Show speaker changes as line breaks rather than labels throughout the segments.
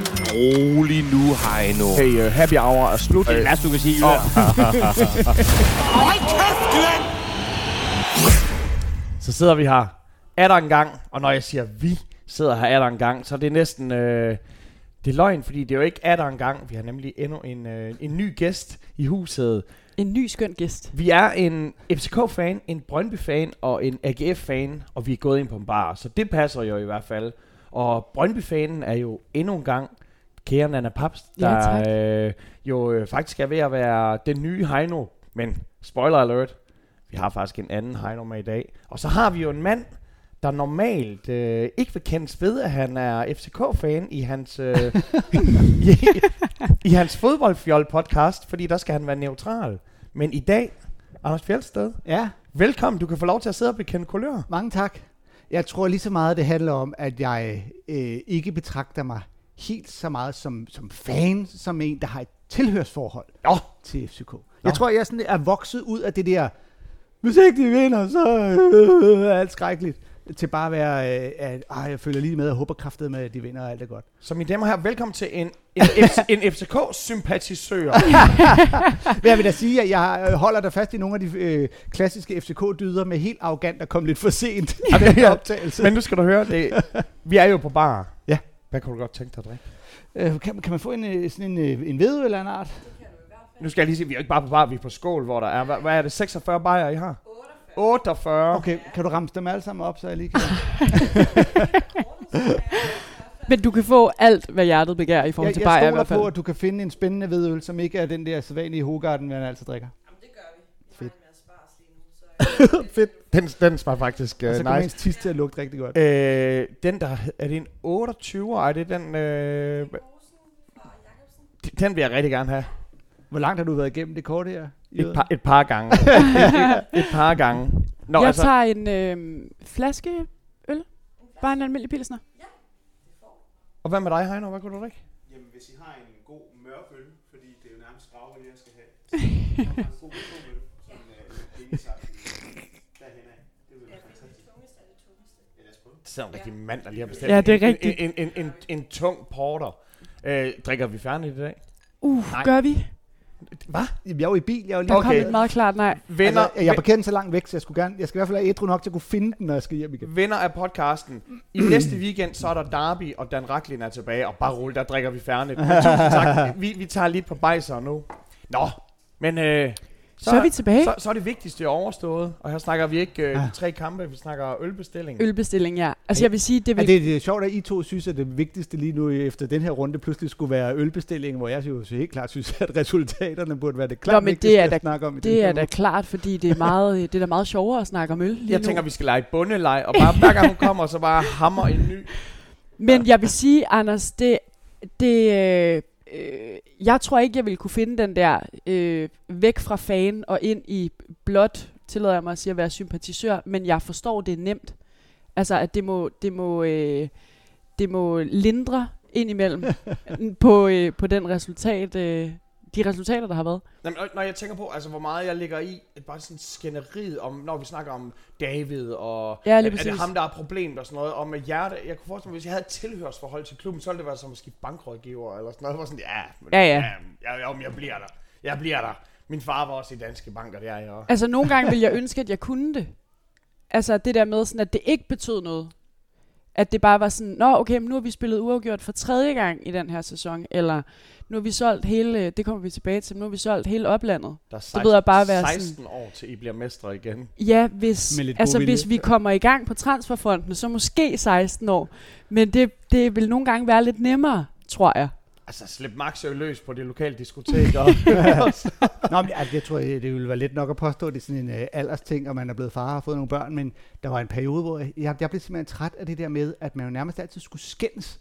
rolig nu, Heino.
Hey, uh, happy hour er slut.
Det er værst, du kan sige, Jylland.
Hold kæft, Jylland!
Så sidder vi her atter en gang, og når jeg siger vi sidder her atter en gang, så er det næsten... Øh, det er løgn, fordi det er jo ikke atter en gang. Vi har nemlig endnu en, øh, en ny gæst i huset.
En ny skøn gæst.
Vi er en FCK-fan, en Brøndby-fan og en AGF-fan, og vi er gået ind på en bar, så det passer jo i hvert fald. Og Brøndby-fanen er jo endnu en gang kære Nana Paps,
Ja,
der
tak.
øh, jo øh, faktisk er ved at være den nye Heino. Men spoiler alert, vi har faktisk en anden Heino med i dag. Og så har vi jo en mand, der normalt øh, ikke vil kendes ved, at han er FCK-fan i hans, øh, i, i hans fodboldfjold-podcast, fordi der skal han være neutral. Men i dag, Anders Fjeldsted,
Ja,
velkommen. Du kan få lov til at sidde og bekende kulør.
mange tak. Jeg tror lige så meget, det handler om, at jeg øh, ikke betragter mig helt så meget som, som fan, som en, der har et tilhørsforhold Nå. til FCK. Jeg tror, jeg sådan er vokset ud af det der, hvis ikke de vinder, så øh, er alt skrækkeligt, til bare at være, øh, at øh, jeg føler lige med, og håber kraftet med, at de vinder, og alt er godt.
Så mine damer og herrer, velkommen til en, en, F- en FCK-sympatisør.
Men jeg vil da sige, at jeg øh, holder dig fast i nogle af de øh, klassiske FCK-dyder med helt arrogant at komme lidt for sent i den her optagelse.
Men nu skal du høre, det, vi er jo på bar.
Ja.
Hvad kunne du godt tænke dig at drikke?
Øh, kan, kan man få en, øh, sådan en, øh, en vedøl eller en art?
Nu skal jeg lige sige, vi er jo ikke bare på bar, vi er på skål, hvor der er, hvad, hvad er det, 46 bajer, I har? 48. 48.
Okay, kan du ramse dem alle sammen op, så jeg lige kan...
Men du kan få alt, hvad hjertet begærer i form
jeg,
til
jeg
bajer i
stoler
hvert fald.
på, at du kan finde en spændende hvedøl, som ikke er den der sædvanlige hogarden, man altid drikker.
Den, den smager faktisk
Og
uh,
så kommer ens
nice.
tis til at lugte rigtig godt.
Øh, den der, er det en 28, er det den, øh, d- den vil jeg rigtig gerne have.
Hvor langt har du været igennem det kort her?
Et par, et par gange. et par gange. Nå,
jeg
altså,
tager en øh, flaske øl. Bare en almindelig pilsner.
og hvad med dig, Heino? Hvad kunne du drikke?
Jamen, hvis I har en god mørk øl, fordi det er jo nærmest gravøl, jeg skal have. Så en god tung øl, som øh, ikke sagt derhen af. Det vil være fantastisk. Ja, lad os prøve.
Det er en rigtig mand, der lige har bestemt.
Ja, det er
en-
rigtigt.
En, en, en, en, en tung porter. Øh, drikker vi færdig i dag?
Uh,
Nej.
gør vi?
Hvad?
Jamen, jeg er jo i bil, jeg er jo
Der
lige...
okay. kom
Okay.
et meget klart nej.
Venner,
Altså, jeg parkerer den så langt væk, så jeg, skulle gerne, jeg skal i hvert fald have ædru nok til at kunne finde den, når jeg skal hjem igen.
venner af podcasten. I næste weekend, så er der Derby, og Dan Raklin er tilbage, og bare rulle, der drikker vi færdigt. Men tusind tak. Vi, vi tager lige på bajser nu. Nå, men øh,
Så, er vi tilbage.
så, så er det vigtigste jo overstået, og her snakker vi ikke
Ah.
øh, tre kampe, vi snakker ølbestilling.
Ølbestilling, ja. Altså jeg vil sige, det
Ja,
vil...
det, det er sjovt, at I to synes, at det vigtigste lige nu efter den her runde pludselig skulle være ølbestillingen, hvor jeg jo så helt klart synes, at resultaterne burde være det klart
Nå, men
vigtigste
det er
at
da-
snakke om. i den
Det
her
er da
uge.
klart, fordi det er, meget, det er da meget sjovere at snakke om øl lige
Jeg
nu.
tænker, vi skal lege bundeleg, og bare hver gang hun kommer, så bare hammer en ny.
Men jeg vil sige, Anders, det... det øh, øh, jeg tror ikke, jeg ville kunne finde den der øh, væk fra fan og ind i blot, tillader jeg mig at sige, at være sympatisør, men jeg forstår, det er nemt. Altså, at det må, det må, øh, det må lindre indimellem på, øh, på den resultat, øh, de resultater, der har været.
Jamen, og når jeg tænker på, altså, hvor meget jeg ligger i, at bare sådan skænderiet om, når vi snakker om David, og
Ja, lige
at, er det
præcis.
ham, der har problemet og sådan noget, og med hjerte, jeg kunne forestille mig, hvis jeg havde et tilhørsforhold til klubben, så ville det være som at skifte bankrådgiver eller sådan noget, hvor sådan, ja, men,
Ja, ja.
ja, ja, men jeg bliver der, jeg bliver der. Min far var også i Danske Bank, og det er jeg også.
Altså, nogle gange ville jeg ønske, at jeg kunne det. Altså, det der med, sådan, at det ikke betød noget. At det bare var sådan, nå, okay, men nu har vi spillet uafgjort for tredje gang i den her sæson, eller nu har vi solgt hele, det kommer vi tilbage til, men nu har vi solgt hele oplandet.
Der er
ved jeg bare være
16 år til, I bliver mestre igen.
Ja, hvis,
Med lidt god
altså,
vilje.
hvis vi kommer i gang på transferfronten, så måske 16 år. Men det, det vil nogle gange være lidt nemmere, tror jeg.
Altså, slip Max jo løs på det lokale diskotek, og
Nå, men, altså, jeg tror, det det ville være let nok at påstå, at det er sådan en øh, aldersting, og man er blevet far og har fået nogle børn, men der var en periode, hvor jeg, jeg blev simpelthen træt af det der med, at man jo nærmest altid skulle skændes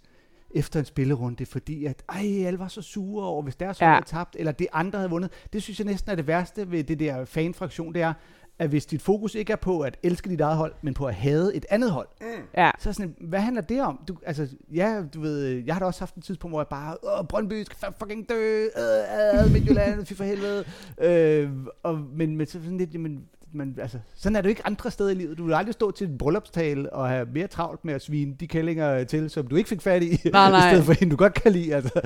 efter en spillerunde, fordi at, ej, alle var så sure over, hvis deres hold
Ja.
havde tabt, eller det andre havde vundet. Det synes jeg næsten er det værste ved det der fanfraktion, det er, at hvis dit fokus ikke er på at elske dit eget hold, men på at hade et andet hold,
Ja.
så er jeg sådan, hvad handler det om? Du, altså, ja, du ved, øh, jeg har da også haft en tidspunkt, hvor jeg bare, åh, Brøndby skal fa- fucking Øh, dø, øh, ad, ad, Midtjylland, fy for helvede. Øh, og, men, men så sådan lidt, jamen, men altså, sådan er det jo ikke andre steder i livet. Du vil aldrig stå til en bryllupstale og have mere travlt med at svine de kællinger til, som du ikke fik fat i,
Nej, nej.
i stedet for en, du godt kan lide. Altså.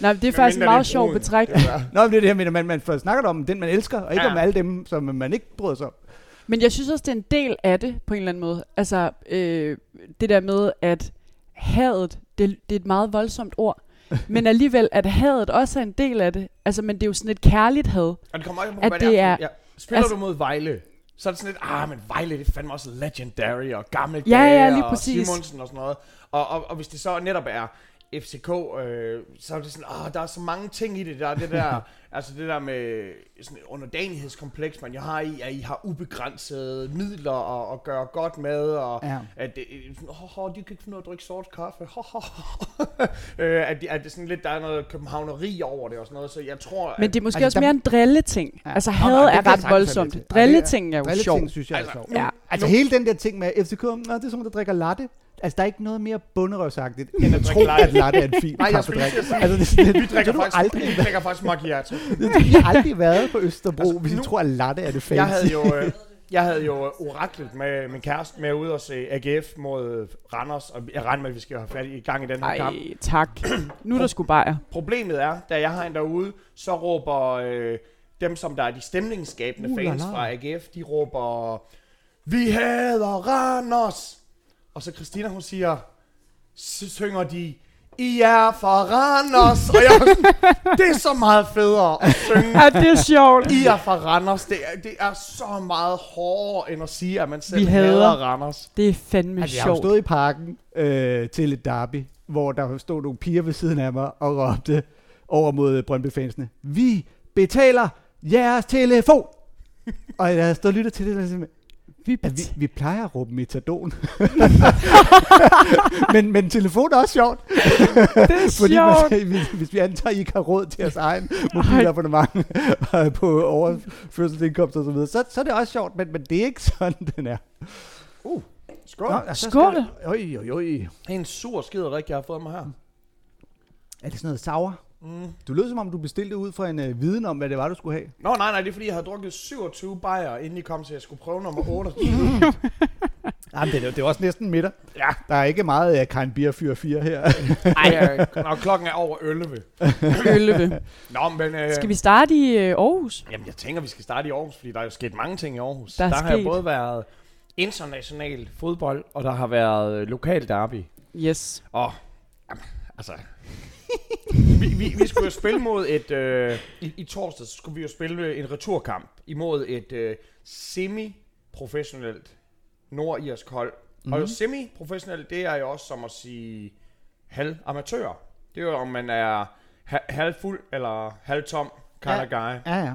Nej, men det er faktisk en
mindre det er
meget sjov
bruden.
betræk.
Nå, men det er det her med, at man, man får snakket om den, man elsker, og ikke ja.
Ja.
om alle dem, som man ikke bryder sig om.
Men jeg synes også, det er en del af det, på en eller anden måde. Altså, øh, det der med, at hadet, det, det er et meget voldsomt ord. Men alligevel, at hadet også er en del af det. Altså, men det er jo sådan et kærligt had.
Og det kommer også an på,
At
hvad
det
det er.
er-
for- Ja. Spiller
altså-
du mod Vejle, så er det sådan lidt, ah, men Vejle, det er fandme også legendary og gamle
Ja, ja,
dage
lige
og
præcis.
Simonsen og sådan noget. Og, og, og hvis det så netop er FCK, øh, så er det sådan, ah, der er så mange ting i det. Der er det der, altså det der med sådan et underdanighedskompleks, man jo har i, at I har ubegrænsede midler at, at gøre godt med, og
Ja.
at det, oh, oh, de kan ikke finde ud af at drikke sort kaffe. Ho, ho, ho. Øh, at, det- at det sådan lidt, der er noget københavneri over det og sådan noget, så jeg tror... at-
Men det er måske
Altså,
altså, også
der-
mere en drilleting.
Ja.
Ja. Altså,
Nå,
had
nej, det kan
er ret
sagtens være
voldsomt.
drilleting.
Drilleting er jo sjov.
Drilleting synes jeg er
Altså,
sjov.
Ja.
Altså hele den der ting med FCK, Nå, det er som om, der drikker latte. Altså, der er ikke noget mere bunderøvsagtigt, end at
drikke
tro,
latte.
at latte er en fin
Nej, jeg skulle
kaffedrik.
lige til at sige,
Altså, det, det,
Vi drikker,
det, har du
faktisk, aldrig. vi
aldrig,
drikker faktisk macchiato.
det, vi har aldrig været på Østerbro, altså,
Altså,
hvis I
nu-
tror, at latte er det fancy.
Jeg havde jo, øh, jeg havde jo øh, oraklet med min kæreste med ude og se AGF mod øh, Randers, og jeg regner med, at vi skal have fat i gang i den her Ej. kamp.
Ej, tak. Nu er der sgu bajer.
Problemet er, da jeg har en derude, så råber øh, dem, som der er de stemningsskabende
Uh, la,
fans
la.
fra AGF, de råber, vi hader Randers! Og så Christina, hun siger, så synger de, I er fra Randers! Og jeg var sådan, det er så meget federe at synge
Ja, det er sjovt.
I er fra Randers. Det er, det er så meget hårdere, end at sige, at man selv
Vi
Vi
hader.
hader. hader Randers.
Det er fandme
altså, jeg har jo
sjovt.
stået i parken øh, til et derby, hvor der stod nogle piger ved siden af mig og råbte over mod Brøndby-fansene, vi betaler jeres telefon! og jeg havde stået og lyttet til det, og jeg tænkte,
Vi,
Ja, vi, vi plejer at råbe metadon. men, men telefon er også sjovt,
det er
fordi man,
sjovt.
sagde, hvis- hvis vi antager, at I ikke har råd til jeres egen mobilabonnement øh, på overførselsindkomst og så videre, så, så er det også sjovt, men, men det er ikke sådan, den er.
Skål.
Nå, Uh, ja, så skal
Skål.
der- Oj, oj, oj.
Det er en sur skiderik, jeg har fået mig her.
Er det sådan noget sauer?
Mm.
Du lød som om, du bestilte ud fra en øh, viden om, hvad det var, du skulle have.
Nå, nej, nej, det er fordi, jeg havde drukket 27 bajer, inden I kom, så jeg skulle prøve nummer 28.
Jamen, det, er- det er også næsten middag.
ja,
Der er ikke meget øh, Karin Bier 4 her.
ej, øh, og klokken er over 11.
Ølve.
Nå, men... Øh,
Skal vi starte i øh, Aarhus?
Jamen, jeg tænker, vi skal starte i Aarhus, fordi der er jo sket mange ting i Aarhus.
Der er
der har jo
sket.
både været international fodbold, og der har været øh, lokal derby.
Yes.
Og, jamen, altså... vi, vi, vi skulle jo spille mod et... Øh, i, I torsdag så skulle vi jo spille en returkamp imod et øh, semi-professionelt nordirsk hold. Mm-hmm. Og jo semi-professionelt, det er jo også som at sige halv-amatør. Det er jo, om man er ha- halvfuld eller halvtom kind of guy.
ja, ja.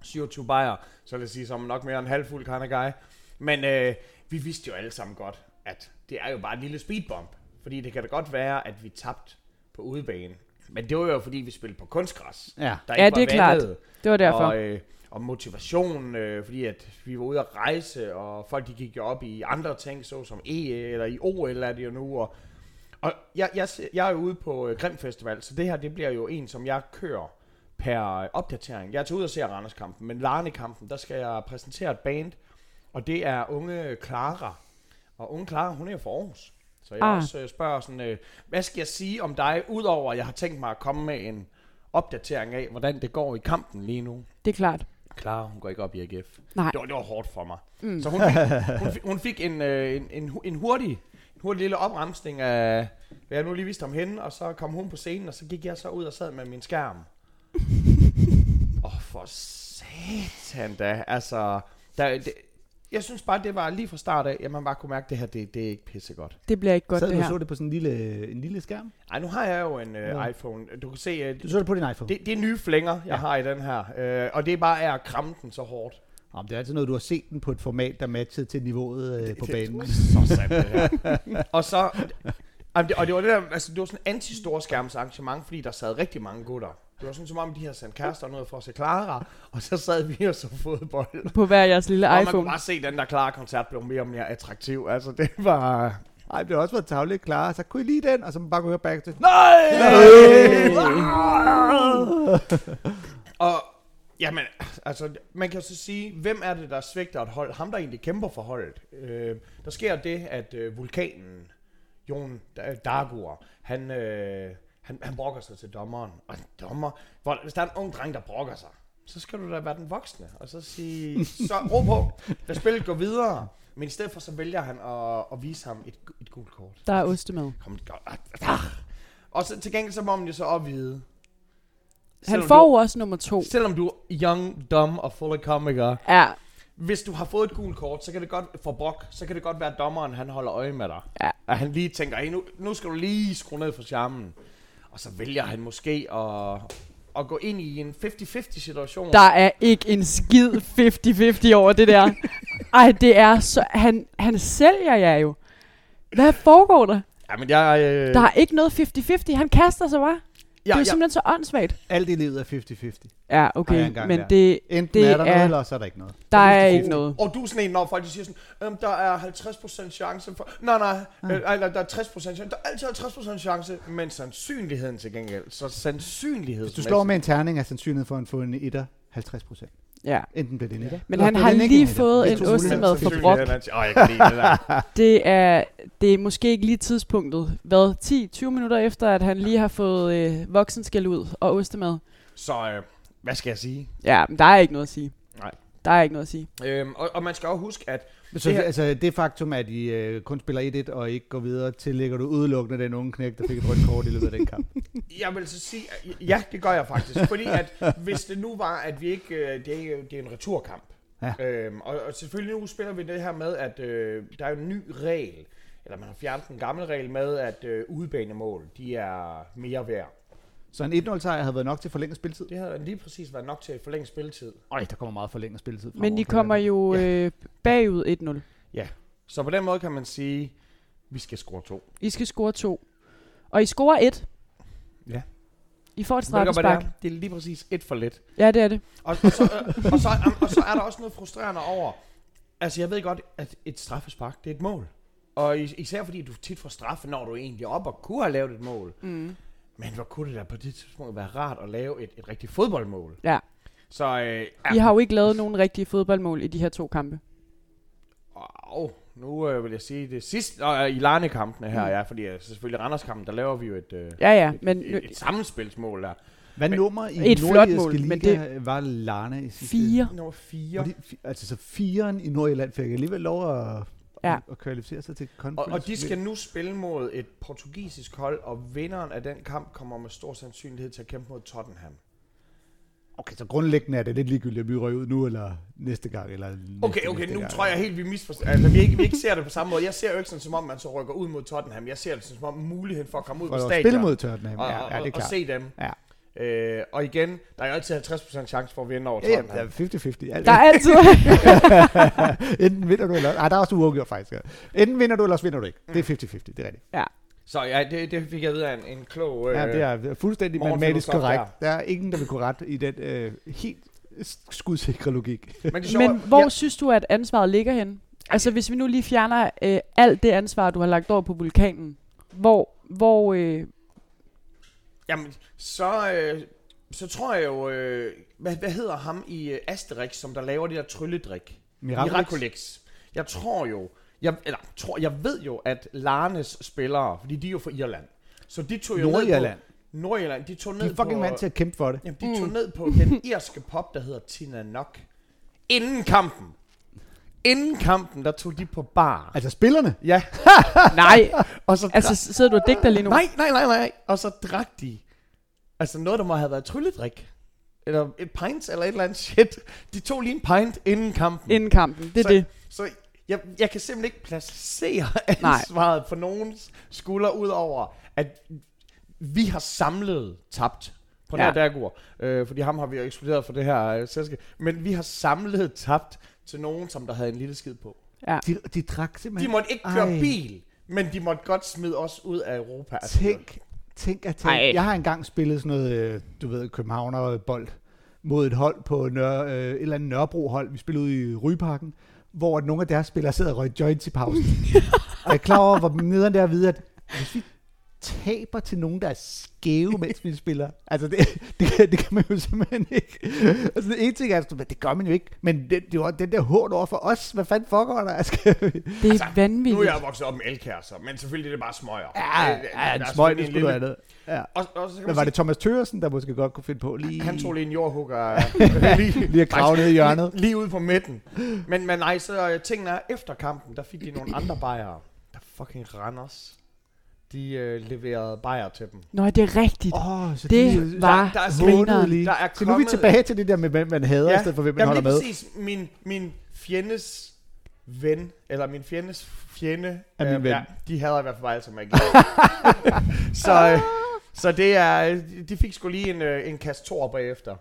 27 bajer, så vil jeg sige, som nok mere en halvfuld kind of guy. Men øh, vi vidste jo alle sammen godt, at det er jo bare en lille speedbump. Fordi det kan da godt være, at vi tabte på udebane. Men det var jo, fordi vi spillede på kunstgræs.
ja.
Der
Ja,
ikke
det
var
er klart.
vandet.
Det var derfor.
Og, øh, og motivation, øh, fordi at vi var ude at rejse, og folk de gik jo op i andre ting, såsom E eller i OL er det jo nu. Og, og jeg, jeg, jeg er jo ude på øh, Grim Festival, så det her det bliver jo en, som jeg kører per øh, opdatering. Jeg tager ud og ser Randerskampen, men Larne-kampen, der skal jeg præsentere et band, og det er unge Clara. Og unge Clara, hun er jo fra Aarhus. Så jeg
Ah.
ah. også øh, spørger sådan, øh, hvad skal jeg sige om dig, udover at jeg har tænkt mig at komme med en opdatering af, hvordan det går i kampen lige nu.
Det er klart.
Clara, hun går ikke op i AGF.
Nej.
Det var, det var hårdt for mig. Mm. Så hun fik, hun fik, hun fik en, øh, en, en, hu- en, hurtig, en hurtig lille opremsning af, hvad jeg nu lige vidste om hende, og så kom hun på scenen, og så gik jeg så ud og sad med min skærm. Åh, oh, for satan da. Altså, der, det, jeg synes bare, det var lige fra start af, at man bare kunne mærke, at det her, det, det er ikke pissegodt.
Det bliver ikke godt,
Sad
det
du og
her.
så det på sådan en lille, øh, en lille skærm?
Ej, nu har jeg jo en øh,
Ja.
iPhone. Du kan se, øh,
Du så det på din iPhone?
det, det er nye flænger, jeg ja. har i den her. Øh, og det er bare af at kramme den så hårdt.
Jamen, det er altid noget, du har set den på et format, der matchede til niveauet øh, på banen.
Så sandt det her. og så... Jamen, det, og det var, det, der, altså, det var sådan en anti-storskærms arrangement, fordi der sad rigtig mange gutter. Det var sådan, som om de havde sendt kærester noget for at se Clara, og så sad vi og så fodbold.
På hver jeres lille
Og man kunne
iPhone.
bare se, at den der Clara-koncert blev mere og mere attraktiv. Altså, det var...
Ej, men det har også været tavligt klare. Så kunne I lide den? Og så bare kunne høre back til.
Nej!
Øh.
Og Jamen, altså, man kan jo så sige, hvem er det, der svigter et hold? Ham, der egentlig kæmper for holdet. Øh, der sker det, at øh, vulkanen, Jon Da- Dagur, han, øh, han, han brokker sig til dommeren. Og en dommer, hvor, hvis der er en ung dreng, der brokker sig, så skal du da være den voksne, og så sige, så ro på, lad spillet gå videre. Men i stedet for, så vælger han at, at vise ham et, et gult kort.
Der er ostemad.
Kom, godt. Ah. Og så til gengæld, så må man jo så opvide.
Han
Selvom
får
du-
jo også nummer to.
Selvom du er young, dum og full af komikere,
Ja,
hvis du har fået et gult kort, så kan det godt, for brok, så kan det godt være, at dommeren han holder øje med dig.
Ja.
At han lige tænker, hey, nu, nu skal du lige skrue ned for charmen. Og så vælger han måske at, at gå ind i en 50-50 situation.
der er ikke en skid 50-50 over det der. Ej, det er så... Han, han sælger jer jo. Hvad foregår der?
Ja, men jeg, øh,
Der er ikke noget 50-50. Han kaster sig bare. Det
jeg,
er jo
jeg,
simpelthen så åndssvagt.
Alt i livet er 50-50.
Ja,
Ej, jeg
okay.
er engang
Men
der.
det,
Enten
Det
det er der noget,
er-
eller også er der ikke noget.
der er ikke noget.
og du er sådan en, når folk de siger sådan, øhm, der er 50% chance for... Nej, nej, øh, eller der er 60% chance. Der er altid 50% chance, men sandsynligheden til gengæld. Så sandsynlighed.
Hvis du slår med en terning, er sandsynligheden for at få en etter 50 procent.
Ja.
Enten bliver det en etter.
Men
eller
han
bliver
har
det ikke
lige
etter.
fået
Det er
en
to muligheder.
ostemad for brok.
Sandsynligheden er- Åh, jeg kan lide det der.
Det er, det er måske ikke lige tidspunktet. Hvad? 10-20 minutter efter, at han lige har fået øh, voksenskæld ud og ostemad.
Så øh, hvad skal jeg sige?
Ja, men der er ikke noget at sige.
Nej.
Der er ikke noget at sige.
Øhm, og, og man skal også huske, at
Så
Det
det,
her-
altså, det faktum, at I øh, kun spiller 1-1 og ikke går videre, tillægger du udelukkende den unge knæk, der fik et rødt kort i løbet af den kamp.
jeg vil så sige, at, ja, det gør jeg faktisk. fordi at hvis det nu var, at vi ikke, øh, det, er, det er en returkamp.
Ja.
Øhm, og, og selvfølgelig nu spiller vi det her med, at øh, der er jo en ny regel, eller man har fjernet den gamle regel med, at øh, udebanemål, de er mere værd.
Så en 1-0-sejr havde været nok til forlænget spilletid.
Det havde lige præcis været nok til at forlænge spilletid.
Øj, der kommer meget forlænget spilletid.
Men
fremover,
de
kan jeg
kommer
høre.
jo øh, bagud 1-0.
Så på den måde kan man sige, vi skal score to.
I skal score to. Og I scorer et.
Ja.
I får et
Ved du godt, hvad
straffespark.
Det er? Det er lige præcis et for lidt.
Ja, det er det.
Og, og, så, øh, og, så, am- og så er der også noget frustrerende over, altså jeg ved godt, at et straffespark, det er et mål. Og is- især fordi du tit får straffe, når du egentlig er op og kunne have lavet et mål.
Mm.
Men hvor kunne det da på det tidspunkt være rart at lave et, et rigtigt fodboldmål?
Ja.
Så øh,
I har jo ikke lavet nogen rigtige fodboldmål i de her to kampe.
Og nu øh, vil jeg sige det sidste, og øh, i Larne-kampene her,
Mm.
mm. ja, fordi øh, selvfølgelig Randers-kampen, der laver vi jo et, øh,
Ja, ja, men
et, et sammenspilsmål der.
Hvad
Men-
nummer i
Et
et
flot
Nordjyske
mål,
Liga
men
det... var Larne i sidste
fire.
Nummer
Var
4.
det fi- Altså, så firen i Nordjylland fik alligevel lov at,
Ja.
ja. at kvalificere sig til
Og,
conference.
og de skal nu spille mod et portugisisk hold, og vinderen af den kamp kommer med stor sandsynlighed til at kæmpe mod Tottenham.
Okay, så grundlæggende er det lidt ligegyldigt, at vi røg ud nu, eller næste gang, eller næste,
Okay, okay,
næste
nu
gang.
tror jeg helt, vi misforstår. Altså, vi, ikke, vi ikke ser det på samme måde. Jeg ser jo ikke sådan, som om man så rykker ud mod Tottenham. Jeg ser det som om muligheden for at komme ud på
Og
stadion.
spille mod Tottenham,
og,
ja, ja, det er
og, og
klart.
se dem.
Ja.
Øh, og igen, der er jo altid 50% chance for at vinde over
Ja, ja,
Tottenham.
der er 50-50. alt-
der er altid...
Enten vinder du, eller... Ej, der er også uafgjort faktisk. ja. Enten vinder du, eller også vinder du ikke. Det er
Mm.
50-50, det er rigtigt.
Så ja, det, det fik jeg videre en, en klog... Øh,
Ja, det er fuldstændig
Morgenfilosof
matematisk korrekt.
der.
Der er ingen, der vil kunne rette i den øh, helt skudsikre logik.
Men, det sjove,
Men hvor
jeg,
synes du, at ansvaret ligger henne? Altså, hvis vi nu lige fjerner øh, alt det ansvar, du har lagt over på vulkanen, hvor, hvor øh,
jamen, så, øh, så tror jeg jo... Øh, hvad, hvad hedder ham i øh, Asterix, som der laver det der trylledrik? Miraculix. Jeg tror jo, jeg, eller, tror, jeg ved jo, at Larnes spillere, fordi de er jo fra Irland, så de tog jo
Nordjylland.
ned på... Nordjylland. De tog ned
De er fucking
på,
vant til Mm. at kæmpe for det.
Jamen, de tog ned på den irske pop, der hedder Tina Nok. Inden kampen. Inden kampen, der tog de på bar.
Altså spillerne.
Ja,
Nej,
og så
altså s- sidder du og digter lige nu?
Nej, nej, nej, nej. Og så drak de. Altså noget, der må have været trylledrik. Eller et pint, eller et eller andet shit. De tog lige en pint inden kampen.
Inden kampen, det er
Så-
det.
Så jeg, jeg kan simpelthen ikke placere
Nej.
ansvaret på nogens skulder, udover at vi har samlet tabt på
Ja.
ja. Dagur, øh, fordi ham har vi jo eksploderet for det her øh, selskab, men vi har samlet tabt til nogen, som der havde en lille skid på.
De, de drak simpelthen.
De måtte ikke køre
Ej.
bil, men de måtte godt smide os ud af Europa. Altså,
Tænk, tænk at
Ej.
tænke. Jeg har engang spillet sådan noget, øh, du ved, Københavner-bold mod et hold på Nør, øh, et eller andet Nørrebro-hold. Vi spillede ude i Rygeparken, hvor at nogle af deres spillere sidder og røg joints i pausen. jeg er klar over, hvor nederen det er at vide, at hvis vi taber til nogen, der er skæve, mens vi spiller. Altså, det, det, kan- det kan man jo simpelthen ikke. Altså, det ene ting er, at det gør man jo ikke, men det, det var den der hård over for os. Hvad fanden foregår der? Altså,
Det er altså,
Nu
vanvittigt.
er jeg vokset op med elkærser, men selvfølgelig er det bare smøger.
ja,
Øh,
ja,
der
en
er
smøg,
selvfølgelig
det
en
skulle være
lille-
noget. Ja.
Og, og så kan
Men
man
var
sige,
det Thomas Thøresen, der måske godt kunne finde på lige...
han tog lige en jordhugger øh, lige,
Lige at grave ned i hjørnet.
Lige, lige ude på midten. Men, men nej, så øh, tingene er efter kampen, der fik de nogle andre bajere. Der fucking Randers. De øh, leverede bajer til dem.
Nå, det er rigtigt. Oh,
Åh, oh, så
det
de,
de, var
der er
grineren.
hånede lige.
Der er
Så nu er vi
kommet-
tilbage til det der med, hvem man hader, ja. i stedet for, hvem man
Jamen,
holder
lige
med.
præcis. Min, min fjendes ven, eller min fjendes fjende, øh,
Er min ven.
de hader i hvert fald mig, som jeg ikke så, øh, så det er, øh, de fik sgu lige en, øh, en kast tor bagefter.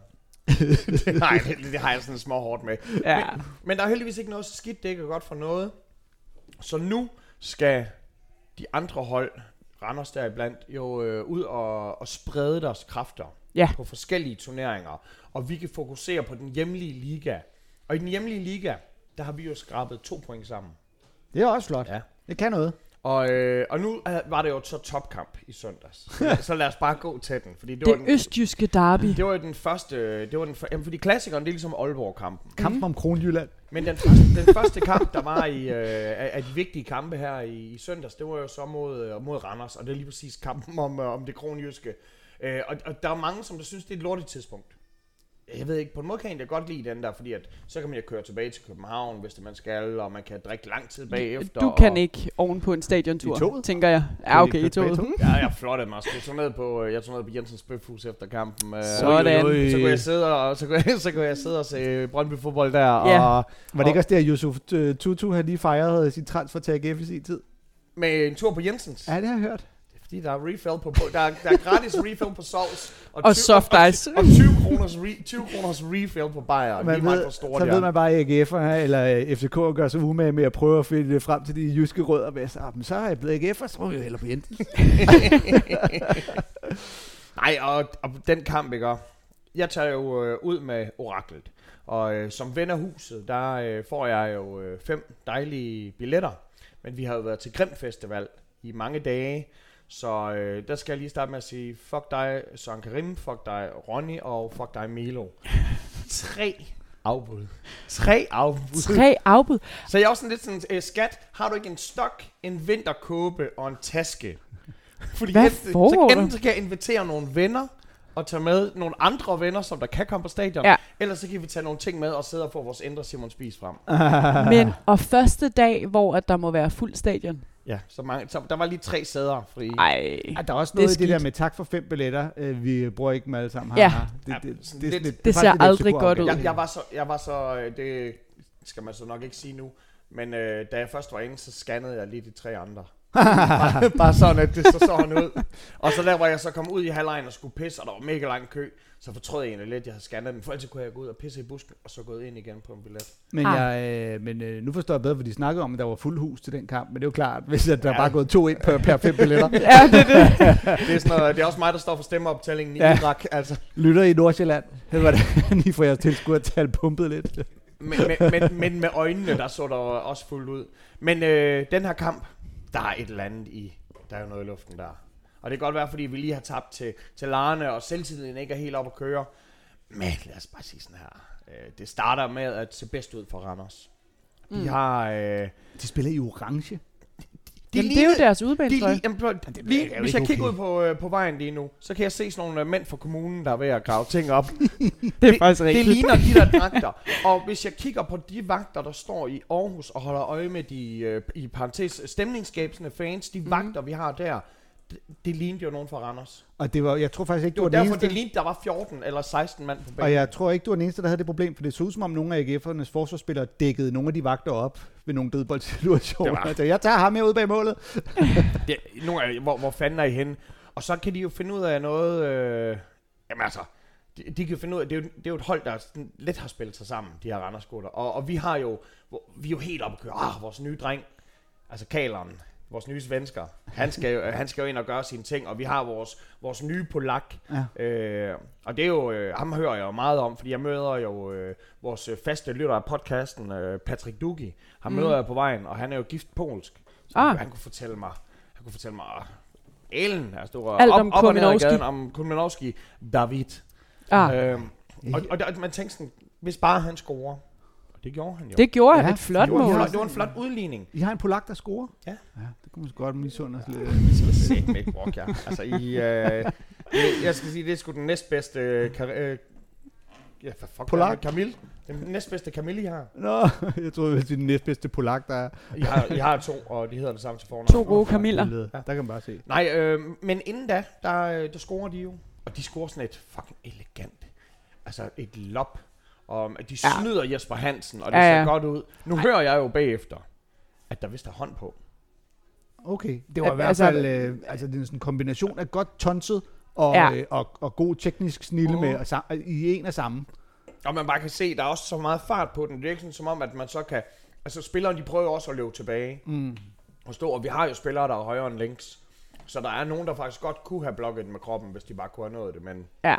Nej, det, det har jeg sådan små hårdt med.
ja.
Men der er heldigvis ikke noget skidt, det ikke er godt for noget. Så nu skal de andre hold, Randers deriblandt, jo øh, ud og, og sprede deres kræfter
Ja.
på forskellige turneringer. Og vi kan fokusere på den hjemlige liga. Og i den hjemlige liga, der har vi jo skrabet to point sammen.
Det er også flot.
Ja.
Det kan noget.
Og, øh, og nu øh, var det jo så topkamp i søndags. Så, så lad os bare gå til den. Fordi det,
Det
var den,
østjyske derby.
det var jo den første... øh, Det var den, for, jamen, fordi klassikeren, det er ligesom Aalborg-kampen.
Kampen om Kronjylland.
Men den første, den første kamp, der var i, øh, af af de vigtige kampe her i, i søndags, det var jo så mod, øh, mod Randers, og det er lige præcis kampen om, øh, om det kronjyske. Øh, og, og der er mange, som der synes, det er et lortet tidspunkt. Jeg ved ikke, på en måde kan jeg egentlig godt lide den der, fordi at, så kan man jo køre tilbage til København, hvis det man skal, og man kan drikke lang tid bagefter.
Du kan
og,
ikke oven på en stadiontur,
I toget?
tænker jeg. Ja, okay, i toget.
Ja, jeg flottede mig. Jeg tog ned på, øh, jeg tog ned på Jensens Bøfhus efter kampen. øh,
Sådan.
Ui, ui, ui.
Så kunne jeg sidde og, så kunne jeg, så kunne jeg sidde og se Brøndby fodbold der,
Ja.
og
Var det ikke også der, at Yusuf øh, Tutu han lige fejrede sin transfer til AGF i sin tid?
med en tur på Jensens.
Ja, det har jeg hørt.
Fordi der er refill på, der er, der er gratis refill på sovs.
Og
20
soft ice.
Og 20 kroners, re, 20 kroners refill på bajer.
Man
Lige meget
ved,
hvor store
så
de
ved
er.
man bare, at AGF'er eller øh, FCK gør sig umage med at prøve at finde frem til de jyske rødder. Med, så, ah, men så er jeg blevet AGF'er, så må jeg heller på Jensen.
Nej, og, og den kamp, ikke? Jeg tager jo øh, ud med oraklet. Og øh, som ven af huset, der øh, får jeg jo øh, fem dejlige billetter. Men vi har jo været til Grim Festival i mange dage. Så øh, der skal jeg lige starte med at sige, fuck dig Søren Karim, fuck dig Ronny og fuck dig Milo. Tre afbud. Tre afbud.
Tre afbud.
Så jeg er også sådan lidt sådan, øh, skat, har du ikke en stok, en vinterkåbe og en taske? Fordi
Hvad
enten- så
foregår der?
enten så kan jeg invitere nogle venner, og tage med nogle andre venner, som der kan komme på stadion.
Ja.
Ellers så kan vi tage nogle ting med og sidde og få vores indre Simon Spies frem.
Men, og første dag, hvor at der må være fuld stadion.
Ja. Så, mange, så der var lige tre sæder fri.
Ej.
Ja, der er også noget det i
Det er
det
skidt.
der med tak for fem billetter. Øh, vi bruger ikke dem alle sammen.
Ja.
haha.
Ja,
Det, det, det,
sådan
det,
lidt-
det,
Det ser aldrig godt ud.
Jeg, jeg, var så, jeg var så, øh, det skal man så nok ikke sige nu, men øh, da jeg først var inde, så scannede jeg lige de tre andre. bare, bare sådan, at det så så han ud. Og så der, hvor jeg så kom ud i halvlejen og skulle pisse, og der var mega lang kø, så fortrød jeg egentlig lidt, at jeg havde scannet dem, for ellers kunne jeg gå ud og pisse i busken, og så gået ind igen på en billet.
Men,
Ah.
jeg, øh, men øh, nu forstår jeg bedre, fordi de snakkede om, at der var fuld hus til den kamp. Men det er jo klart, hvis at der
Ja.
bare er gået to ind per, per fem billetter.
Ja, det er det.
Det er, sådan noget, det er også mig, der står for stemmeoptællingen i
Ja.
Irak, altså.
Lytter i Nordsjælland. Det var det, I får jeres tilskuertal pumpet lidt.
Men, men, men, men med øjnene, der så der også fuldt ud. Men øh, den her kamp, der er et eller andet i. Der er jo noget i luften der. Og det kan godt være, fordi vi lige har tabt til, til Larne, og selvtilliden ikke er helt op at køre. Men lad os bare sige sådan her. Øh, det starter med at se bedst ud for Randers. De
Mm.
har... Øh, de
De spiller i orange.
Jamen, det er
lignede-
jo deres
de,
udbanetrøje.
lige, jamen, prøv,
det er
lige,
jo
hvis
ikke
jeg kigger
okay.
ud på, øh, på vejen lige nu, så kan jeg se sådan nogle øh, mænd fra kommunen, der er ved at grave ting op.
Det er
det-
faktisk
Det
rigtigt.
ligner de der dragter. Og hvis jeg kigger på de vagter, der står i Aarhus og holder øje med de, øh, i parentes, stemningsskabende fans, de vagter, vi har der, det, det lignede jo nogen fra Randers.
Og det var, jeg tror faktisk ikke,
Det
du
var
var den
derfor,
eneste.
det lignede, der var 14 eller 16 mand på
og
banen.
jeg tror ikke, du var den eneste, der havde det problem, for det så ud som om nogle af AGF'ernes forsvarsspillere dækkede nogle af de vagter op ved nogle
Det var-
dødboldsituationer. Så jeg tager ham her ud bag målet.
Det, nu er, hvor, hvor fanden er I henne? Og så kan de jo finde ud af noget... Øh, jamen altså, de, de kan jo finde ud af... Det er jo, det er jo et hold, der sådan lidt har spillet sig sammen, de her randers -gutter. og, og vi har jo... hvor- Vi er jo helt oppe at køre. Ah, vores nye dreng. Altså Kaleren. Vores nye svensker. Han skal, jo, han skal jo ind og gøre sine ting. Og vi har vores, vores nye polak.
Ja.
Øh, og det er jo... Øh, ham hører jeg jo meget om, fordi jeg møder jo øh, vores øh, faste lytter af podcasten, øh, Patrick Dugi. Han mm. møder jeg på vejen, og han er jo gift polsk. Så
Mhm. Ah.
ah. han kunne fortælle mig, han kunne fortælle mig Ellen er stor.
Alt
op,
om
op og ned ad
Kulminovski.
gaden om Kulminovski. David.
Ah,
Øhm, og, og, der- man tænkte sådan, hvis bare han scorer. Og det gjorde han jo.
det gjorde han
Ja,
et flot
det, var en
mål.
flot, det var en flot udligning.
I har en polak, der scorer?
Ja.
ja det kunne man så godt misunde os lidt.
Sæt med ikke brok, ja. Altså, I, øh, det- jeg skal sige, det er sgu den næstbedste... Øh, kar- øh, ja, for fuck,
Polak.
hvad er det? Camille. Den næstbedste Camille, I har.
Nå, jeg troede, det var den næstbedste polak, der er.
I har, I har to, og de hedder det samme til fornavn.
To gode kamiller.
Billede. Der kan man bare se.
Nej, øh, men inden da, der, øh, der scorer de jo. Og de scorer sådan et fucking elegant. Altså et lop. Og øh, de
Ja.
snyder Jesper Hansen, og det
Ja,
ja,
ja.
ja. ser godt ud. Nu Ej. hører jeg jo bagefter, at der vist er hånd på.
Okay, det var i
Al-
hvert
altså-
fald øh, altså, det er sådan en kombination af godt tonset og,
Ja.
ja. øh, og, og god teknisk snille med og sam- i en og samme.
Og man bare kan se, at der er også så meget fart på den. Det er ikke sådan, som om, at man så kan... Altså spillerne, de prøver også at løbe tilbage.
Mm.
Og stå, og vi har jo spillere, der er højere end links. Så der er nogen, der faktisk godt kunne have blokket den med kroppen, hvis de bare kunne have nået det. Men
Ja.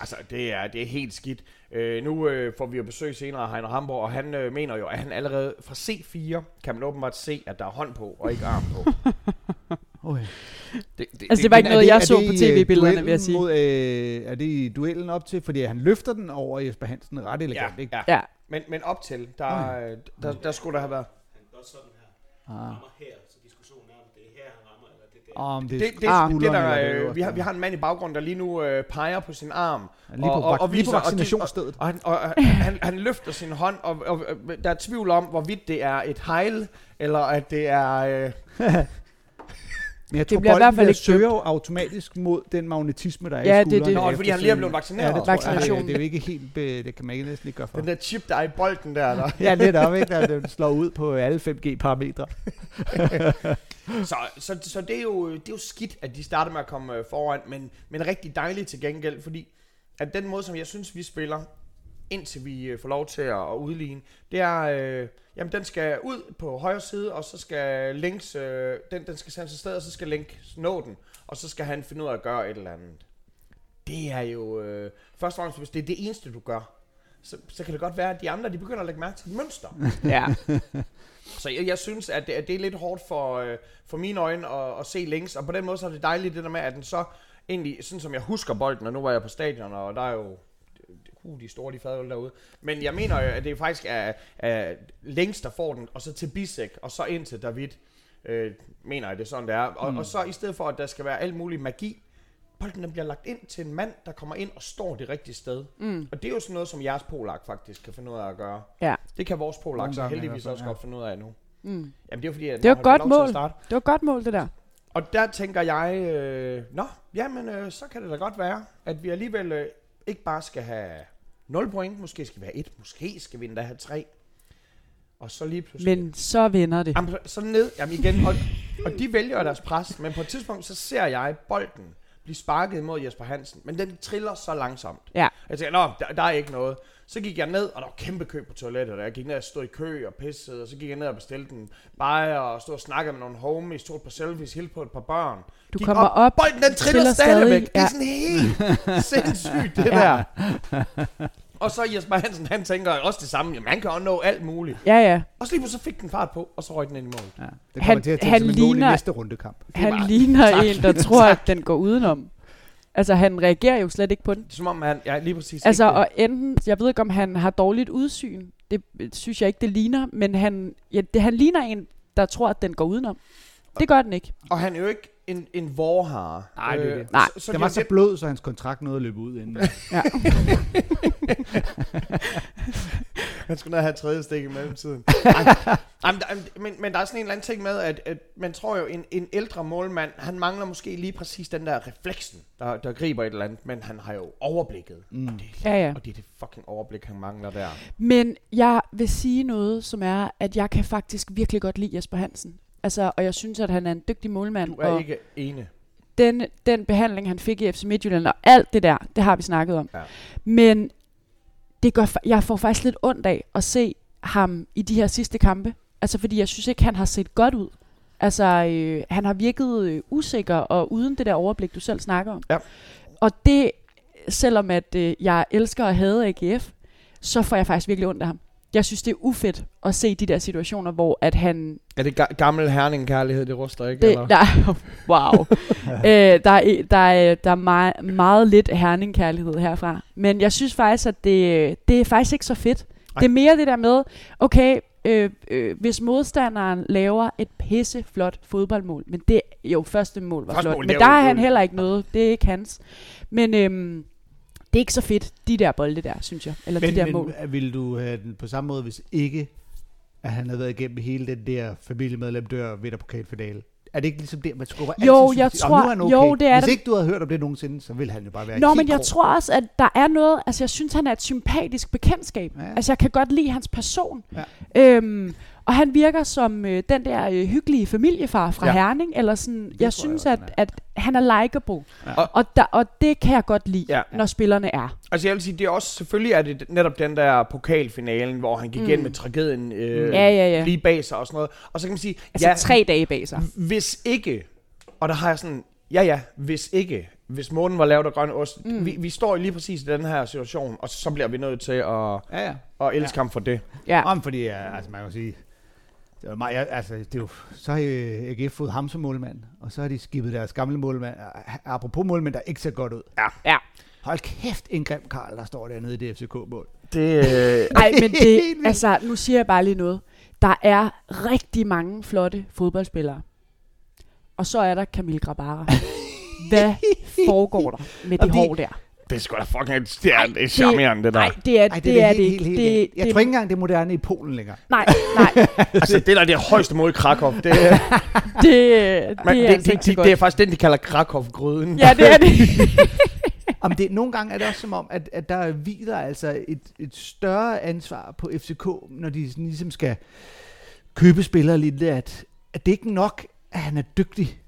Altså, det er, det er helt skidt. Øh, nu øh, får vi jo besøg senere af Heiner Hamburg, og han øh, mener jo, at han allerede fra C4 kan man åbenbart se, at der er hånd på, og ikke arm på.
Okay.
Det, det,
Altså, det var ikke noget, jeg så
i,
på
øh,
tv-billederne, vil jeg
duellen
sige.
Mod, øh, er det i duellen op til? Fordi han løfter den over Jesper Hansen ret elegant, ikke?
ja, ja.
Ja,
Men, men op til, der, øh, der, der skulle der have været...
Han gør sådan her.
Ah.
Rammer her, så diskussionen er, om det er her, han rammer, eller det er der.
Om det,
Det,
er
det, det,
skulderen
det
eller
der,
øverste.
øh, vi, har, vi har en mand i baggrunden, der lige nu øh, peger på sin arm.
Ja, Lige på,
og- og- og
lige på
viser- og de-
vaccinationsstedet.
Og han, og, og han, han løfter sin hånd, og, og, og der er tvivl om, hvorvidt det er et hejl, eller at det er... Øh,
Men jeg
Det
tror,
bliver i hvert fald
bolden
ikke
søger jo automatisk mod den magnetisme, der er
Ja,
i
det-
skulderen.
det-
nå, er det fordi han lige er blevet
efterfølgende.
vaccineret.
Ja, det
tror jeg.
tror jeg.
Vaccinationen.
Det er jo ikke helt... øh, Det kan man ikke næsten ikke gøre for.
Den der chip, der er i bolden der, der.
Ja, netop, ikke? Der den slår ud på alle 5G-parametre.
Så, så, så det, er jo, det er jo skidt, at de starter med at komme øh, foran, men, men rigtig dejligt til gengæld, fordi at den måde, som jeg synes, vi spiller, indtil vi øh, får lov til at, at udligne, det er, øh, jamen den skal ud på højre side, og så skal links, øh, den, den skal sendes afsted, og så skal links nå den, og så skal han finde ud af at gøre et eller andet. Det er jo, øh, først og fremmest, hvis det er det eneste, du gør, så, så kan det godt være, at de andre, de begynder at lægge mærke til et mønster.
ja.
Så jeg, jeg synes, at det, at det er lidt hårdt for, øh, for mine øjne at, at se links, og på den måde så er det dejligt det der med, at den så egentlig, sådan som jeg husker bolden, og nu var jeg på stadion, og der er jo uh, de er store, de fadøl derude. Men jeg mener jo, at det faktisk er, er links, der får den, og så til Bisek, og så ind til David, øh, mener jeg, det er sådan, det er. Og, mm. og så i stedet for, at der skal være alt mulig magi, bolden den bliver lagt ind til en mand, der kommer ind og står det rigtige sted.
Mm.
Og det er jo sådan noget, som jeres polak faktisk kan finde ud af at gøre.
Ja.
Det kan vores polak
Nogle
så
gange i
heldigvis
hvert fald,
også
ja.
godt finde ud af nu.
Mm.
Jamen det er fordi, at
Det var
når han får
et
lov
godt
til at
mål.
starte.
Det var et godt mål, det der.
Og der tænker jeg, øh, nå, jamen øh, så kan det da godt være, at vi alligevel øh, ikke bare skal have 0 point, måske skal vi have 1, måske skal vi endda have 3. Og så lige pludselig...
Men så vinder det.
Jamen, så ned, jamen igen, og, og de vælger jo deres pres, men på et tidspunkt, så ser jeg bolden blive sparket mod Jesper Hansen, men den triller så langsomt.
Ja.
Jeg tænker, nå, der, der er ikke noget. Så gik jeg ned, og der var kæmpe kø på toilettet, og jeg gik ned og stod i kø og pissede, og så gik jeg ned og bestilte en bajer, og stod og snakkede med nogle homies, tog et par selfies, hilste på et par børn.
Du
Gik
kommer op,
bolden den
triller
triller stadigvæk.
stadig,
Det
ja.
er sådan helt sindssygt, det
Ja.
der. Og så Jesper Hansen, han tænker også det samme, jamen han kan også nå alt muligt.
Ja, ja.
Og så lige pludselig fik den fart på, og så røg den ind i mål.
Ja, det kommer
Han-
til at tænke
han
som et mål i
ligner-
næste rundekamp.
Han
bare-
ligner
Tak.
en, der tror, at den går udenom. Altså, han reagerer jo slet ikke på den.
Det er som om, han, ja, lige præcis.
Altså,
ikke-
og enten, jeg ved ikke, om han har dårligt udsyn. Det øh, synes jeg ikke, det ligner. Men han, ja, det, han ligner en, der tror, at den går udenom. Det gør den ikke.
og han er jo ikke en, en vorhare. Øh,
Nej, det er det.
Nej,
så, så
Den
var
var så blød, så hans kontrakt nåede at løbe ud inden.
han skulle ned og have et tredje stik i mellemtiden. Ej, ej, men, der- ej, men, men der er sådan en eller anden ting med, at, at man tror jo, en, en ældre målmand, han mangler måske lige præcis den der refleksen, der, der griber et eller andet, men han har jo overblikket.
Mm.
Og, det, er-
Ja, ja.
og det er det fucking overblik, han mangler der.
Men jeg vil sige noget, som er, at jeg kan faktisk virkelig godt lide Jesper Hansen. Altså, og jeg synes, at han er en dygtig målmand.
Du er
og
ikke ene.
den, den behandling, han fik i FC Midtjylland, og alt det der, det har vi snakket om.
Ja.
Men det gør, fa- jeg får faktisk lidt ondt af at se ham i de her sidste kampe. Altså, fordi jeg synes ikke, han har set godt ud. Altså, øh, han har virket øh, usikker og uden det der overblik, du selv snakker om.
Ja.
Og det, selvom at øh, jeg elsker at hade AGF, så får jeg faktisk virkelig ondt af ham. Jeg synes, det er ufedt at se de der situationer, hvor at han
Er det ga- gammel herning-kærlighed, det ruster ikke?
det, nej, wow. øh, der, er, der, er, der er meget, meget lidt herningkærlighed herfra. Men jeg synes faktisk, at det, det er faktisk ikke så fedt. Ej. Det er mere det der med, okay, øh, øh, hvis modstanderen laver et pisseflot fodboldmål, men det, jo, første mål var
Første
flot,
mål, det
men
er
der
jo-
er han heller ikke noget, det er ikke hans. Men øhm, det er ikke så fedt, de der bolde der, synes jeg, eller de der
men,
mål.
men ville du have den på samme måde, hvis ikke, at han havde været igennem hele den der familiemedlem dør ved der pokalfinale? Er det ikke ligesom det, man skubber altid
Jo,
synes,
jeg
"Nå,
tror-
nu er han okay.
jo, det er
Hvis
det.
ikke du havde hørt om det nogensinde, så ville han jo bare være
Nå,
helt
men jeg
grå.
tror også, at der er noget... Altså, jeg synes, han er et sympatisk bekendtskab.
Ja.
Ja. Altså, jeg kan godt lide hans person.
Ja.
Øhm, og han virker som øh, den der øh, hyggelige familiefar fra
Ja.
ja. Herning, eller sådan...
tror jeg
jeg synes,
også,
at,
han
at han er likeable.
Ja.
Ja. Og, og, der, og det kan jeg godt lide,
Ja.
ja. når spillerne er.
Altså jeg vil sige, det er også, selvfølgelig er det netop den der pokalfinalen, hvor han gik mm. igen med tragedien øh,
Mm. Ja, ja, ja.
lige bag sig og sådan noget. Og så kan man sige,
Altså, ja. tre dage bag sig.
hvis ikke, og der har jeg sådan, ja ja, hvis ikke, hvis månen var lavet af grøn ost, mm. vi, vi står lige præcis i den her situation, og så bliver vi nødt til at,
Ja, ja.
at elske ja. ham for det.
Ja.
Om fordi, ja, altså man kan jo sige, det var meget, altså, det er jo, så har øh, AGF fået ham som målmand, og så har de skibet deres gamle målmand. A- Apropos målmand, der ikke ser godt ud.
ja.
Hold kæft, en grim Karl, der står dernede i det FCK-mål.
Det, øh,
Ej, men det,
Helt vildt.
altså, nu siger jeg bare lige noget. Der er rigtig mange flotte fodboldspillere. Og så er der Camille Grabara. Hvad foregår der med det
Jamen, det-
hår der?
det er sgu da fucking, det er,
Ej,
det er charmerende, det der.
Nej, det
Ej,
er, det, det er det ikke.
helt,
Det-
helt, Jeg
det-
tror ikke engang, det er moderne i Polen længere.
Nej, nej.
Altså, det der, det er højeste mål i Krakow. Det, er-
Det, det,
men
er
det,
altså
det,
ikke så
det,
godt.
det, er faktisk den, de kalder Krakow-gryden.
Ja, det er det.
Mm. Om det, nogle gange er det også som om, at, at der hviler altså et, et større ansvar på FCK, når de sådan ligesom skal købe spillere lidt, at, at det ikke er nok, at han er dygtig.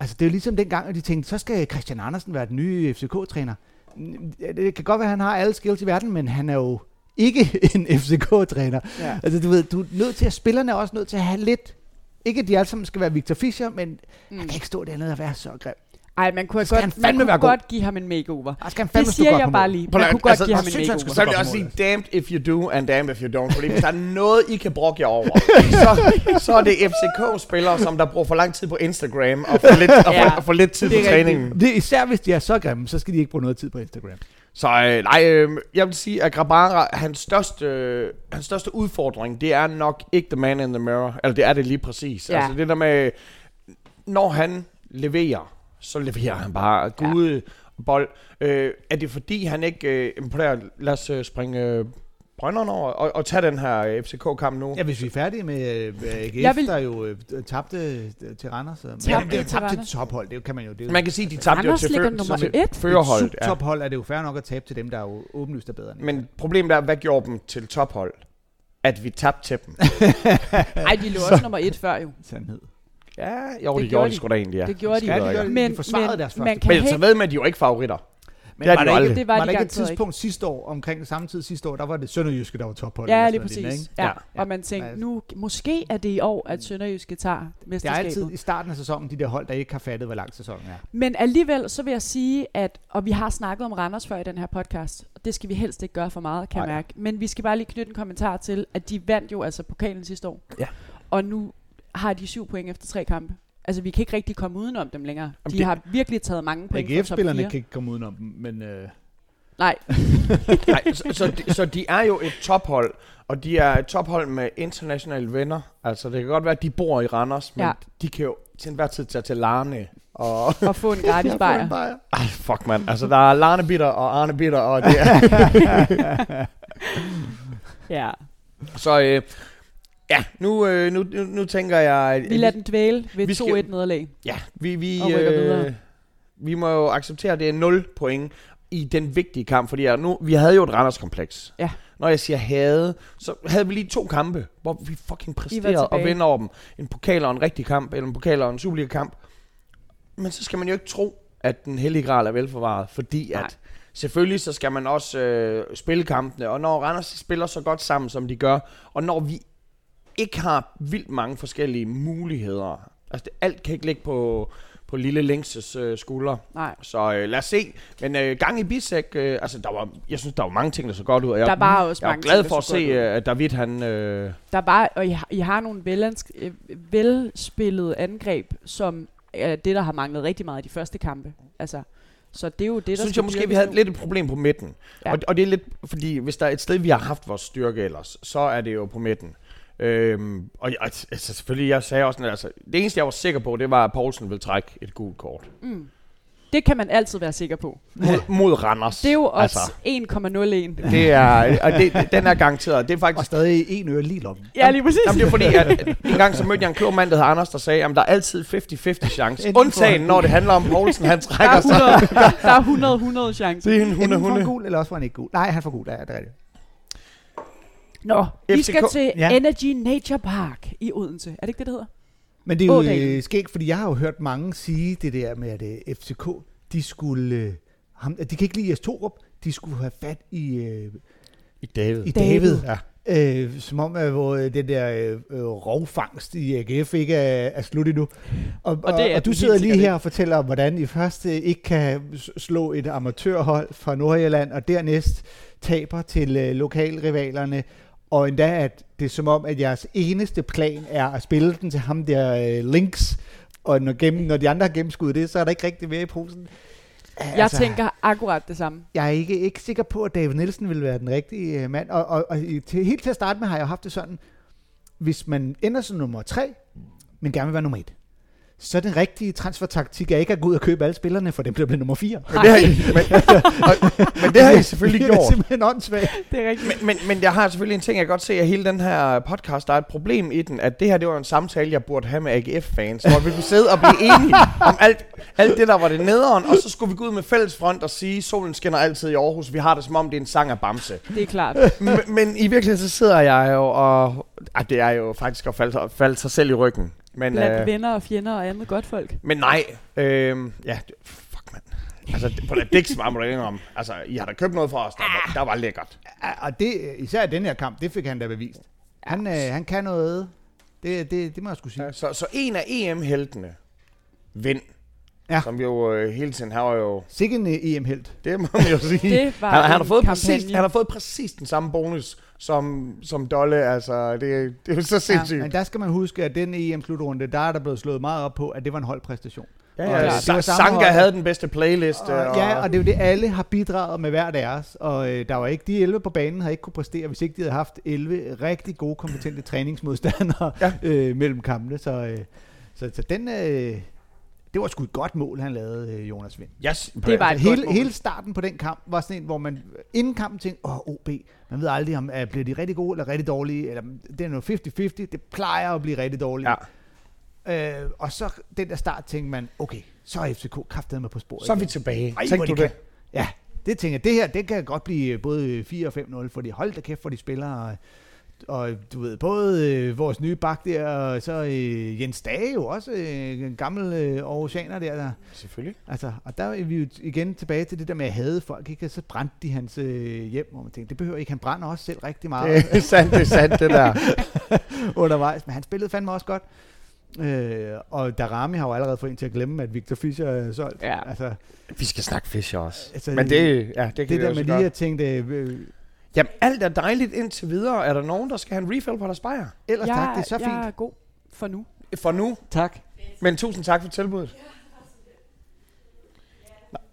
Altså det er jo ligesom dengang, at de tænkte, så skal Christian Andersen være den nye FCK-træner. Mm, Det kan godt være, at han har alle skills i verden, men han er jo ikke en FCK-træner.
Ja.
Altså du ved, du er nødt til at, spillerne er også nødt til at have lidt, ikke at de alle sammen skal være Victor Fischer, men mm. han
Mm.
kan ikke stå dernede og være så grim.
Ej, man kunne,
Skal han
godt, man
fandme være
kunne
god?
godt give ham en makeover.
Og skal han fandme
Det
stå
siger
godt
jeg
på
bare
mål.
lige.
Prøv
Man
at-
kunne godt
altså,
give ham
jeg
en
synes, han skulle-
makeover.
Så vil jeg også sige, damned if you do, and damned if you don't. Fordi hvis der er noget, I kan brokke jer over, så, så er det FCK-spillere, som der bruger for lang tid på Instagram, og for lidt, og for,
Ja,
og for lidt tid på
det er rigtigt.
træningen.
Det, er især hvis de er så grimme, så skal de ikke bruge noget tid på Instagram.
Så øh, nej, øh, jeg vil sige, at Grabara, hans største, øh, hans største udfordring, det er nok ikke the man in the mirror. Eller det er det lige præcis. Ja.
Ja.
Altså det der med, når han leverer, så leverer han bare gode ja. bold. Øh, er det fordi, han ikke... Øh, jamen, prøv at høre, lad os øh, springe øh, Brønderen over og, og tage den her øh, FCK-kamp nu?
Ja, hvis vi er færdige med øh, AGF,
Jeg vil-
der jo øh, tabte øh, til Randers. Tabte,
Tabte
det er jo
til
tabte til
Randers.
tophold, det kan man jo. Det er jo
Man kan sige, at de tabte jo
Randers
til,
ligger
fø-
nummer
som et
et.
førerhold.
et
Ja.
subtophold er det jo fair nok at tabe til dem, der er jo åbenlyst er bedre. end en.
Men problemet er, hvad gjorde dem til tophold? At vi tabte til dem.
Ej, de lå også nummer et før jo.
sandhed.
ja, jo, det, det
Det gjorde
gjorde de
de.
sgu da egentlig, ja.
Det gjorde de.
Ja, de,
det
gør,
gør
det.
Men,
de forsvarede
men,
deres
man
første.
kan
Men så
ikke-
ved man, at de er jo ikke favoritter.
Men
det er
var
de
der
jo
ikke,
aldrig.
Det var
var
de
der ikke et
garanteret ikke.
tidspunkt sidste år, omkring samme tid sidste år, der var det Sønderjyske, der var tophold.
Ja,
eller
lige
sådan noget
præcis.
ikke?
Ja.
Ja.
Og man tænkte,
Ja.
nu måske er det i år, at Sønderjyske tager
Det er
mesterskabet.
altid i starten af sæsonen, de der hold, der ikke har fattet, hvor lang sæsonen er.
Men alligevel, så vil jeg sige, at, og vi har snakket om Randers før i den her podcast, og det skal vi helst ikke gøre for meget, kan jeg
Nej.
mærke. Men vi skal bare lige knytte en kommentar til, at de vandt jo altså pokalen sidste år.
Ja.
Og nu har de syv point efter tre kampe. Altså, vi kan ikke rigtig komme udenom dem længere.
Jamen,
de
det-
har virkelig taget mange point fra top
AGF-spillerne
4.
kan ikke komme udenom dem, men... Øh,
Nej,
Nej, så, så, de, så de er jo et tophold, og de er et tophold med internationale venner. Altså, det kan godt være, at de bor i Randers, men ja.
Ja.
de kan jo til enhver tid tage til Larne. Og,
og få en gratis bajer.
ej, fuck mand. Altså, der er Larne Bitter og Arne Bitter, og det er...
Ja.
Så øh, ja, nu, øh, nu, nu, nu tænker jeg... at-
Vi lader den dvæle ved
Vi skal-
2-1 nederlag.
Ja, vi, vi,
Og rykker
øh,
videre.
vi må jo acceptere, at det er 0 point i den vigtige kamp, fordi jeg, nu, vi havde jo et Randers-kompleks.
Ja.
Når jeg siger havde, så havde vi lige to kampe, hvor vi fucking præsterede og
tilbage.
vinder over dem. En pokal og en rigtig kamp, eller en pokal og en Superliga-kamp. Men så skal man jo ikke tro, at den hellige gral er velforvaret, fordi Nej.
Nej.
at selvfølgelig så skal man også øh, spille kampene, og når Randers spiller så godt sammen, som de gør, og når vi ikke har vildt mange forskellige muligheder, altså det, alt kan ikke ligge på, på lille Lynx' øh, skuldre,
Nej.
så øh, lad os se. Men øh, gang i Bisek, øh, altså der var, jeg synes, der var mange ting, der så godt ud. og Jeg,
Der var også
jeg er
mange
glad
ting,
for
der
at
så
se,
godt ud.
øh, at David han... Øh,
Der var, og I har, I har nogle velansk, øh, velspillede angreb, som er det, der har manglet rigtig meget i de første kampe. Altså, så det er jo det, der
synes
skal
jeg måske, vi
dyrkes
havde
nu.
lidt et problem på midten.
Ja.
Ja. Og, og det er lidt, fordi hvis der er et sted, vi har haft vores styrke ellers, så er det jo på midten. Øhm, og jeg, altså, selvfølgelig, jeg sagde også, sådan, altså, det eneste, jeg var sikker på, det var, at Poulsen ville trække et gult kort.
Mm. Det kan man altid være sikker på.
Mod, mod Randers.
Det er jo også
Altså,
1,01.
det er, og det, den er garanteret. Det er
Og
faktisk
stadig en øre lige i lommen.
Ja, lige præcis.
Jamen, det er fordi, at en gang så mødte jeg en klog mand, der hedder Anders, der sagde, at der er altid 50-50 chance.
Enten får
Undtagen,
han-
når det handler om Poulsen, han
der
trækker sig.
er 100, der er 100, 100 chancer.
Det er en
Enten
hunde,
får han
hunde.
gul, eller også får han ikke gul. Nej, han får gul, ja, det er rigtigt.
Nå, vi
FCK
skal til
Ja.
Energy Nature Park i Odense. Er det ikke det, det hedder?
Men det er jo
Ådalen.
øh, skægt, fordi jeg har jo hørt mange sige det der med, at øh, FCK, de skulle... Øh, ham, at de kan ikke lide Jes Torup, de skulle have fat i, øh,
I David.
i
David.
David. Ja. Øh, som om, at hvor øh, den der øh, øh, rovfangst i AGF ikke er, er slut endnu. Og, og,
det
og,
er
og du
den
sidder
helt
lige
sikkert
her og fortæller om, hvordan I først øh, ikke kan s- slå et amatørhold fra Nordjylland, og dernæst taber til øh, lokalrivalerne. Og endda, at det er som om, at jeres eneste plan er at spille den til ham der øh, Links, og når, gennem, når de andre har gennemskuddet det, så er der ikke rigtig mere i posen. Altså,
Jeg
altså.
tænker akkurat det samme.
Jeg er ikke, ikke sikker på, at David Nielsen vil være den rigtige øh, mand. Og, og, og i- til, helt til at starte med har jeg jo haft det sådan, hvis man ender som nummer tre, men gerne vil være nummer et, så den rigtige transfertaktik er ikke at gå ud og købe alle spillerne, for dem bliver blevet nummer fire.
Men det, har I, men, og, men det har I selvfølgelig
Det er
gjort.
simpelthen åndssvagt.
Det er rigtigt.
Men, men, men jeg har selvfølgelig en ting, jeg kan godt se, at hele den her podcast, der er et problem i den, at det her, det var en samtale, jeg burde have med AGF-fans, hvor vi kunne sidde og blive enige om alt, alt det, der var det nederen, og så skulle vi gå ud med fælles front og sige, solen skinner altid i Aarhus, vi har det som om, det er en sang af Bamse.
Det er klart.
men, øh, men i virkeligheden så sidder jeg jo og... Ah, det er jo faktisk at falde, falde sig selv i ryggen. Men,
Blandt
øh,
venner og fjender og andet godt folk.
men nej. Øh, ja, det- fuck mand. Altså, det- på det det er ikke så meget, må du ikke om. Altså, I har da købt noget for os, der, var- der var lækkert.
Ja, Og det, især i den her kamp, det fik han da bevist. Han, øh, han kan noget. Det, det, det må jeg skulle sige.
Så, så en af EM-heltene, Vind,
Ja.
ja. som jo øh, hele tiden har jo...
Sikke en øh, EM-held.
Det må man jo sige.
Det var
han, han, har
en
fået præcis,
kampagne.
han har fået præcis den samme bonus som, som Dolle. Altså, det, det er jo så sindssygt.
Men der skal man huske, at den EM-slutrunde, der er der blevet slået meget op på, at det var en holdpræstation.
Ja,
Og, øh,
ja,
det var
Sa-
samme
Sanka
hold.
havde den bedste playlist. øh,
Og, ja, og det er jo det, alle har bidraget med hver deres, og øh, der var ikke, de 11 på banen har ikke kunne præstere, hvis ikke de havde haft 11 rigtig gode, kompetente træningsmodstandere ja.
Ja.
øh, mellem kampene, så, øh, så, så den, øh, det var sgu et godt mål, han lavede, øh, Jonas Vind.
yes,
Det var et
Altså, hele,
godt mål.
hele starten på den kamp var sådan en, hvor man inden kampen tænkte, åh, OB, man ved aldrig, om øh, bliver de rigtig gode eller rigtig dårlige, eller det er noget 50-50, det plejer at blive rigtig dårligt.
Ja.
Øh, og så den der start tænkte man, okay, så er FCK kraftedeme på sporet.
Så er vi
igen.
tilbage.
Ej,
Ej,
hvor
Tænkte du
de
det?
kan. Ja, det tænker jeg. Det her, det kan godt blive øh, både 4 og 5-0, fordi hold da kæft, for de spillere. Og du ved, både øh, vores nye bak der, og så øh, Jens Dage jo også, øh, en gammel øh, Aarhusianer der, der.
Selvfølgelig.
Altså, og der er vi jo igen tilbage til det der med at hade folk, ikke? Og så brændte de hans øh, hjem, hvor man tænkte, det behøver ikke, han brænder også selv rigtig meget
Det er sandt, det er sandt, det der.
undervejs, men han spillede fandme også godt. Øh, og Darami har jo allerede fået en til at glemme, at Victor Fischer er solgt.
Ja.
Altså,
Vi skal snakke Fischer også.
Altså,
Men det, ja, det kan
det
vi
der
også
med
gøre.
lige at tænke, øh,
Jamen, alt er dejligt indtil videre. Er der nogen, der skal have en refill på deres bajer?
ellers ja, tak, det er så
jeg
fint.
er god for nu.
For nu.
Tak.
Men tusind tak for tilbuddet.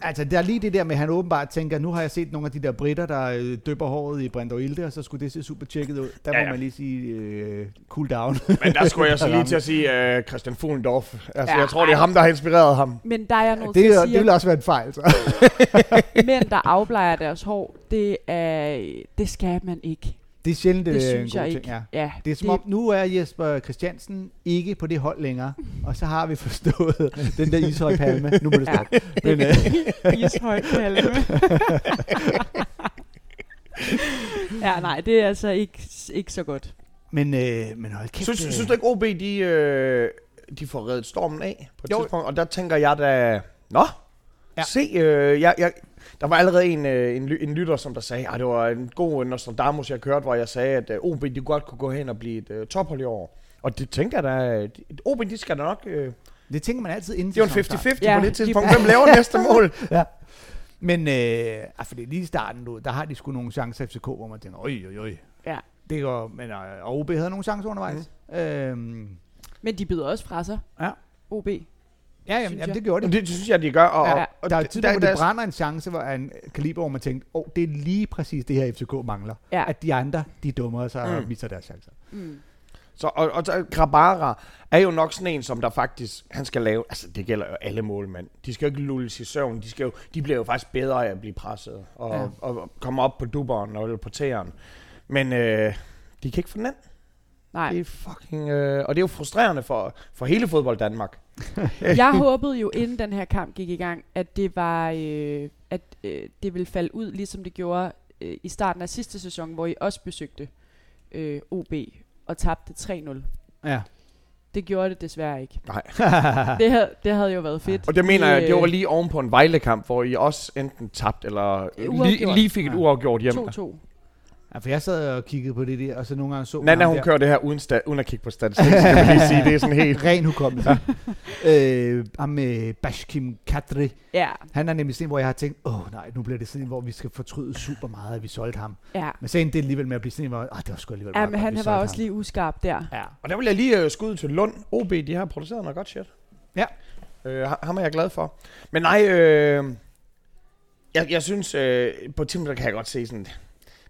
Altså, der er lige det der med, at han åbenbart tænker, nu har jeg set nogle af de der britter, der øh, døber håret i Brent og Ilde, og så skulle det se super tjekket ud. Der ja,
Ja,
må
ja.
man lige sige, øh, cool down.
Men der skulle jeg så lige til at sige øh, Christian Fuglendorf. Altså,
Ja.
jeg tror, det er ham, der har inspireret ham.
Men der er jeg nødt
det,
til
er,
at
det
sige,
ville også være en fejl, så.
at mænd, der afblejer deres hår, det, er, det skal man ikke.
Det er sjældent
Det,
det er en
synes
god
jeg
ting,
ikke.
ja.
ja,
Det er som om, nu er Jesper Christiansen ikke på det hold længere, og så har vi forstået den der ishøjpalme. Nu må det stoppe.
Ja, det
Men, øh,
er ishøjt palme. ja, nej, det er altså ikke, ikke så godt.
Men, øh, men hold kæft.
Synes,
øh,
synes du ikke, OB, de, øh, de får reddet stormen af på et
Jo.
jo. tidspunkt? Og der tænker jeg da, nå,
Ja.
ja. se, øh, jeg, jeg, der var allerede en, øh, en, ly- en lytter, som der sagde, at det var en god øh, Nostradamus, jeg kørte, hvor jeg sagde, at øh, OB, de godt kunne gå hen og blive et øh, tophold i år. Og det tænker jeg da, øh, de- OB, de skal da nok... Øh,
Det tænker man altid inden
Det er jo en
sæsonstart.
50-50
Ja,
ja, på
lige
det tidspunkt. Hvem laver næste mål?
Men øh, altså, det er lige i starten, du, der har de sgu nogle chancer i FCK, hvor man tænker, øj, øj, øj.
Ja.
Det går, men øh, og
Mhm.
OB havde nogle chancer undervejs. Mm. Øhm,
Men de bider også fra sig.
Ja.
OB.
Ja, jamen,
synes
jamen,
jeg.
det gjorde det.
Men det synes jeg, de gør. Og,
Ja,
og- og
Der er
det-
tidligere, hvor
der-
det brænder en chance hvor en kaliber, hvor man tænkte, åh, oh, det er lige præcis det her, FCK mangler.
Ja.
At de andre, de dummer sig og
Mm.
misser deres chancer.
Mm.
Så, og, og så Grabara er jo nok sådan en, som der faktisk, han skal lave, altså det gælder jo alle målmænd. De skal jo ikke lulles i søvn, de, skal jo, de bliver jo faktisk bedre af at blive presset, og,
Ja.
ja. og, og komme op på duberen og eller på tæeren. Men øh, de kan ikke få den ind.
Nej.
Det er fucking, øh, og det er jo frustrerende for, for hele fodbold Danmark.
Jeg håbede jo, inden den her kamp gik i gang, at det var, øh, at øh, det ville falde ud, ligesom det gjorde øh, i starten af sidste sæson, hvor I også besøgte øh, OB og tabte 3-0.
Ja.
Det gjorde det desværre ikke.
Nej.
det, havde, det havde jo været fedt.
Og det mener jeg,
Øh,
det var lige oven på en Vejle-kamp, hvor I også enten tabt, eller lige,
Uafgjort.
lige fik et
Ja.
Øh,
uafgjort hjem.
2-2.
ja. for jeg sad og kiggede på det der, og så nogle gange så... man
Nana,
ham
hun
der.
kører det her uden, sta- uden at kigge på statistik, skal jeg lige sige. Det er sådan helt...
Ren hukommelse. øh, ham med Bashkim Kadri,
Ja,
han er nemlig sådan en, hvor jeg har tænkt, åh oh, nej, nu bliver det sådan en, hvor vi skal fortryde super meget, at vi solgte ham.
ja.
Men så endte det alligevel med at blive sådan en, hvor, ah, det var sgu alligevel
Ja,
meget
men
godt, vi
han var
solgte
også
ham."
lige uskarp der.
Ja.
Og der vil jeg lige øh, skyde til Lund. OB, de har produceret noget godt shit.
Ja.
Øh, ha- ham er jeg glad for. Men nej, øh, jeg, jeg synes, øh, på et tidspunkt kan jeg godt se sådan,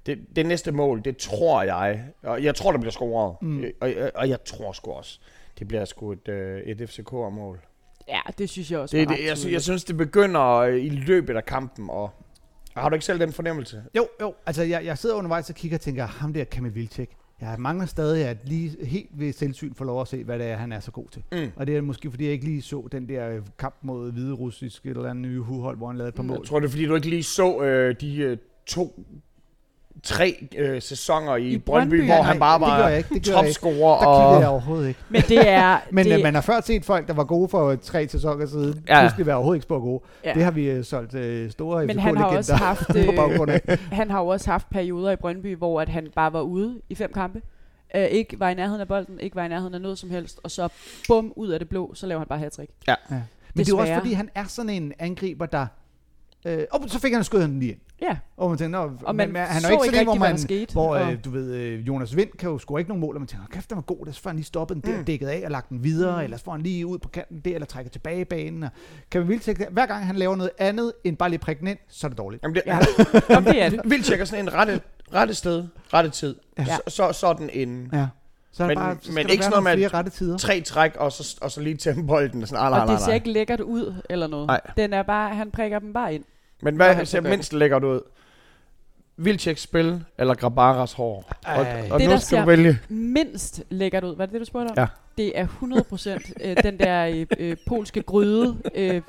det, det næste mål, det tror jeg, og jeg tror, der bliver scoret,
Mm.
mm. og, og, og jeg tror sgu også, det bliver sgu et, øh, et FCK-mål.
Ja, det synes jeg også
Det,
var
det,
ret
jeg, sy- jeg
tydeligt.
synes, det begynder øh, i løbet af kampen, og og har du ikke selv den fornemmelse?
Jo, jo. Altså, jeg, jeg sidder undervejs og kigger og tænker, ham der Kamil Vilcek, jeg mangler stadig at lige helt ved selvsyn få lov at se, hvad det er, han er så god til.
Mm.
Og det er måske, fordi jeg ikke lige så den der øh, kamp mod hvide russisk eller andet nye huhold, hvor han lavede et par
Mm.
mål.
Jeg tror, det er, fordi du ikke lige så øh, de øh, to, tre øh, sæsoner i,
I
I Brøndby,
Brøndby,
Brøndby, hvor
nej,
han bare
det gør
var
jeg ikke, det gør jeg ikke.
topscorer.
Der kiggede jeg
Og,
overhovedet ikke.
Men det er...
Men
det,
det... man har før set folk, der var gode for øh, tre sæsoner siden, ja.
Ja.
pludselig være overhovedet ikke spor gode. Ja.
Ja.
Det har vi øh, solgt øh, store
men
FCK
han har,
legender
også haft,
på
øh,
baggrund af.
han har jo også haft perioder i Brøndby, hvor at han bare var ude i fem kampe. Øh, ikke var i nærheden af bolden, ikke var i nærheden af noget som helst. Og så bum, ud af det blå, så laver han bare hattrick.
Men det er jo også,
desværre.
fordi han er sådan en angriber, der... Øh, oh, så fik han skudt den lige ind.
Ja,
Og man tænker, Nå,
og man, man
han
så
er jo ikke
ikke
sådan en,
rigtig,
hvor
hvad
man... Hvor,
der skete. og,
øh, du ved, øh, Jonas Vind kan jo score ikke nogen mål, og man tænker, "Åh, kæft, den var god, der så får han lige stoppet den der, mm. dækket af og lagt den videre, mm. eller så får han lige ud på kanten der, eller trækker tilbage i banen. Og kan vi vildt hver gang han laver noget andet end bare lige prikken ind, så er det dårligt.
jamen, det,
ja.
ja.
Jamen, det er det.
Vildt tjekker sådan en rette, rette sted, rette tid.
Ja.
Ja. Så, så, sådan en
Ja. Så er
Men-
der bare, så skal
men
der
ikke
være
sådan noget
nogle
med,
flere rette tider.
tre træk, og så, og så lige tæmme bolden. Sådan, ah, nej,
Og
nej,
det ser
nej.
ikke lækkert ud eller noget.
Nej.
Den er bare, han prikker dem bare ind.
Men
Nå,
hvad
han
ser
så gør
mindst lækkert ud? Vilceks spil, eller Grabaras hår? Og,
Ej.
og
Det,
nu
der
skal du
ser-
vælge.
Mindst lækkert ud. Var det det, du spurgte om?
Ja.
Det er 100% øh, den der øh, øh, polske gryde, øh,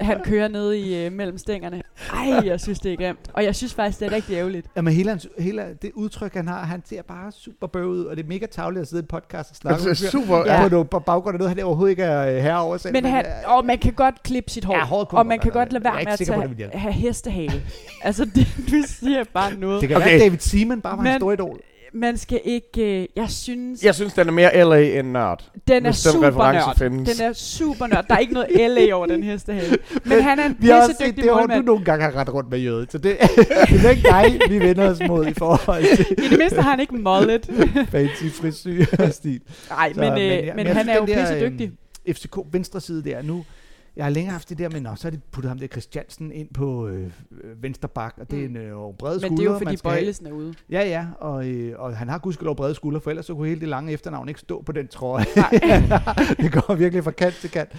han kører ned i øh, mellem stængerne. Ej, jeg synes, det er grimt. Og jeg synes faktisk, det er rigtig ærgerligt.
Jamen, hele, hans, hele det udtryk, han har, han ser bare super bøvet ud, og det er mega tavligt at sidde i en podcast og snakke.
Altså, super.
Ja.
Ja. På, noget- på baggrund af noget, han er overhovedet ikke er herre over selv.
Men han,
øh,
og man kan godt klippe sit hår.
Ja, håret kunne
og
man
man
godt
kan
lade
godt lade
være.
være
Jeg er ikke
med at
sikker på, det
tage,
ville hjælpe.
have hestehale. altså, det, du siger bare noget.
det kan okay.
Okay.
være, David Seaman bare var hans
Men-
store idol.
Man skal ikke... Øh, jeg synes,
Jeg synes, den er mere LA end nørd.
den er
hvis den
super
reference
nørd.
findes.
Den er super nørd. Der er ikke noget LA over den hestehale. Men han er en
Vi har også set
pissedygtig
det, hvor du
målmand.
nogle gange har ret rundt med jødet, så det, det er ikke dig, vi vender os mod i forhold til
I det mindste har han ikke mullet.
fancy frisyr og stil.
Nej,
Så,
men, øh,
men
men,
ja, men
men
jeg
han
synes,
er jo
den der, øh,
pissedygtig.
FCK venstre side der nu, jeg har længe haft det der med, nå, så har de puttet ham der Christiansen ind på øh, øh, venstre bak, og det er en øh, bred skulder,
Mm. Men det er jo
man
fordi
skal have.
Bøjlesen er ude.
Ja, ja, og, øh, og han har gudskelov brede skuldre, for ellers så kunne hele det lange efternavn ikke stå på den trøje. det går virkelig fra kant til kant.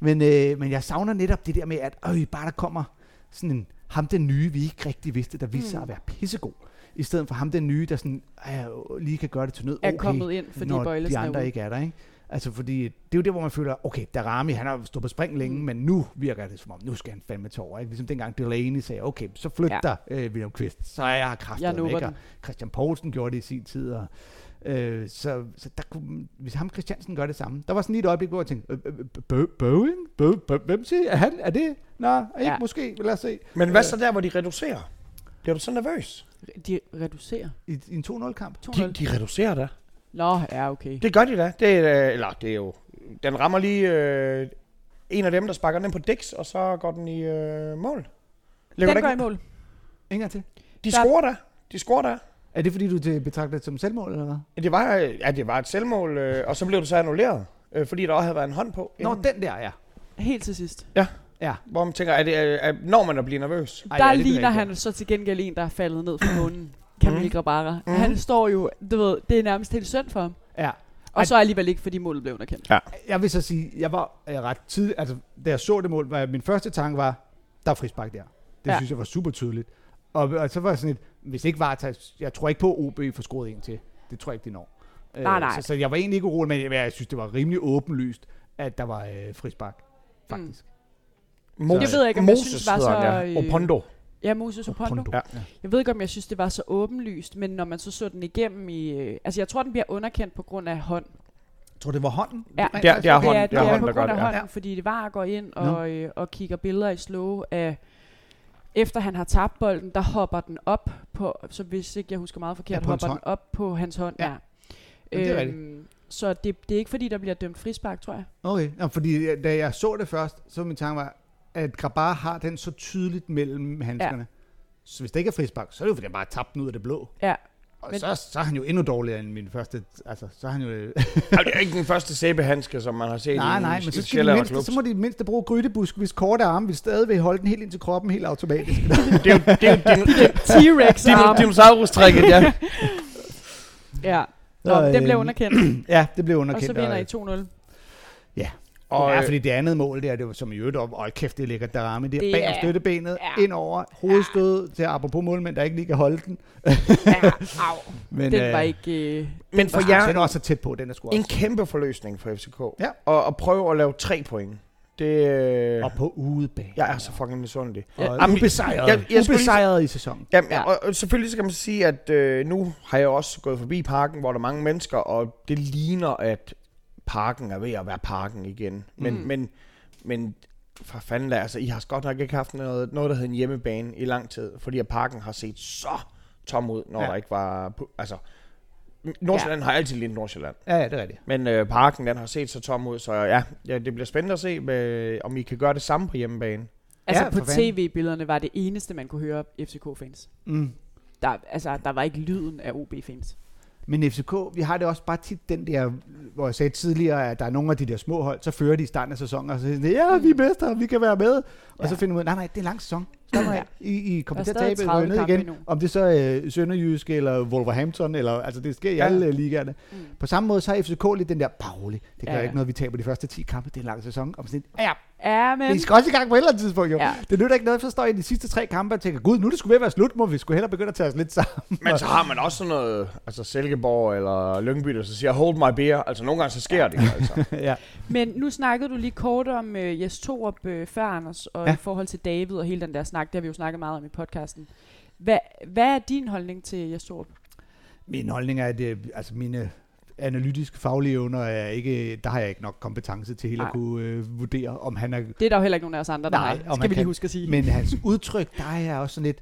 Men, øh, men jeg savner netop det der med, at øh, bare der kommer sådan en, ham den nye, vi ikke rigtig vidste, der viste sig
Mm.
at være pissegod. I stedet for ham den nye, der sådan, øh, lige kan gøre det til nød.
Er
okay,
kommet ind, fordi
når de
Bøjlesen er
andre
ude.
ikke er der, ikke? Altså fordi, det er jo det, hvor man føler, okay, Darami, han har stået på spring længe, mm. men nu virker det som om, nu skal han fandme tage over, ikke? Ligesom dengang Delaney sagde, okay, så flyt
Ja.
ja. dig, øh, William Kvist, så er jeg kraftet
Jeg nubber den.
Christian Poulsen gjorde det i sin tid, og Øh, så, så der kunne, hvis ham Christiansen gør det samme. Der var sådan lige et øjeblik, hvor jeg tænkte, øh, øh, Bø- Boeing? Bø- Bø- Hvem siger, er han? Er det? Nå, er ikke
Ja.
måske, lad os se.
Men hvad så der, hvor de reducerer? Bliver du så nervøs?
De reducerer.
I, i en 2-0-kamp.
De,
2-0.
de reducerer da.
Nå, ja, okay.
Det gør de da. Det, er, øh, eller det er jo... Den rammer lige øh, en af dem, der sparker den ind på Dix, og så går den i øh, mål. Lægger den
Den går i
ikke?
mål.
En gang til.
De
Der-
scorer da. De scorer da.
Er det, fordi du det betragter det som selvmål, eller hvad?
Ja, Det var, øh, ja, det var et selvmål, øh, og så blev det så annulleret, øh, fordi der også havde været en hånd på.
Nå,
inden.
den der, ja.
Helt til sidst.
Hvor man tænker, er det, er, er, når man er bliver nervøs.
Ej, der
ja, det ved jeg
ligner
ikke.
han så til gengæld en, der er faldet ned fra månen. Kamil
Mm.
Grabara.
Mm.
Han står jo, du ved, det er nærmest helt synd for ham.
Ja.
Og
Ej.
så alligevel ikke, fordi målet blev underkendt.
Jeg vil så sige, jeg var øh, ret tid, altså da jeg så det mål, var min første tanke var, der er frispark der. Det
Ja.
ja. synes jeg var super tydeligt. Og, og så var jeg sådan et, hvis ikke Varta, jeg tror ikke på, at OB får scoret en til. Det tror jeg ikke, de når. Øh,
Nej, nej.
Så, så jeg var egentlig ikke urolig, men jeg, jeg synes, det var rimelig åbenlyst, at der var øh, frispark, faktisk.
Mm.
Moses,
Det ved jeg ikke, om jeg
Moses
synes var
hedder
så,
han, ja.
øh,
Opondo.
Ja, Moses Opondo.
Pondo.
Ja.
Jeg ved ikke, om jeg synes, det var så åbenlyst, men når man så så den igennem i... øh, Altså, jeg tror, den bliver underkendt på grund af hånd.
Jeg tror, det var hånden.
Ja.
Rent
Det er-
faktisk.
det er
det
hånden,
er, det er,
hånden,
på
der
grund
gør
af
det, ja.
hånden, fordi det var går ind og, øh, og kigger billeder i slow af, efter han har tabt bolden, der hopper den op på, så hvis ikke jeg husker meget forkert,
Ja, på hans
hopper den
hånd.
op på hans hånd.
Ja.
Ja.
Men det er
øhm, så det, det er ikke fordi, der bliver dømt frispark, tror jeg.
Okay, Nå, fordi øh, da jeg så det først, så var min tanke var, at Grabar har den så tydeligt mellem handskerne. Ja. Så hvis det ikke er frispark, så er det jo, fordi jeg bare tabte den ud af det blå.
Ja.
Og
Men-
så, så er han jo endnu dårligere end min første... Altså, så er han jo...
Ej, det er ikke den første sæbehandske, som man har set
nej,
i
nej,
i
men så, skal de
Sjælland og
mindste,
Klubs.
så må de mindste bruge grytebusk, hvis korte arme vil stadigvæk holde den helt ind til kroppen, helt automatisk.
Det er jo det er jo din-
T-Rex
din-
arm.
din- dinosaurus-trækket, ja.
Ja. Nå,
Så,
den blev
øh,
underkendt,
ja, det blev
og
underkendt.
så vinder I 2-0.
Og,
Og, ja,
øh,
fordi det andet mål der, det var som i øvrigt op, og kæft, det ligger der ramme der,
Det
bag om
er-
støttebenet,
ja.
ja. ind over, hovedstød til apropos målmænd, der ikke lige kan holde den.
Ja, au.
Men,
Den var ikke... Øh,
Men for
Ja. Den
jer,
er også så tæt på, den er sgu også.
en kæmpe forløsning for FCK.
Ja.
Og, og prøve at lave tre point. Det, øh,
Og på udebane.
jeg er så fucking misundelig.
Ja. Og
Jamen, altså,
ubesejret.
jeg- jeg skulle lige-
ubesejret i sæsonen.
Jamen,
Ja.
ja. og, og selvfølgelig så kan man sige, at øh, nu har jeg også gået forbi parken, hvor der er mange mennesker, og det ligner, at parken er ved at være parken igen. Men,
Mm.
mm. men, men for fanden da, altså, I har godt nok ikke haft noget, noget, der hed en hjemmebane i lang tid, fordi at parken har set så tom ud, når ja.
Ja.
der ikke var... pu- Altså, Nordsjælland ja. har altid lidt Nordsjælland.
Ja, ja, det er rigtigt.
Men øh, parken, den har set så tom ud, så ja, ja det bliver spændende at se, med, om I kan gøre det samme på hjemmebane.
altså,
Ja,
på
for fanden.
tv-billederne var det eneste, man kunne høre FCK-fans.
Mm.
Der, altså, der var ikke lyden af OB-fans.
Men FCK, vi har det også bare tit den der, hvor jeg sagde tidligere, at der er nogle af de der små hold, så fører de i starten af sæsonen, og så siger de, ja, vi er bedste, og vi kan være med. Og
Ja.
så finder man ud af, nej, nej, det er en lang sæson. Stop ja. I, I kommer
Der
til at
er stadig
tabe og
30
ryge ned
kampe
igen.
endnu.
Om det så er øh, Sønderjysk eller Wolverhampton, eller, altså det sker i
Ja.
ja. alle øh, ligaerne.
Mm.
På samme måde, så har FCK lidt den der, bare rolig, det gør
Ja, ja.
ikke noget, vi taber de første 10 kampe, det er en lang sæson. Og sådan, lidt, ja,
Ja,
Men
men...
I skal også i gang på et eller andet tidspunkt, jo.
Ja.
Ja. Det nytter ikke noget, for står I i de sidste tre kampe og tænker, gud, nu er det skulle ved at være slut, må vi skulle hellere begynde at tage os lidt sammen.
Men så har man også sådan noget, altså Silkeborg eller Lyngby, der så siger, hold my beer. Altså nogle gange så sker det jo, altså.
ja.
Men nu snakkede du lige kort om øh, Jes Torup øh, før, Anders, og ja.
Ja.
i forhold til David og hele den der snak, det har vi jo snakket meget om i podcasten. Hva, hvad er din holdning til Jes Torup?
Min holdning er, at øh, altså mine analytiske faglige evner er ikke, der har jeg ikke nok kompetence til heller
Nej.
at kunne øh, vurdere, om han er...
Det er der jo heller ikke nogen af os andre, der
Nej,
har.
og
Skal vi
man
lige
kan-
huske at sige.
Men hans udtryk, der er jeg også sådan lidt...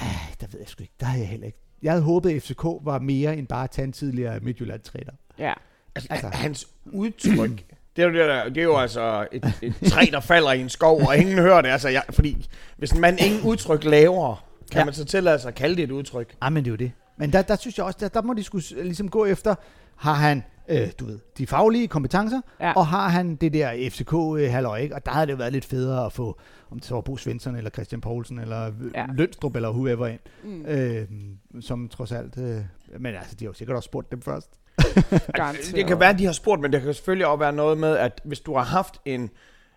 Øh, der ved jeg sgu ikke, der er jeg heller ikke. Jeg havde håbet, at FCK var mere end bare at tage en tidligere Midtjylland-træner.
ja.
altså.
Altså.
Hans udtryk, det er jo, det, der, det er jo altså et, et træ, der falder i en skov, og ingen hører det. Altså, jeg, fordi hvis man ingen udtryk laver, kan ja.
Ja.
man så tillade sig at kalde det et udtryk.
Ah, men det er jo det. Men der, der synes jeg også, der, der må de skulle s- ligesom gå efter, har han, øh, du ved, de faglige kompetencer,
Ja.
ja. og har han det der fck øh, halløj, ikke? Og der havde det jo været lidt federe at få, om det så var Bo Svensson, eller Christian Poulsen, eller
Ja.
ja. Lønstrup, eller whoever ind,
Mm,
øh, som trods alt, øh, men altså, de har jo sikkert også spurgt dem først.
garanteret.
Det kan være, at de har spurgt, men det kan selvfølgelig også være noget med, at hvis du har haft en,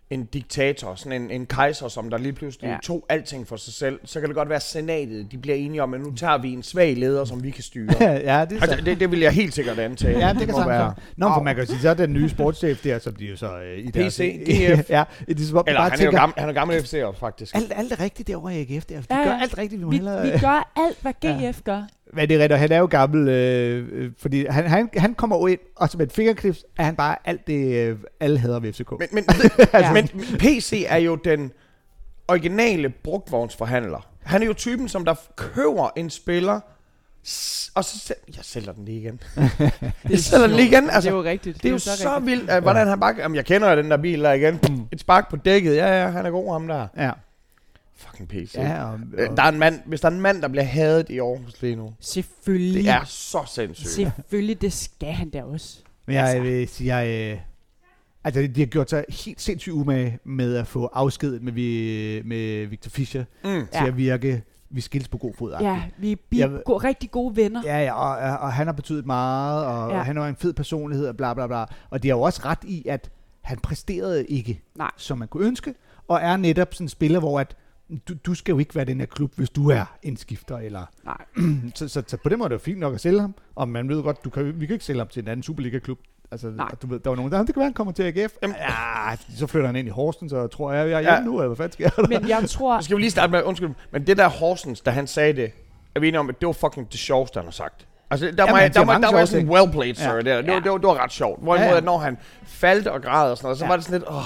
en diktator, sådan en, en kejser, som der lige pludselig
Ja.
ja. tog alting for sig selv, så kan det godt være, at senatet de bliver enige om, at nu tager vi en svag leder, som vi kan styre.
ja, det er
Altså,
sandt.
det, det vil jeg helt sikkert antage.
Ja, det kan
må
sagtens
være.
være. Nå, for man kan jo sige, så er den nye sportschef der, som de jo så øh, i deres...
GF.
ja, det er som om, de
E Eller han er
bare
jo
tænker,
gammel, han er gammel FC'er, faktisk.
alt, alt er rigtigt derovre i AGF, der. de
Ja, ja.
gør alt rigtigt, vi må
Vi,
hellere...
vi gør alt, hvad
Ja.
GF gør.
Men det er rigtigt, og han er jo gammel, øh, øh, fordi han, han, han kommer jo ind, og som et fingerknips er han bare alt det, øh, alle hader ved FCK.
Men, men,
Ja.
Altså,
ja. men PC er jo den originale brugtvognsforhandler. Han er jo typen, som der køber en spiller, s- og så sæl- jeg sælger den lige igen.
Det
Så er den lige igen, altså.
det er jo rigtigt.
Det er jo
så
så,
rigtigt.
vildt, at, hvordan han bare... Jamen, jeg kender jo den der bil der igen. Pum. Et spark på dækket. Ja, ja, han er god, ham der.
Ja,
Fucking PC. Ja.
ja og, og,
Øh, Der er en mand, hvis der er en mand, der bliver hadet i Aarhus lige nu.
Selvfølgelig.
Det er så sindssygt.
Selvfølgelig, det skal han da også.
men jeg vil sige, jeg, øh, Altså, de har gjort sig helt sindssygt umage med at få afskedet med, vi, med Victor Fischer
Mm.
til
Ja.
at virke, vi skilles på god fod.
Ja, vi er bi-
Jeg-
go- rigtig gode venner.
Ja, ja og, og han har betydet meget, og
Ja.
ja. han var en fed personlighed, og bla bla bla. Og det er jo også ret i, at han præsterede ikke,
Nej.
som man kunne ønske, og er netop sådan en spiller, hvor at du, du skal jo ikke være den her klub, hvis du er en skifter. Eller.
Nej.
Mm, Så, så, så, på den måde er det jo fint nok at sælge ham, og man ved godt, du kan, jo- vi kan ikke sælge ham til en anden Superliga-klub. Altså,
Nej.
og du ved, der var nogen, der, "Jamen, det kan være, han kommer til AGF. Jamen, ja, så flytter han ind i Horsens, så tror jeg, jeg
Ja.
er hjemme ja. nu, eller hvad fanden sker der?
Men jeg tror,
Nu skal vi lige starte med, undskyld, men det der Horsens, da han sagde det, er vi enige om, at det var fucking det sjoveste, han har sagt. Altså, der
Jamen,
var,
han
der
siger
var,
mange
der var
sjove
sådan
ting.
well played, sir, ja.
Ja.
der. Det, var,
Ja.
det, var, det var ret sjovt. Hvorimod,
Ja, ja.
at når han faldt og græd og sådan noget, så
Ja.
var det sådan lidt, åh,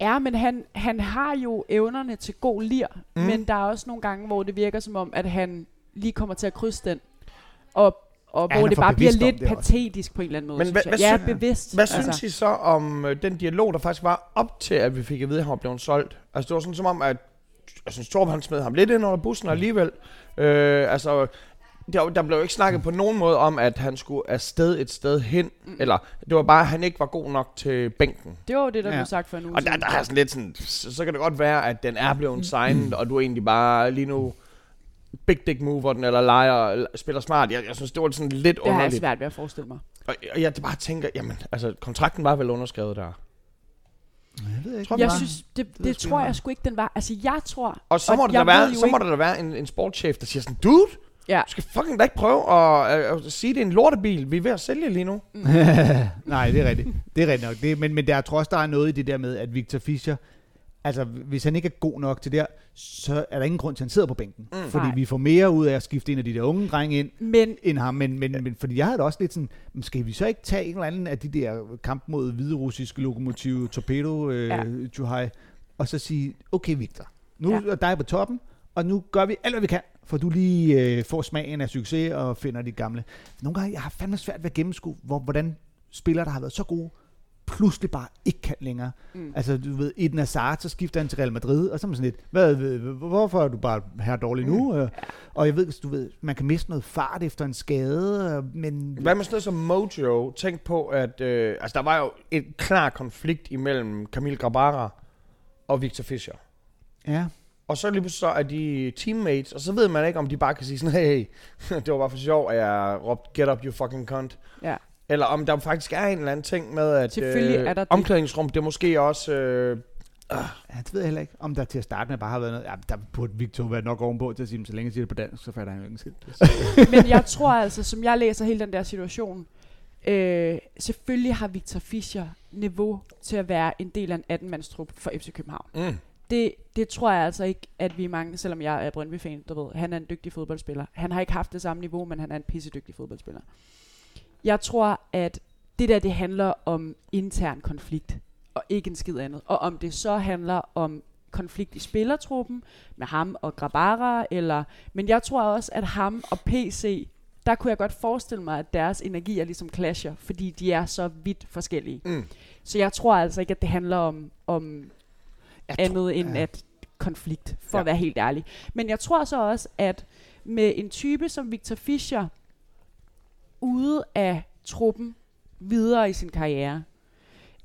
Ja, men han, han har jo evnerne til god lir, mm. men der er også nogle gange, hvor det virker som om, at han lige kommer til at krydse den, og, og
Ja,
ja, hvor
han er
det
for
bare bliver
bevidst om
lidt
det også.
patetisk på en eller anden måde,
Men
synes
hvad- hvad
jeg. Ja,
synes-
bevidst.
Hvad altså. synes I så om øh, den dialog, der faktisk var op til, at vi fik at vide, at han var blevet solgt? Altså, det var sådan som om, at jeg synes, Torben han smed ham lidt ind under bussen alligevel. Øh, altså, der, der blev jo ikke snakket på nogen måde om, at han skulle afsted et sted hen. Mm. Eller det var bare, at han ikke var god nok til bænken.
Det var jo det, der ja.
Ja.
blev sagt for en uge
Og der,
siden.
der er sådan lidt sådan, så, så kan det godt være, at den er blevet signet, og du er egentlig bare lige nu big dick mover den, eller leger, spiller smart. Jeg, jeg synes, det var sådan lidt
det har jeg
underligt.
svært ved at forestille mig.
Og, og jeg bare tænker, jamen, altså, kontrakten var vel underskrevet der.
Jeg ved ikke,
Tror
om
du
Jeg
der-
synes, det, det,
ved
det
jeg sgu
tror
ikke.
jeg sgu ikke, den var. Altså, jeg tror...
Og så må,
og
og der
jeg
da
ved
være,
jo
så må
ikke-
der da være en, en sportschef, der siger sådan, dude,
Ja.
du skal fucking da ikke prøve at, øh, at sige, det er en lortebil, vi er ved at sælge lige nu.
Mm.
Nej, det er rigtigt. Det er rigtigt nok. Det, men, men der, jeg tror også, der er noget i det der med, at Victor Fischer, altså hvis han ikke er god nok til det her, så er der ingen grund til, at han sidder på bænken. Mm. Fordi
Nej.
vi får mere ud af at skifte en af de der unge drenge ind,
Men
end ham. Men, men, men fordi jeg havde det også lidt sådan, "Men skal vi så ikke tage en eller anden af de der kamp mod hvide russiske lokomotiv, Torpedo, øh,
Ja.
ja. Juhai, og så sige, okay Victor, nu
Ja.
ja. er dig på toppen, og nu gør vi alt, hvad vi kan, for du lige øh, får smagen af succes og finder de gamle. Nogle gange, jeg har fandme svært ved at gennemskue, hvor, hvordan spillere, der har været så gode, pludselig bare ikke kan længere.
Mm.
Mm. Altså, du ved, Eden Hazard, så skifter han til Real Madrid, og så er man sådan lidt, hvad, hvorfor er du bare her dårlig nu? Mm. Og jeg ved, du ved, man kan miste noget fart efter en skade, øh, men...
Hvad med sådan noget som Mojo? Tænk på, at øh, altså, der var jo en klar konflikt imellem Camille Grabara og Victor Fischer.
Ja.
Og så lige pludselig så er de teammates, og så ved man ikke, om de bare kan sige sådan, hey, det var bare for sjov, at jeg råbte, get up, you fucking cunt.
Ja.
Eller om der faktisk er en eller anden ting med, at øh,
Selvfølgelig er der det.
omklædningsrum, det er måske også... Øh,
ja, det ved jeg heller ikke, om der til at starte med bare har været noget... Ja, der burde Victor være nok ovenpå til at sige, "Men så længe jeg siger det på dansk, så fatter han jo ikke skidt.
Men jeg tror altså, som jeg læser hele den der situation, øh, selvfølgelig har Victor Fischer niveau til at være en del af en 18-mandstrup for FC København.
mm.
Det, det tror jeg altså ikke, at vi er mange, selvom jeg er Brøndby-fan, du ved, han er en dygtig fodboldspiller. Han har ikke haft det samme niveau, men han er en pissedygtig fodboldspiller. Jeg tror, at det der, det handler om intern konflikt, og ikke en skid andet. Og om det så handler om konflikt i spillertruppen, med ham og Grabara, eller... Men jeg tror også, at ham og PC, der kunne jeg godt forestille mig, at deres energier ligesom clasher, fordi de er så vidt forskellige.
Mm.
Så jeg tror altså ikke, at det handler om, om
Jeg
andet end
ja.
at konflikt, for ja.
Ja.
at være helt ærlig. Men jeg tror så også, at med en type som Victor Fischer, ude af truppen videre i sin karriere,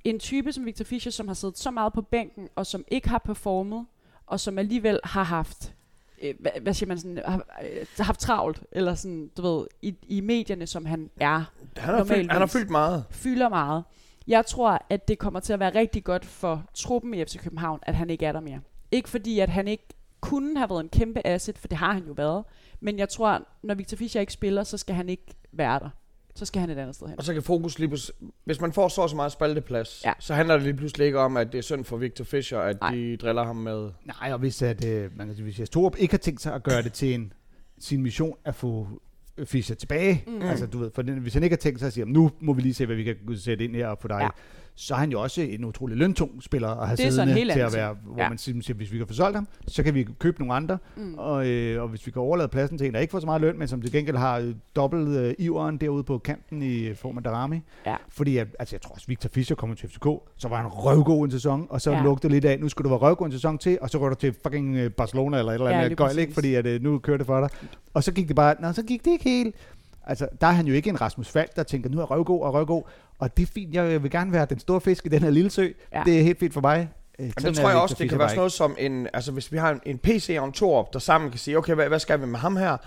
en type som Victor Fischer, som har siddet så meget på bænken, og som ikke har performet, og som alligevel har haft, øh, hvad, hvad siger man sådan, har, øh, haft travlt, eller sådan, du ved, i, i medierne, som han er
Han har, fyldt,
Normalvis.
han har fyldt meget.
fylder meget. Jeg tror, at det kommer til at være rigtig godt for truppen i FC København, at han ikke er der mere. Ikke fordi, at han ikke kunne have været en kæmpe asset, for det har han jo været. Men jeg tror, når Victor Fischer ikke spiller, så skal han ikke være der. Så skal han et andet sted hen.
Og så kan fokus lige på... Hvis man får så og så meget spalteplads,
Ja.
ja. så handler det lige pludselig ikke om, at det er synd for Victor Fischer, at
Nej.
Nej. de driller ham med...
Nej, og hvis, at, øh, man kan sige, hvis Jes Torup ikke har tænkt sig at gøre det til en, sin mission at få øh, Fischer tilbage, mm. altså du ved, for den, hvis han ikke har tænkt sig at sige, "Jamen, nu må vi lige se, hvad vi kan sætte ind her og få dig,
Ja.
ja. så er han jo også en utrolig løntung spiller at have
Det er så en
siddende
helt
til
anden
at
ting.
være, hvor
Ja.
ja. man siger, siger, hvis vi kan få solgt ham, så kan vi købe nogle andre,
Mm.
mm. og, øh, og hvis vi kan overlade pladsen til en, der ikke får så meget løn, men som til gengæld har øh, dobbelt øh, iveren derude på kanten i øh, form af Darami.
Ja.
Fordi jeg, altså, jeg tror også, Victor Fischer kommer til FCK, så var han røvgod en sæson, og så
Ja.
ja. lugte lidt af, nu skulle du være røvgod en sæson til, og så går du til fucking øh, Barcelona eller et eller
Ja,
andet
lige
ja, gøjl, ikke?
præcis.
fordi at, øh, nu kører det for dig. Og så gik det bare, nej, så gik det ikke helt. Altså, der er han jo ikke en Rasmus Falk, der tænker, nu er jeg røvgod og røvgod, og det er fint, jeg vil gerne være den store fisk i den her lille sø.
Ja.
Ja. Det er helt fint for mig. Øh,
Jamen,
sådan
det
er
tror jeg
Victor
også, det
Fischer
kan
bare
være sådan noget som en, altså hvis vi har en, en PC og en Torp, der sammen kan sige, okay, hvad, hvad skal vi med ham her?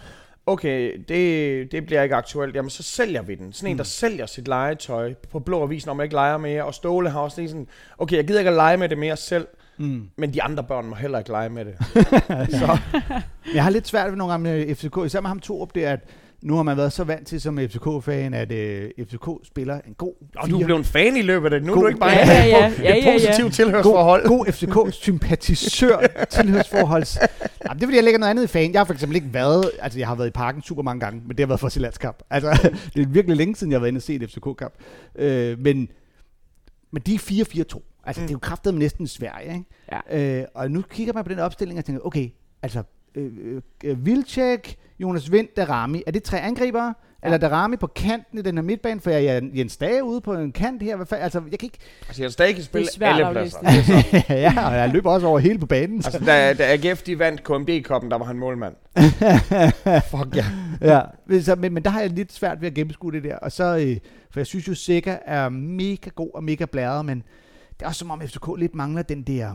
Okay, det, det bliver ikke aktuelt. Jamen, så sælger vi den. Sådan en, der sælger sit legetøj på blå avis, når man ikke leger mere. Og Ståle har også lige sådan, okay, jeg gider ikke at lege med det mere selv,
Mm.
men de andre børn må heller ikke lege med det.
Men jeg har lidt svært ved nogle gange med FCK, især med ham to op, det er, at nu har man været så vant til som FCK-fan, at øh, FCK spiller en god
Og du
fire-
er blevet en fan i løbet af det. Nu er
God-
du ikke bare
Ja, ja, ja.
en
Ja, ja, ja.
positiv tilhørsforhold.
god, god FCK-sympatisør tilhørsforholds. Jamen, det er fordi, jeg lægger noget andet i fan. Jeg har for eksempel ikke været, altså jeg har været i parken super mange gange, men det har været for landskamp. Altså, det er virkelig længe siden, jeg har været inde og se et FCK-kamp. Øh, men, men de er 4-4-2. Altså, det er jo kraftet med næsten Sverige, ikke? Ja. Øh, og nu kigger man på den opstilling og tænker, okay, altså, øh, øh, Vilcek, Jonas Vind, Darami, er det tre angribere? Ja. Eller Darami på kanten i den her midtbane, for jeg er Jens Dage ude på en kant her. Hvad fa- altså, jeg kan ikke...
Altså, jeg stadig kan spille
svært at
alle
aflæse
pladser.
Altså. ja, og jeg løber også over hele på banen.
Altså, da, da AGF de vandt KMD-koppen, der var han målmand.
Fuck ja. ja. Men Så, men, men der har jeg lidt svært ved at gennemskue det der. Og så, øh, for jeg synes jo, Sikker er mega god og mega blæret, men det er også som om FCK lidt mangler den der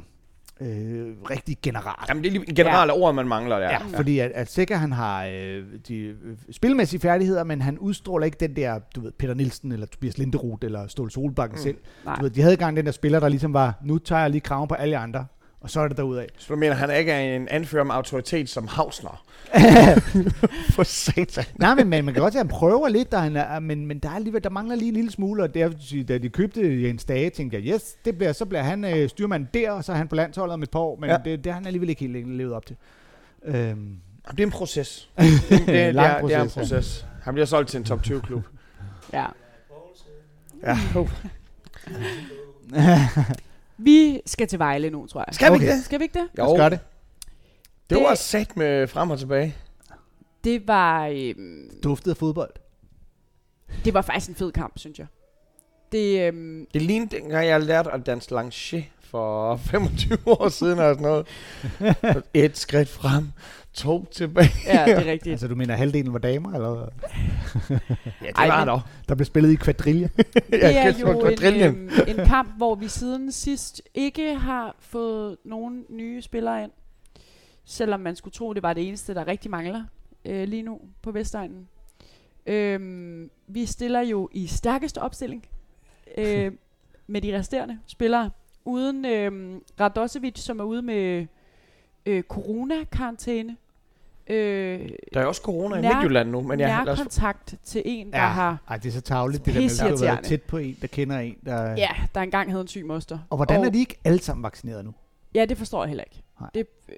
øh, rigtig general.
Jamen, det er lige generelle ord, man mangler der.
Ja, fordi at, at Sikker, han har øh, de øh, spilmæssige færdigheder, men han udstråler ikke den der, du ved, Peter Nielsen, eller Tobias Linderoth, eller Ståle Solbakken mm. selv.
Nej.
Du ved, de havde engang den der spiller, der ligesom var, nu tager jeg lige kraven på alle andre, og så er det derudad.
Så du mener, han ikke er en anfører med autoritet som Hausner? For satan.
Nej, men man, man kan godt se, at han prøver lidt, der han er, men, men der, er alligevel, der mangler lige en lille smule, og det er, fordi, da de købte Jens Dage, tænkte jeg, yes, det bliver, så bliver han øh, styrmand der, og så er han på landsholdet om et par år, men ja.
Ja.
det, det har han alligevel ikke helt levet op til. Øhm,
Jamen, det er en proces. Det, det, det, det,
Lang
er, det er en
proces, ja.
proces. Han bliver solgt til en top 20-klub.
Ja.
Ja.
Vi skal til Vejle nu, tror jeg.
Skal vi
Okay.
ikke det?
Skal vi ikke det?
lad os gøre det.
Det
Det-
var sat med frem og tilbage.
Det var, øhm,
Duftet af fodbold.
det var faktisk en fed kamp, synes jeg. Det, øhm,
Det lignede dengang, jeg lærte at danse lanché for 25 år siden eller sådan noget. Et skridt frem, to tilbage.
ja, det er rigtigt.
Altså, du mener, halvdelen var damer, eller hvad?
Ja, det
Ej,
var
men-
dog.
Der blev spillet i kvadrille.
Det er
kæft, hvor
jo en,
kvadrillen.
øhm, en kamp, hvor vi siden sidst ikke har fået nogen nye spillere ind. Selvom man skulle tro, det var det eneste, der rigtig mangler øh, lige nu på Vestegnen. Øhm, vi stiller jo i stærkeste opstilling øh, med de resterende spillere. Uden øh, Radosevic, som er ude med øh, corona-karantæne. Øh,
Der er også corona i
Nær-
Midtjylland nu, men jeg, lad os,
nærkontakt til en, der
Ja.
har...
Ej, det er så tavligt, det der med, at du har været
Pisseirriterende.
tæt på en, der kender en, der...
Ja, der engang havde en syg moster.
Og hvordan er de ikke alle sammen vaccineret nu?
Ja, det forstår jeg heller ikke.
Nej.
Det, øh,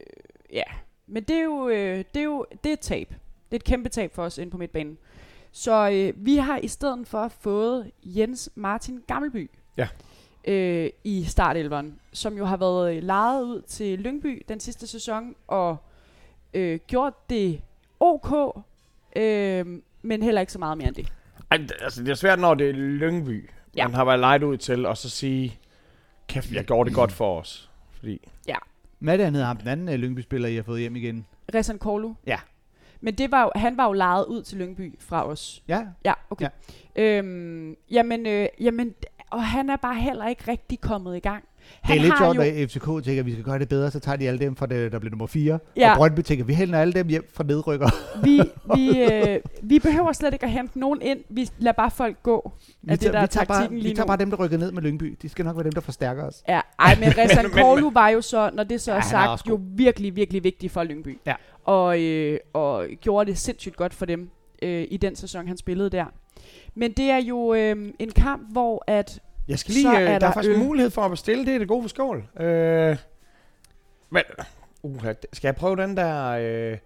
ja, men det er jo, øh, det er jo det er et tab. Det er et kæmpe tab for os inde på midtbanen. Så øh, vi har i stedet for fået Jens Martin Gammelby
Ja.
øh, i startelveren, som jo har været øh, lejet ud til Lyngby den sidste sæson og øh, gjort det ok, øh, men heller ikke så meget mere end det.
Ej, det- altså, det er svært, når det er Lyngby,
Ja.
ja. man har været lejet ud til, og så sige, kæft, jeg gjorde det godt for os. Fordi,
Hvad er det, han hedder ham? Den anden øh, Lyngby-spiller, I har fået hjem igen.
Rezan Korlu.
Ja.
Men det var jo, han var jo lejet ud til Lyngby fra os.
Ja,
Ja, okay. Ja. Øhm, jamen, øh, jamen, og han er bare heller ikke rigtig kommet i gang.
Det
Han
er lidt
har
sjovt,
jo,
når FCK tænker, at vi skal gøre det bedre, så tager de alle dem fra det, der blev nummer 4.
Ja.
Ja. Og Brøndby tænker, at vi hælder alle dem hjem fra nedrykker.
vi, vi, øh, vi behøver slet ikke at hente nogen ind. Vi lader bare folk gå.
Vi,
Er det, der er
vi, tager bare,
taktikken lige
vi tager
nu?
bare dem, der rykker ned med Lyngby. De skal nok være dem, der forstærker os.
Ja, ej, men Rezan
Men- men-
Korlu var jo så, når det så er
Ja, han er også
sagt, jo virkelig, virkelig vigtig for Lyngby.
Ja.
Og, øh, og gjorde det sindssygt godt for dem øh, i den sæson, han spillede der. Men det er jo øh, en kamp, hvor at
jeg skal
Så
lige, øh,
er
der,
der
er faktisk
øl.
mulighed for at bestille, det er det gode for skål. Øh, men, uh, skal jeg prøve den der, øh,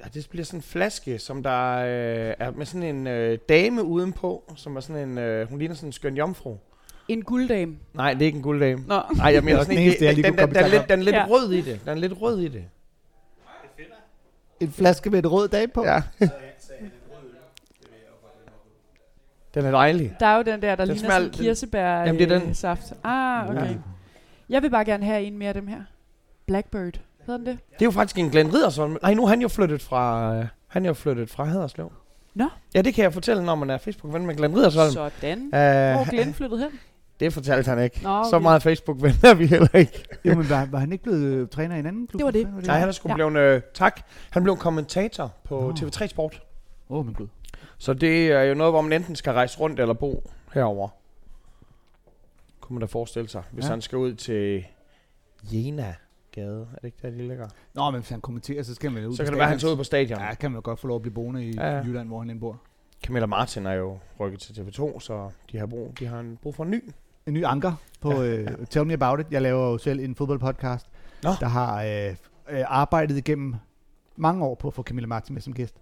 ja, det bliver sådan en flaske, som der øh, er med sådan en øh, dame udenpå, som er sådan en, øh, hun ligner sådan en skøn jomfru.
en gulddame...
Nej, det er ikke en gulddame.
Nå,
Nej, jeg
Det
mener
var
sådan
den
en,
eneste, jeg
den,
lige
den,
kunne
den,
komme i
den, er
tanke
lidt, den er lidt
Ja.
rød i det. Den er lidt rød i det.
En flaske med et rød dame på.
Ja. Den er dejlig.
Der er jo den der, der
Den
ligner
smal-
sådan en kirsebær
Jamen, det er den.
øh, saft. Ah, okay. Ja. Jeg vil bare gerne have en mere af dem her. Blackbird. Hedder den det?
Det er jo faktisk en Glenn Riddersholm. Nej, nu er han jo flyttet fra... Øh, han er jo flyttet fra Haderslev.
Nå.
Ja, det kan jeg fortælle, når man er Facebook-ven med Glenn Ridersholm.
Sådan. Hvor er
Uh,
Glenn flyttet hen?
det fortalte han ikke.
Nå, okay.
Så meget Facebook-ven er vi heller ikke.
Jamen, var, var han ikke blevet øh, træner i en anden klub?
Det var det.
Nej, han er sgu
Ja.
ja. blevet... Øh, tak. Han blev kommentator på
Nå.
TV3 Sport.
Åh, oh, min Gud.
Så det er jo noget, hvor man enten skal rejse rundt eller bo herover. Kunne man da forestille sig, hvis
Ja.
ja. han skal ud til Jena Gade. Er det ikke der, de ligger?
Nå, men hvis han kommenterer, så skal man jo ud
Så
på
kan det være, han
stadion.
tager ud på stadion.
Ja,
Ja.
kan man jo godt få lov at blive boende i
Ja, ja.
Jylland, hvor han end bor.
Camilla Martin er jo rykket til TV2, så de har brug, de har en brug for en ny.
En ny anker på ja, ja. Uh, Tell Me About It. Jeg laver jo selv en fodboldpodcast,
Nå.
der har øh, øh, arbejdet igennem mange år på at få Camilla Martin med som gæst.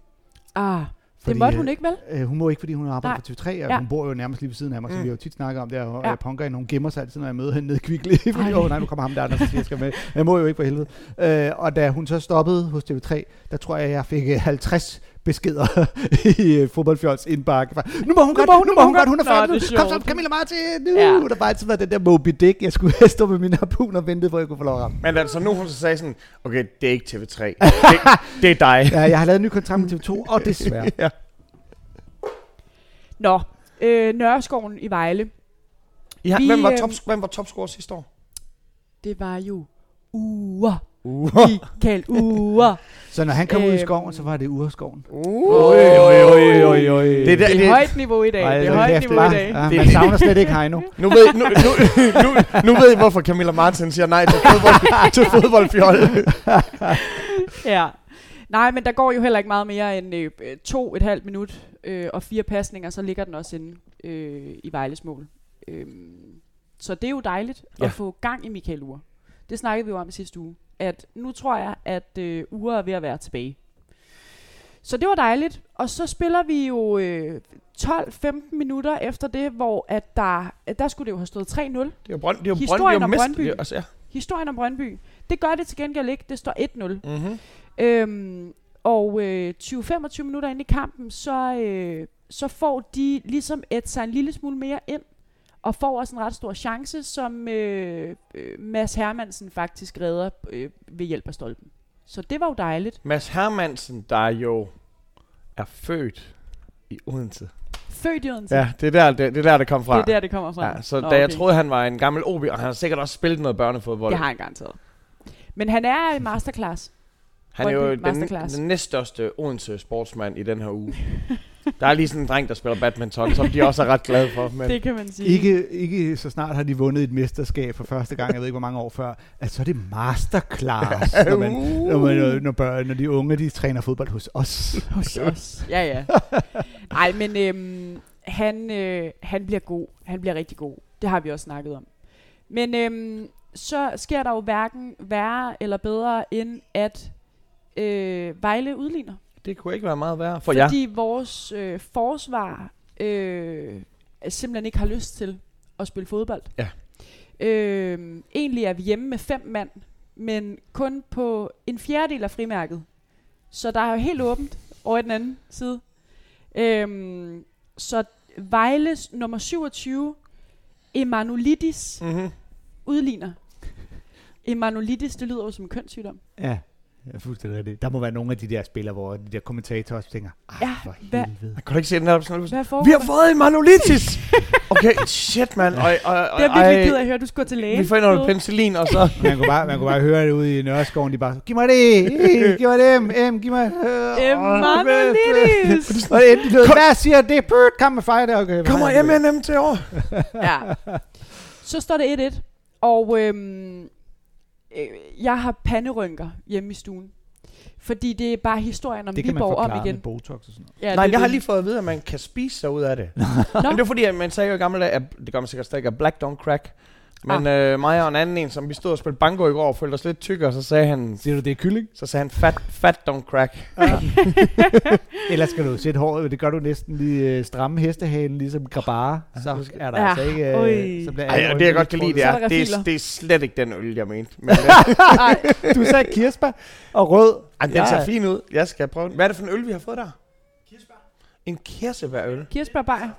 Ah,
Fordi,
det måtte
øh,
hun ikke, vel?
Øh, hun må ikke, fordi hun arbejder
Nej.
for TV3, og ja.
Ja.
hun bor jo nærmest lige ved siden af mig, mm. så
Mm.
vi har jo tit snakket om det, og
Ja.
ja. jeg punker hende, hun gemmer sig altid, når jeg møder hende nede i Kvickly, fordi,
Ej.
åh oh, nej, nu kommer ham der, der siger, jeg skal med. Jeg må jo ikke for helvede. Øh, og da hun så stoppede hos TV3, der tror jeg, jeg fik øh, 50 beskeder i øh, fodboldfjols indbakke. fra, Nu må hun godt, nu må hun godt, hun er
Nå,
færdig.
det er
nu. Kom så,
sjovt.
Camilla Martin, nu!
Ja.
Ja. Der har bare altid været den der Moby Dick, jeg skulle stå med min harpun og vente, hvor jeg kunne få lov at ramme.
Men altså, nu hun så sagde sådan, okay, det er ikke TV3. Det, det er dig.
Ja, jeg har lavet en ny kontrakt med TV2, og desværre.
Nå, øh, Nørreskoven i Vejle.
Ja,
Vi,
hvem, var
øhm,
top, hvem var topscorer sidste år?
Det var jo uger.
Uh.
Michael uger.
Så når han kom ud i
Øhm.
skoven, så var det urskoven.
Oj,
oj.
Det er der,
Det
det,
er højt niveau i dag.
Ej,
det er
hold
højt
Altså, kæft,
niveau
hva'?
i dag.
Ja, man savner slet ikke Heino.
nu, ved, nu, nu, nu, nu ved I, hvorfor Camilla Martin siger nej til fodbold, til fodboldfjold.
Ja. Nej, men der går jo heller ikke meget mere end øh, øh, to, et halvt minut øh, og fire pasninger, så ligger den også inde øh, i Vejles mål. Øhm, så det er jo dejligt ja.
Ja.
at få gang i Michael Ure. Det snakkede vi jo om i sidste uge. At nu tror jeg, at øh, Ure er ved at være tilbage. Så det var dejligt. Og så spiller vi jo øh, 12-15 minutter efter det, hvor at der, at der skulle det jo have stået
Det
3-0.
er jo Brøndby. Det er jo
Historien om
Brøndby. og
Brøndby.
Mest, altså, ja.
Historien om Brøndby. Det gør det til gengæld ikke. Det står 1-0.
mm-hmm.
Øhm, og øh, 20-25 minutter ind i kampen, så, øh, så får de ligesom et sig en lille smule mere ind, og får også en ret stor chance, som øh, øh, Mads Hermansen faktisk redder øh, ved hjælp af stolpen. Så det var jo dejligt.
Mads Hermansen, der jo er født i Odense.
Født i Odense.
Ja, det er der, det, det, er der, det kom fra.
det er der, det kommer fra.
Ja, så
Nå,
da jeg
okay.
troede, han var en gammel OB, og han har sikkert også spillet noget børnefodbold.
Det har han garanteret. Men han er i masterclass.
Han er jo
Brøndby
den,
Masterclass.
den næststørste Odense sportsmand i den her uge. der er lige sådan en dreng, der spiller badminton, som de også er ret glade for. Men
Det kan man sige.
Ikke, ikke så snart har de vundet et mesterskab for første gang, jeg ved ikke hvor mange år før. Altså, så er det masterclass, når, man,
uh.
når,
Uh.
man, når, børn, når de unge de træner fodbold hos os.
Hos os. Ja, ja. Nej, men øhm, han, øh, han bliver god. Han bliver rigtig god. Det har vi også snakket om. Men øhm, så sker der jo hverken værre eller bedre, end at øh, Vejle udligner.
det kunne ikke være meget værre for jer.
fordi vores øh, forsvar øh, simpelthen ikke har lyst til at spille fodbold.
Ja.
Øh, egentlig er vi hjemme med fem mand, men kun på en fjerdedel af frimærket. Så der er jo helt åbent over i den anden side. Øh, så Vejles nummer 27, Emanuelidis,
Mm-hmm.
udligner. Emanuelidis, det lyder jo som en kønssygdom.
Ja, jeg er fuldstændig rigtigt. Der må være nogle af de der spillere, hvor de der kommentatorer også tænker, ej,
Ja,
for
hvad-
helvede.
Man kunne da ikke se den her sådan
Hvad foregår?
Vi har fået en manolitis! Okay, shit, mand. Og, og, og,
det er jeg
ej,
virkelig ked af at høre, du skulle til lægen.
Vi får ind noget penicillin, og så...
Man kunne, bare, man kunne bare høre det ude i Nørreskoven, de bare, giv mig det, eh, giv mig det, M, M, giv mig øh,
Emanuelidis!
Og det endte noget, hvad siger det? Pøt, kom med fejl. Okay,
Kommer
hvad-
M&M til år?
ja. Så står det 1-1, og øhm, øh, jeg har panderynker hjemme i stuen. Fordi det er bare historien om
Det kan man
Viborg om
forklare med
igen.
Botox og sådan noget.
Ja,
Nej,
det er
jeg har
det.
lige fået at vide, at man kan spise sig ud af det. Men det var fordi, at man sagde jo i gamle dage, at det gør man sikkert stadig, at black don't crack. Men
Ah.
øh, mig og en anden en, som vi stod og spillede banko i går, følte os lidt tykkere, og så sagde han,
Siger du, det er kylling?
så sagde han fat, fat don't crack. Øh,
Ellers skal du sætte håret, det gør du næsten lige øh, stramme hestehalen, ligesom grabare, så er der
Ja,
ja, altså ikke...
ui.
så bliver alle
Ej, og det jeg
rynker
godt kan lide, det
Så er
er,
der
det
refiler.
er, det er slet ikke den øl, jeg mente. Men, øh,
lidt. Du sagde kirsebær og rød.
ej, den ser fin ud. Jeg skal prøve den. Hvad er det for en øl, vi har fået der? En kirsebærøl.
Kirsberg Bayer.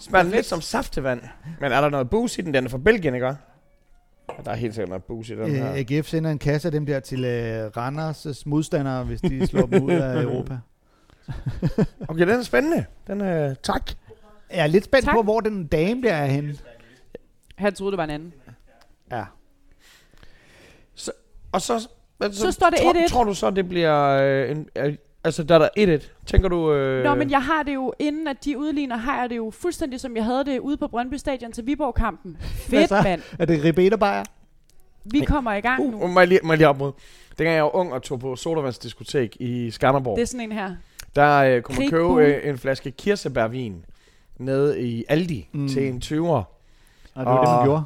Smager den lidt som saftevand. Men er der noget booze i den? Den er fra Belgien, ikke? Ja, Der er helt sikkert noget booze i den
Øh,
her.
AGF sender en kasse af dem der til øh, Randers' modstandere, hvis de slår dem ud af Europa.
Okay, den er spændende. Den er... Tak.
Jeg er lidt spændt
Tak.
på, hvor den dame der er henne.
Han troede, det var en anden.
Ja.
Og så... Altså,
Så står det
tror,
1-1.
Tror du så, det bliver... Øh, en, øh, altså, der er der 1-1. Tænker du... Øh,
Nå, men jeg har det jo, inden at de udligner, har jeg det jo fuldstændig, som jeg havde det ude på Brøndby Stadion til Viborg-kampen. Fedt,
så?
mand.
Er det Ribeterbejer?
Vi kommer i gang nu.
Uh, må jeg lige, må jeg lige opmode. Dengang jeg var ung og tog på sodavandsdiskotek i Skanderborg,
Det er sådan en her.
der øh, kunne man
Krig,
købe
bull.
øh, en flaske kirsebærvin nede i Aldi
Mm.
mm. til en 20'er.
Og det var det,
Og-
hun gjorde.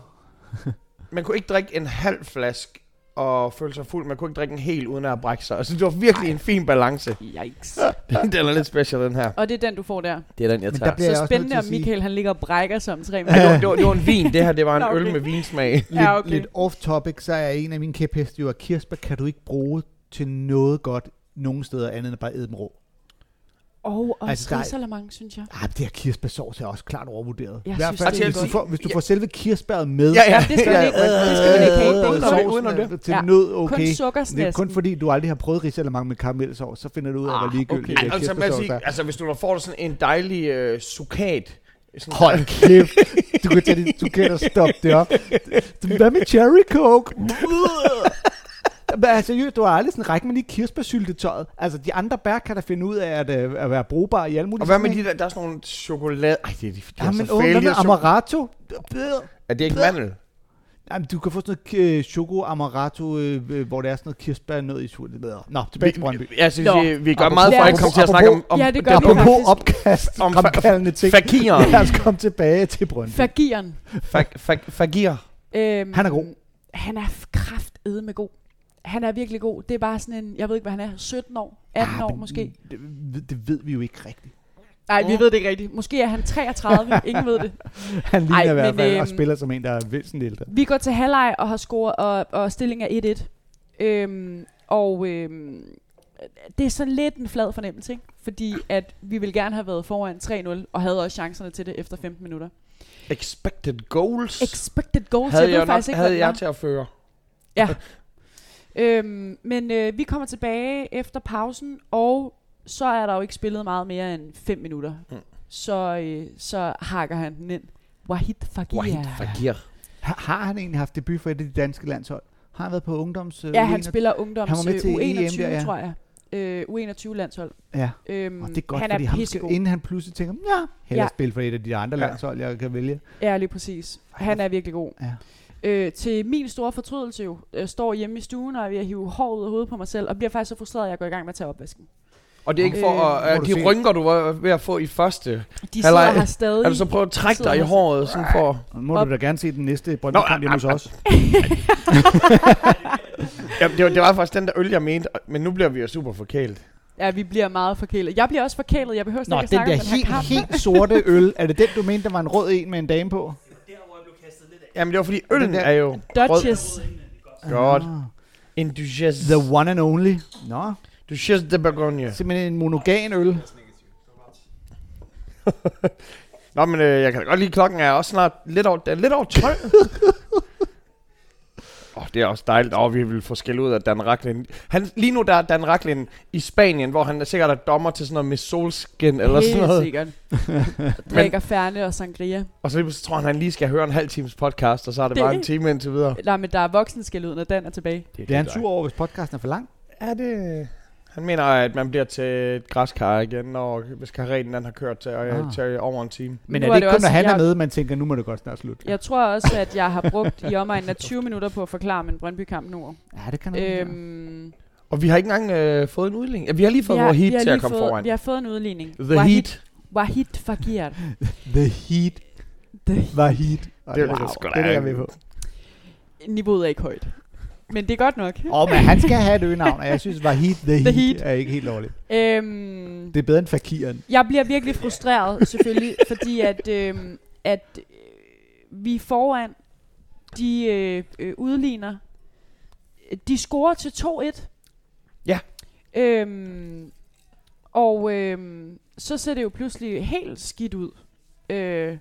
Man kunne ikke drikke en halv flaske og føle sig fuld. Man kunne ikke drikke en hel uden at brække sig. Altså, det var virkelig Ej. en fin balance.
Yikes.
den er lidt special, den her.
Og det er den, du får der.
Det er den, jeg
Men
tager.
der bliver jeg også
Så
nødt
spændende,
til
om
at sige-
Michael han ligger og brækker sig om tre
Ej, det,
minutter.
var, det, var, det var en vin. Det her, det var en
Nå, okay.
øl med vinsmag.
Lidt,
Ja, okay.
lidt off topic, så er en af mine kæpheste jo, at kirsebær kan du ikke bruge til noget godt nogen steder andet end bare æde dem rå.
Og også
Altså, der er-
altså, mange, synes jeg.
Ah, men det her kirsebærsovs er også klart overvurderet.
Jeg
I hvert
synes,
fald,
det er
hvis, du
godt.
får, hvis du får selve kirsebæret med,
Ja, det skal man ikke, man- det skal man ikke have. Det er ikke
sovsen
noget.
Uden om det.
er til
Ja.
nød
Kun
okay.
sukkersnæsken.
Det er kun fordi, du aldrig har prøvet risalemang med karamelsovs, så finder du
Ah,
ud af, hvor ligegyldigt
Ej,
det er
altså, man
kirsebærsovs
siger,
er.
altså, hvis du får sådan en dejlig øh, sukat. Sådan,
Hold kæft. Du kan tage dit sukat og stoppe det op. Hvad med cherry coke? Men altså, jo, du har aldrig sådan række med lige kirsebærsyltetøjet. Altså, de andre bær kan da finde ud af at, øh, at være brugbare i alle mulige
og hvad med
sammenhæng.
de der, der er sådan nogle chokolade... Ej, det er, de, de
Ja,
er
men
så
åh,
fældige.
hvad med
og chok-
amaretto? Øh.
Er det ikke mandel?
Jamen, du kan få sådan noget øh, choco amaretto, øh, øh, hvor der er sådan noget kirsebær nød i surt. Nå, tilbage til Brøndby.
Ja, så
Nå.
vi, vi gør
Apropos-
meget for at ikke komme til at snakke om, om
Ja, det gør vi
Apropos
faktisk.
opkast,
Om
om
fa-
fremkaldende ting.
fakirer.
Lad os komme tilbage til Brøndby.
Fagiren.
Fag- fag- Fagir.
Øhm,
Han er god.
Han er kraftedet med god. Han er virkelig god. Det er bare sådan en, jeg ved ikke, hvad han er, 17 år, 18
Ah,
år
men
måske.
Det, ved- det ved vi jo ikke rigtigt.
Nej, vi ved det ikke rigtigt. Måske er han 33, ingen ved det.
Han ligner Ej, i hvert
men,
fald, og
øhm,
spiller som en, der er væsentligt ældre.
Vi går til halvleg og har scoret, og, og stillingen er 1-1. Øhm, og øhm, det er sådan lidt en flad fornemmelse, ikke? fordi at vi ville gerne have været foran 3-0, og havde også chancerne til det efter 15 minutter.
Expected goals.
Expected goals,
havde
jeg ved
jeg,
faktisk
nok,
ikke,
havde
hvad
jeg
det
til at føre.
var. Øhm, men øh, vi kommer tilbage efter pausen, og så er der jo ikke spillet meget mere end 5 minutter.
Mm.
Mm. Så, øh, så hakker han den ind. Wahid Fagir.
Wahid Fagir.
Har, har han egentlig haft debut for et af de danske landshold? Har han været på ungdoms... øh,
Ja, han
U21?
spiller ungdoms
Han var med
øh,
til EM
U21,
der, ja.
tror jeg. Øh, U21-landshold.
Ja.
Øhm,
Og det er godt,
han
fordi
er
ham skal,
pissegod.
inden han pludselig tænker, ja, hellere
Ja.
ja. spille for et af de andre
Ja.
landshold, jeg kan vælge.
Ja, lige præcis. Han er virkelig god.
Ja.
Øh, til min store fortrydelse jo, øh, står hjemme i stuen, og jeg ved at hive hår ud af hovedet på mig selv, og bliver faktisk så frustreret, at jeg går i gang med at tage opvasken.
Og det er ikke for
Øh,
at...
må
Øh,
du
de
se.
rynker, du var ved at få i første.
De
Halløj.
sidder her stadig.
Er du så prøve at trække dig i
Sidder-
håret, sådan for...
Og nu må
Op.
du da gerne se den næste Brøndby-kamp hjemme hos os.
Jamen, det, var, det var faktisk den der øl, jeg mente, men nu bliver vi jo super forkælet.
Ja, vi bliver meget forkælet. Jeg bliver også forkælet. Jeg behøver slet
Nå,
ikke
den
at snakke
der
om den her
helt,
kamp.
helt sorte øl, er det den, du mente, der var en rød en med en dame på?
Jamen, det var fordi øllen
Den der-
er jo...
Dodgers.
Godt.
Ah.
En duchesse.
The one and only. Nå,
Duchesse de Bourgogne.
simpelthen en monogan øl.
Nå, men øh, jeg kan da godt lide, klokken er også snart lidt over, den er lidt over 12. Åh, oh, det er også dejligt. Åh, oh, vi vil få skæld ud af Dan Racklin. Han, lige nu der er Dan Racklin i Spanien, hvor han er sikkert er dommer til sådan noget med solskin eller sådan
Helt
noget.
sikkert. Drikker færne og sangria.
Og så lige pludselig tror han, han lige skal høre en halv times podcast, og så er det,
Det-
bare en time indtil videre.
Nej, men der er voksenskæld ud, når Dan er tilbage.
Det,
Bliver han sur over, hvis podcasten er for lang?
Er det... Han mener, at man bliver til et græskar igen, og hvis karreten den har kørt til, ah.
Ah.
til over en time.
Men
Nu
er
er
det ikke
det
kun, når
også-
han er
jeg-
med, man tænker, nu må det godt snart slut?
Jeg tror også, at jeg har brugt i omegnen af 20 minutter på at forklare min Brøndby-kamp nu.
Ja, det kan han ikke.
Øhm,
Og vi har ikke engang øh, fået en udligning. Ja, vi har lige fået
vi
ja,
har-
vores heat
vi har
til
lige
at komme
fået,
foran.
Vi har fået en udligning.
The heat.
Wahid Fagir.
The Heat
The
var Heat. Og
Det
var
var sgu da
det er jeg
en-
med på.
Niveauet er ikke højt. Men det er godt nok.
Åh, men han skal have et øgenavn, og jeg synes, var Heat The,
The
the heat,
Heat.
er ikke helt lovligt.
Øhm,
Det er bedre end Fakiren.
jeg bliver virkelig frustreret, selvfølgelig, fordi at, øhm, at øh, vi er foran, de øh, øh, udligner, de scorer til 2-1.
Ja.
Øhm, og øhm, så ser det jo pludselig helt skidt ud. Øh,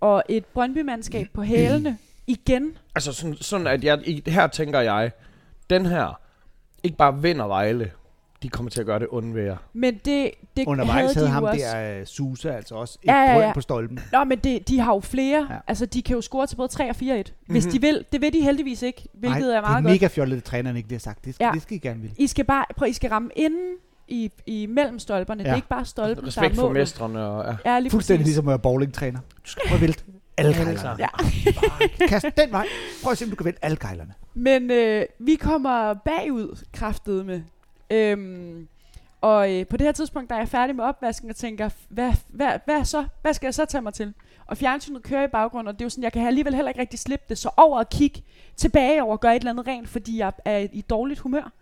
og et Brøndby-mandskab på hælene igen.
Altså sådan, sådan at jeg, i- her tænker jeg, den her ikke bare vinder Vejle. de kommer til at gøre det undvære.
Men det, det
Undervejs havde
de
ham
jo også.
der uh, Susa altså også et
Ja, ja,
drøn
ja.
på stolpen.
Nå, men det, de har jo flere.
Ja.
Ja. Altså, de kan jo score til både 3 og 4 1, hvis de vil. Det vil de heldigvis ikke, hvilket
Ej,
er meget
det er
godt.
mega fjollet, at træneren ikke det har sagt. Det skal, ja.
Ja.
det skal I gerne ville.
I skal bare, prøv, I skal ramme inden i, i mellem stolperne. Ja. Det
Ja.
er ikke bare stolpen,
Altså, Respekt
der er
for
målet.
mestrene. Og, ja.
Ja, lige
Fuldstændig
præcis.
ligesom at være bowlingtræner. Du skal prøve at vælte alle kejlerne.
Ja.
Kast den vej. Prøv at se, om du kan vælte alle kejlerne.
ligesom-
Men øh, vi kommer bagud kraftet med. Øhm, og øh, på det her tidspunkt, der er jeg færdig med opvasken og tænker, f- hvad, hvad, hvad, så? hvad skal jeg så tage mig til? Og fjernsynet kører i baggrunden, og det er jo sådan, jeg kan alligevel heller ikke rigtig slippe det, så over og kigge tilbage over og gøre et eller andet rent, fordi jeg er i dårligt humør.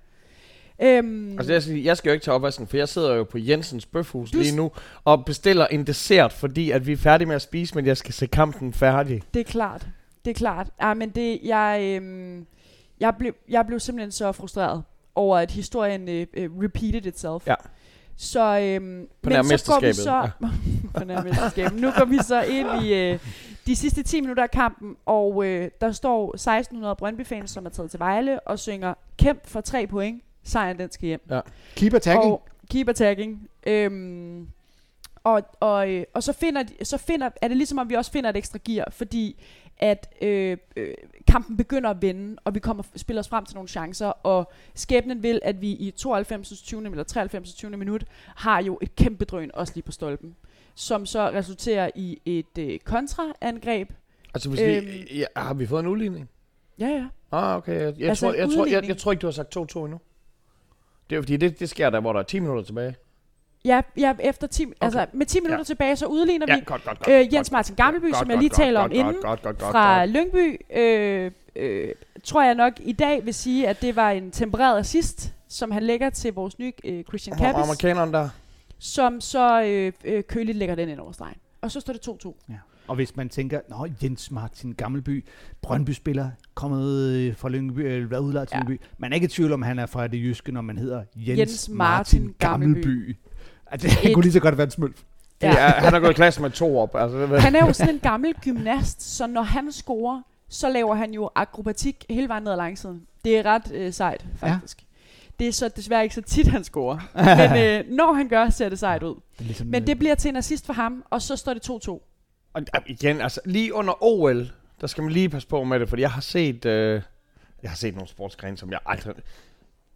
Øhm,
Altså, jeg, skal, jeg skal jo ikke tage opvasken, for jeg sidder jo på Jensens Bøfhus
Du-
lige nu og bestiller en dessert, fordi at vi er færdige med at spise, men jeg skal se kampen færdig.
Det er klart. Det er klart. Ja, men det, jeg, øhm, jeg, blev, jeg blev simpelthen så frustreret over, at historien øh, øh, repeated itself.
Ja.
Så, øhm,
På nær
men så går vi
mesterskabet,
så... på nær mesterskabet. Nu går vi så ind i øh, de sidste 10 minutter af kampen, og øh, der står 1600 Brøndby-fans, som er taget til Vejle, og synger, kæmp for tre point, sejren den skal hjem.
Keeper tagging.
Og keeper tagging. Øhm, og, og, øh, og så, finder, de- så finder, er det ligesom, om vi også finder et ekstra gear, fordi at øh, øh, kampen begynder at vende, og vi kommer spiller os frem til nogle chancer, og skæbnen vil, at vi i 92. 20. eller 93. 20. minut har jo et kæmpe drøn også lige på stolpen, som så resulterer i et øh, kontraangreb.
Altså, hvis øhm.
Øhm.
vi, ja, har vi fået en udligning?
Ja, ja.
Ah, okay. Jeg, jeg,
Altså,
altså, tror, jeg, tror, jeg, jeg
udligning.
tror ikke, du har sagt 2-2 endnu. Det er jo fordi, det, det sker der, hvor der er 10 minutter tilbage.
Ja, ja efter 10, okay. altså, med 10 minutter ja. tilbage, så udligner vi,
godt, godt,
Øh, Jens Martin Gammelby, som jeg lige taler om inden,
godt, godt, godt,
fra
godt.
Lyngby, øh, øh, tror jeg nok i dag vil sige, at det var en tempereret assist, som han lægger til vores nye øh, Christian
Ham
Kappes,
Amerikaneren der.
som så øh, øh, køligt lægger den ind over stregen. Og så står det 2-2.
Ja. Og hvis man tænker, nå, Jens Martin Gammelby, Brøndby-spiller, kommet øh, fra Lyngby, øh, været udlejet til ja.
Ja.
Lyngby. Man er ikke i tvivl om, han er fra det jyske, når man hedder Jens,
Jens
Martin,
Martin
Gammelby. Gammelby. Altså, han
Et-
kunne lige så godt være en smølf.
Ja.
Ja.
Ja, han har gået i klasse med to op. Altså, det ved jeg.
Han er jo sådan en gammel gymnast, så når han scorer, så laver han jo akrobatik hele vejen ned ad langsiden. Det er ret øh, sejt, faktisk. Det er så desværre ikke så tit, han scorer. Men øh, når han gør, ser det sejt ud.
Det er ligesom,
Men
øh,
det bliver til en assist for ham, og så står det 2-2.
Og, ja, igen, altså, lige under OL, der skal man lige passe på med det, fordi jeg har set, øh, jeg har set nogle sportsgrene, som jeg aldrig...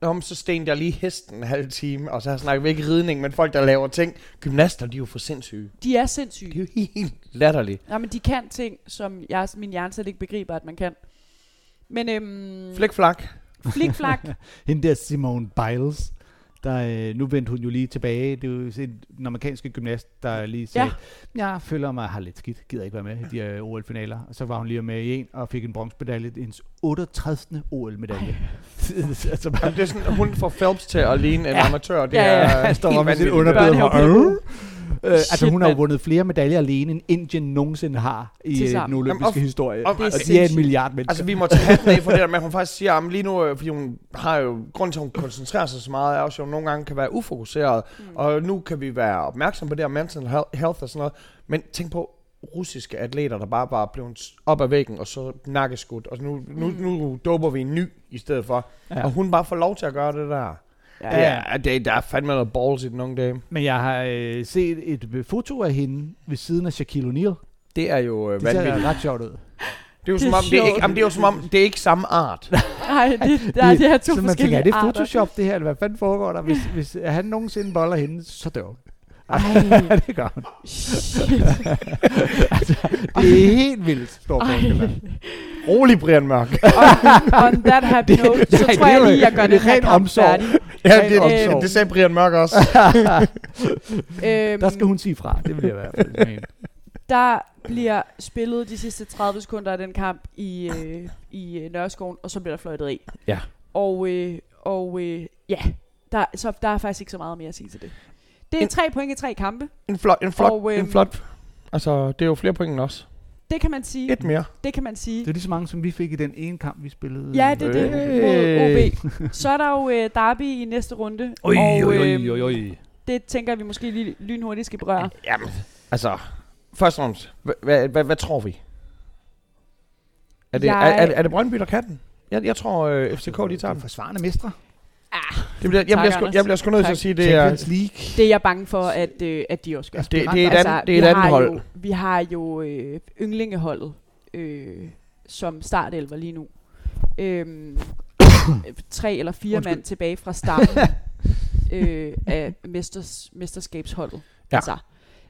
Nå, men så stenede jeg lige hesten en halv time, og så har jeg snakket vi ikke ridning, men folk, der laver ting. Gymnaster, de er jo for sindssyge.
De er sindssyge.
De er jo helt latterlige.
Nej, men de kan ting, som jeg, min hjerne slet ikke begriber, at man kan. Men øhm,
Flæk flak.
flikflak,
Hende der Simone Biles, der, øh, nu vendte hun jo lige tilbage. Det er jo sådan en amerikansk gymnast, der lige sagde, ja. jeg føler mig har lidt skidt, gider ikke være med i de her OL-finaler. Og så var hun lige med i en og fik en bronzemedalje, hendes 38. OL-medalje. altså, man,
Jamen, det er sådan, hun får Phelps til at ligne en
Ja.
ja. amatør. Det
Ja, ja.
er
han står
helt
bare med sit
vanvittigt.
underbid og
Børnehavepædagog.
Øh, altså
Shit,
hun har jo
mand.
vundet flere medaljer alene, end Indien nogensinde har i øh, den
Tilsammen.
olympiske
Jamen, og-
historie. Øh, Og,
og-
og,
Det er
de er en
sindssygt.
milliard mennesker.
Altså, vi må tage hatten af for det der med, at hun faktisk siger, at lige nu, øh, fordi hun har jo, grund til, at hun koncentrerer sig så meget, er også, at hun nogle gange kan være ufokuseret, mm. og nu kan vi være opmærksom på det her mental hel- health og sådan noget, men tænk på russiske atleter, der bare var blevet s- op ad væggen, og så nakkeskudt, og nu, nu, nu doper vi en ny i stedet for,
Ja.
ja. og hun bare får lov til at gøre det der.
Ja.
Ja, ja. Det, der er fandme noget balls i den unge dame.
Men jeg har øh, set et øh, foto af hende ved siden af Shaquille O'Neal.
Det er jo øh,
Det ser
vanvittigt.
ret sjovt ud.
Det er jo
Det er
som om, det er, ikke,
sjovt.
jamen, det er jo som om, det er ikke samme art.
nej, det, der, det er
så
to
man tænker,
forskellige
er det
arter.
Photoshop det her, eller hvad fanden foregår der? Hvis, hvis han nogensinde boller hende, så dør hun.
Ej,
Ja, det gør hun.
shit.
Det er helt vildt stor forskel. der.
Rolig, Brian Mørk.
On that happy note, så
nej,
tror
det er
jeg
jo
lige, jeg
ikke-
gør
det er
den her
ren
kamp
omsorg.
færdig.
ja,
Ren
det,
omsorg.
det, det sagde Brian Mørk også.
Øhm,
Der skal hun sige fra, det vil jeg i hvert fald mene.
der bliver spillet de sidste 30 sekunder af den kamp i, øh, i øh, Nørreskoven, og så bliver der fløjtet i.
Ja.
Og, øh, og øh, ja, der, så der er faktisk ikke så meget mere at sige til det. Det er
En-
tre point i tre kampe.
Ah, En flot, en flot,
Og,
og,
øhm,
en flot. Altså, det er jo flere point end os.
Det kan man sige.
Et mere.
Det kan man sige.
Det er lige så mange, som vi fik i den ene kamp, vi spillede.
Ja, det er det.
Øh.
Mod OB. Så er der jo øh, derby i næste runde.
Oj,
og,
oj,
øhm,
oj, oj, oj.
Det tænker vi måske lige lynhurtigt skal berøre.
Jamen, altså, først og fremmest, hvad, hvad, hvad, hvad tror vi? Er det,
Jeg-
er, er, er det Brøndby, der kan den? Jeg, jeg tror, øh, FCK lige tager
Det er
den.
Forsvarende mestre.
Det bliver, jeg,
Tak,
bliver sgu,
Anders.
jeg bliver sgu nødt til
Tak.
at sige, at det er...
Champions League. altså,
Det er jeg bange for, at, øh, at de også gør.
Ja, det- det er et andet- det er
Altså, vi
et andet
har
hold.
Jo, vi har jo øh, yndlingeholdet øh, som startelver lige nu. Øhm, tre eller fire Undskyld. mand tilbage fra starten øh, af mesters, mesterskabsholdet.
Ja.
Altså,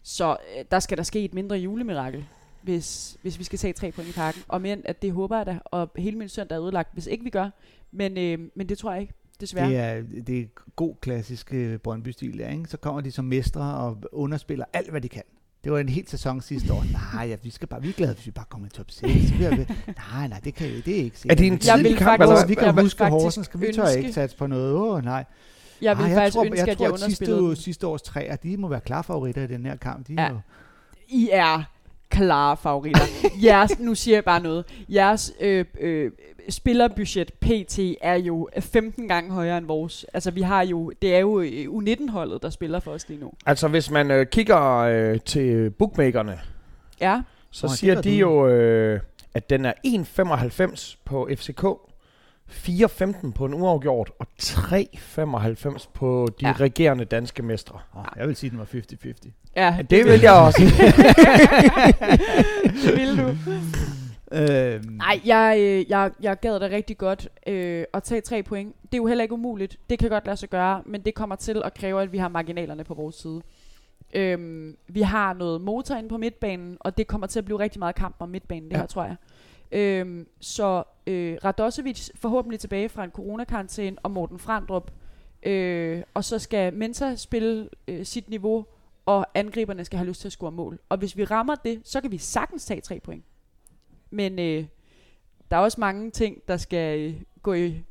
så øh, der skal der ske et mindre julemirakel, hvis, hvis vi skal tage tre point i parken. Og men at det håber jeg da, og hele min søndag er ødelagt, hvis ikke vi gør. Men, øh, men det tror jeg ikke, desværre.
Det er, det er god klassisk øh, Brøndby-stil, der, ikke? Så kommer de som mestre og underspiller alt, hvad de kan. Det var en hel sæson sidste år. Nej, ja, vi skal bare, vi er glade, hvis vi bare kommer i top 6. Så bliver vi, nej, nej, det kan vi, det er ikke sikkert.
Er det en
Jeg
tidlig
vil
kamp,
faktisk-
eller
Åh,
hvad?
vi
jeg
kan
vil
huske
faktisk
Horsens, vi tør
ønske-
ikke satse på noget. Åh, nej.
Jeg vil
Ej,
faktisk
tror,
ønske,
jeg
at
tror,
jeg
at sidste,
underspillede den.
sidste års træer, de må være klare favoritter i den her kamp. De
Ja.
ja. jo,
I er klare favoritter. Jeres, nu siger jeg bare noget. Jeres øh, øh, spillerbudget PT er jo 15 gange højere end vores. Altså vi har jo, det er jo øh, U19-holdet, der spiller for os lige nu.
Altså, hvis man øh, kigger øh, til bookmakerne,
Ja,
så
Nå, det
siger
var
de
du.
jo, øh, at den er 1,95 på FCK, 4,15 på en uafgjort, og 3,95 på de
Ja.
ja. regerende danske mestre.
åh, jeg vil sige, den var 50-50.
ja
Ja, det vil jeg også.
det vil du.
Øhm,
Nej, jeg, øh, jeg, jeg gad da rigtig godt øh, at tage tre point. Det er jo heller ikke umuligt. Det kan godt lade sig gøre, men det kommer til at kræve, at vi har marginalerne på vores side. Øhm, vi har noget motor inde på midtbanen, og det kommer til at blive rigtig meget kamp om midtbanen, det ja.
Ja.
her tror jeg. Øhm, så øh, Radosevic forhåbentlig tilbage fra en coronakarantæne, og Morten Frandrup. Øh, og så skal Mensa spille øh, sit niveau, og angriberne skal have lyst til at score mål. Og hvis vi rammer det, så kan vi sagtens tage tre point. Men øh, der er også mange ting, der skal øh, gå i,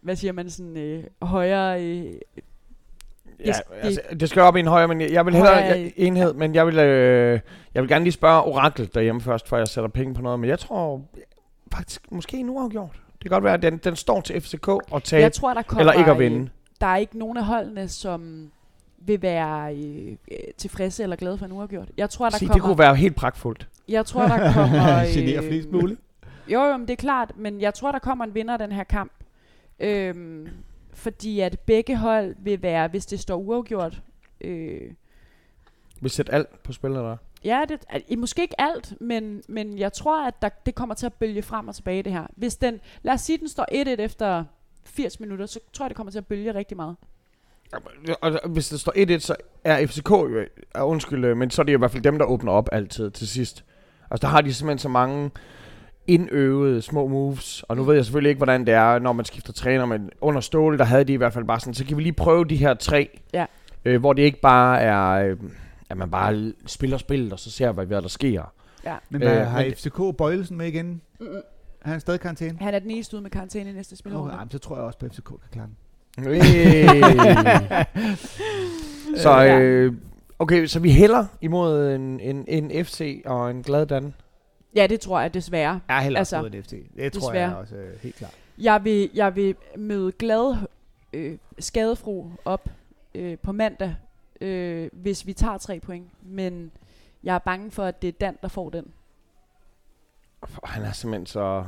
hvad siger man, sådan øh, højere... Øh,
Ja,
det-
altså, det skal op i en højere, men jeg- jeg vil hellere
Højere,
jeg, enhed, men jeg vil, øh, jeg vil gerne lige spørge Orakel derhjemme først, før jeg sætter penge på noget, men jeg tror faktisk måske en uafgjort. Det kan godt være, at den, den står til FCK og tabe,
jeg tror, der kommer...
eller ikke at
øh,
vinde.
der er ikke nogen af holdene, som vil være øh, øh, tilfredse eller glade for en uafgjort. Jeg tror, der
Se, det
kommer...
kunne være helt pragtfuldt.
Jeg tror, der kommer... øh,
Genere flest muligt.
Jo, jo, men det er klart, men jeg tror, der kommer en vinder af den her kamp. Øhm, fordi at begge hold vil være, hvis det står uafgjort... Øh,
Vi sætter alt på spil, eller
ja, det, at, i- måske ikke alt, men, men jeg tror, at der, det kommer til at bølge frem og tilbage, det her. Hvis den, lad os sige, den står 1-1 efter 80 minutter, så tror jeg, det kommer til at bølge rigtig meget.
Og hvis det står 1-1, så er FCK jo, er undskyld, øh, men så er det jo i hvert fald dem, der åbner op altid til sidst. Altså, der har de simpelthen så mange indøvede små moves, og nu ved jeg selvfølgelig ikke, hvordan det er, når man skifter træner, men under Ståle, der havde de i hvert fald bare sådan, så kan vi lige prøve de her tre,
Ja.
øh, hvor det ikke bare er, øh, at man bare spiller spillet, og så ser, hvad, hvad der sker.
Ja.
Men hvad,
Øh,
har
men-
FCK Bøjelsen med igen?
Mm-mm.
Er han stadig i karantæne?
Han er den eneste ude med karantæne i næste spilår.
Okay, jamen, så tror jeg også på, at FCK kan klare den.
Øh. så, øh, okay, så vi hælder imod en, en, en FC og en glad Dan.
Ja, det tror jeg desværre.
Jeg er heller
Altså,
altså, også en FC. Det tror
desværre.
jeg også øh, helt klart.
Jeg vil, jeg vil møde glad øh, skadefru op øh, på mandag, øh, hvis vi tager tre point. Men jeg er bange for, at det er Dan, der får den.
For Han er simpelthen så...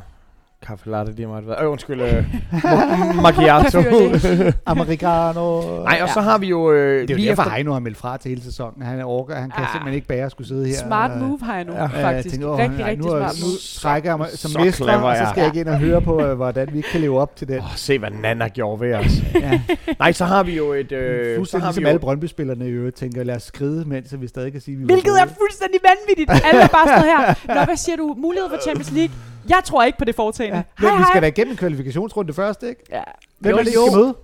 Kaffe latte, lige meget hvad. Øh, undskyld. Øh, mo- macchiato.
Hvad fyrer
Americano.
Nej, og så har vi jo... Øh,
det er jo
lige
derfor,
efter-
Heino har meldt fra til hele sæsonen. Han er orker, han kan
Ah.
ah. simpelthen ikke bære at skulle sidde her.
Smart
og-
move har jeg nu,
Ja, jeg
faktisk.
tænkte, åh,
rigtig,
nej,
rigtig
nu er-
smart
nu
move.
trækker jeg mig som
Så
mester,
clever,
og så
ja.
skal jeg ikke ind og høre på, øh, hvordan vi ikke kan leve op til den.
Åh, oh, se hvad Nana gjorde ved os.
Ja.
Nej, så har vi jo et...
Øh,
Øh, så
Fuldstændig
har vi
ligesom alle
jo,
Brøndby-spillerne i øvrigt tænker, lad os skride, mens vi stadig kan sige, at vi var
Hvilket er
gode.
fuldstændig vanvittigt. Alle er bare sådan her. Nå, hvad siger du? Mulighed for Champions League? Jeg tror ikke på det foretagende.
Ja, men
Ja, hej,
vi skal da
hej.
igennem kvalifikationsrunde først, ikke?
Ja.
Hvem
Jo,
er det, vi
jo.
skal møde?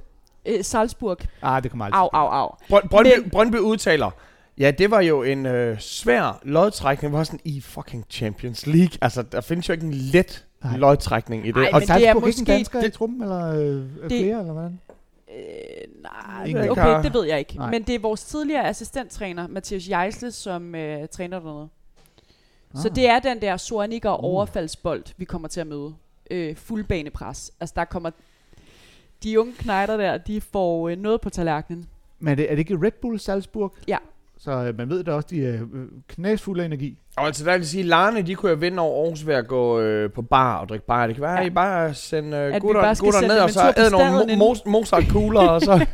Øh, Salzburg.
Ah, det kommer aldrig.
Au, au, au.
Brøn- Brøndby,
Men-
Brøndby udtaler... Ja, det var jo en øh, svær lodtrækning. Det var sådan i fucking Champions League. Altså, der findes jo ikke en let
Nej.
lodtrækning i det.
Ej,
og
men
Salzburg
det er
ikke en
måske-
dansker i trummen, eller øh, flere, eller hvordan?
Øh, nej,
Ingen
okay,
kan-
det ved jeg ikke. Nej.
Nej.
Men det er vores tidligere assistenttræner, Mathias Jejsle, som øh, træner dernede. Ah. Så
Ah.
det er den der Sorniker
Uh.
overfaldsbold, vi kommer til at møde. Øh, fuldbanepres. Altså der kommer... De unge knejder der, de får øh, noget på tallerkenen.
Men er det, er det ikke Red Bull Salzburg?
Ja.
Så øh, man ved da også, de er øh, knasfulde af energi.
Og altså, der vil sige, Larne, de kunne jo vinde over Aarhus ved at gå øh, på bar og drikke bar. Det kan være, ja.
Ja.
I bare sende øh,
vi
gutter,
bare skal
gutter
sende
ned,
dem
og
en
så
tur på
æde nogle
staden
mo- mo- Mozart-kugler, og så...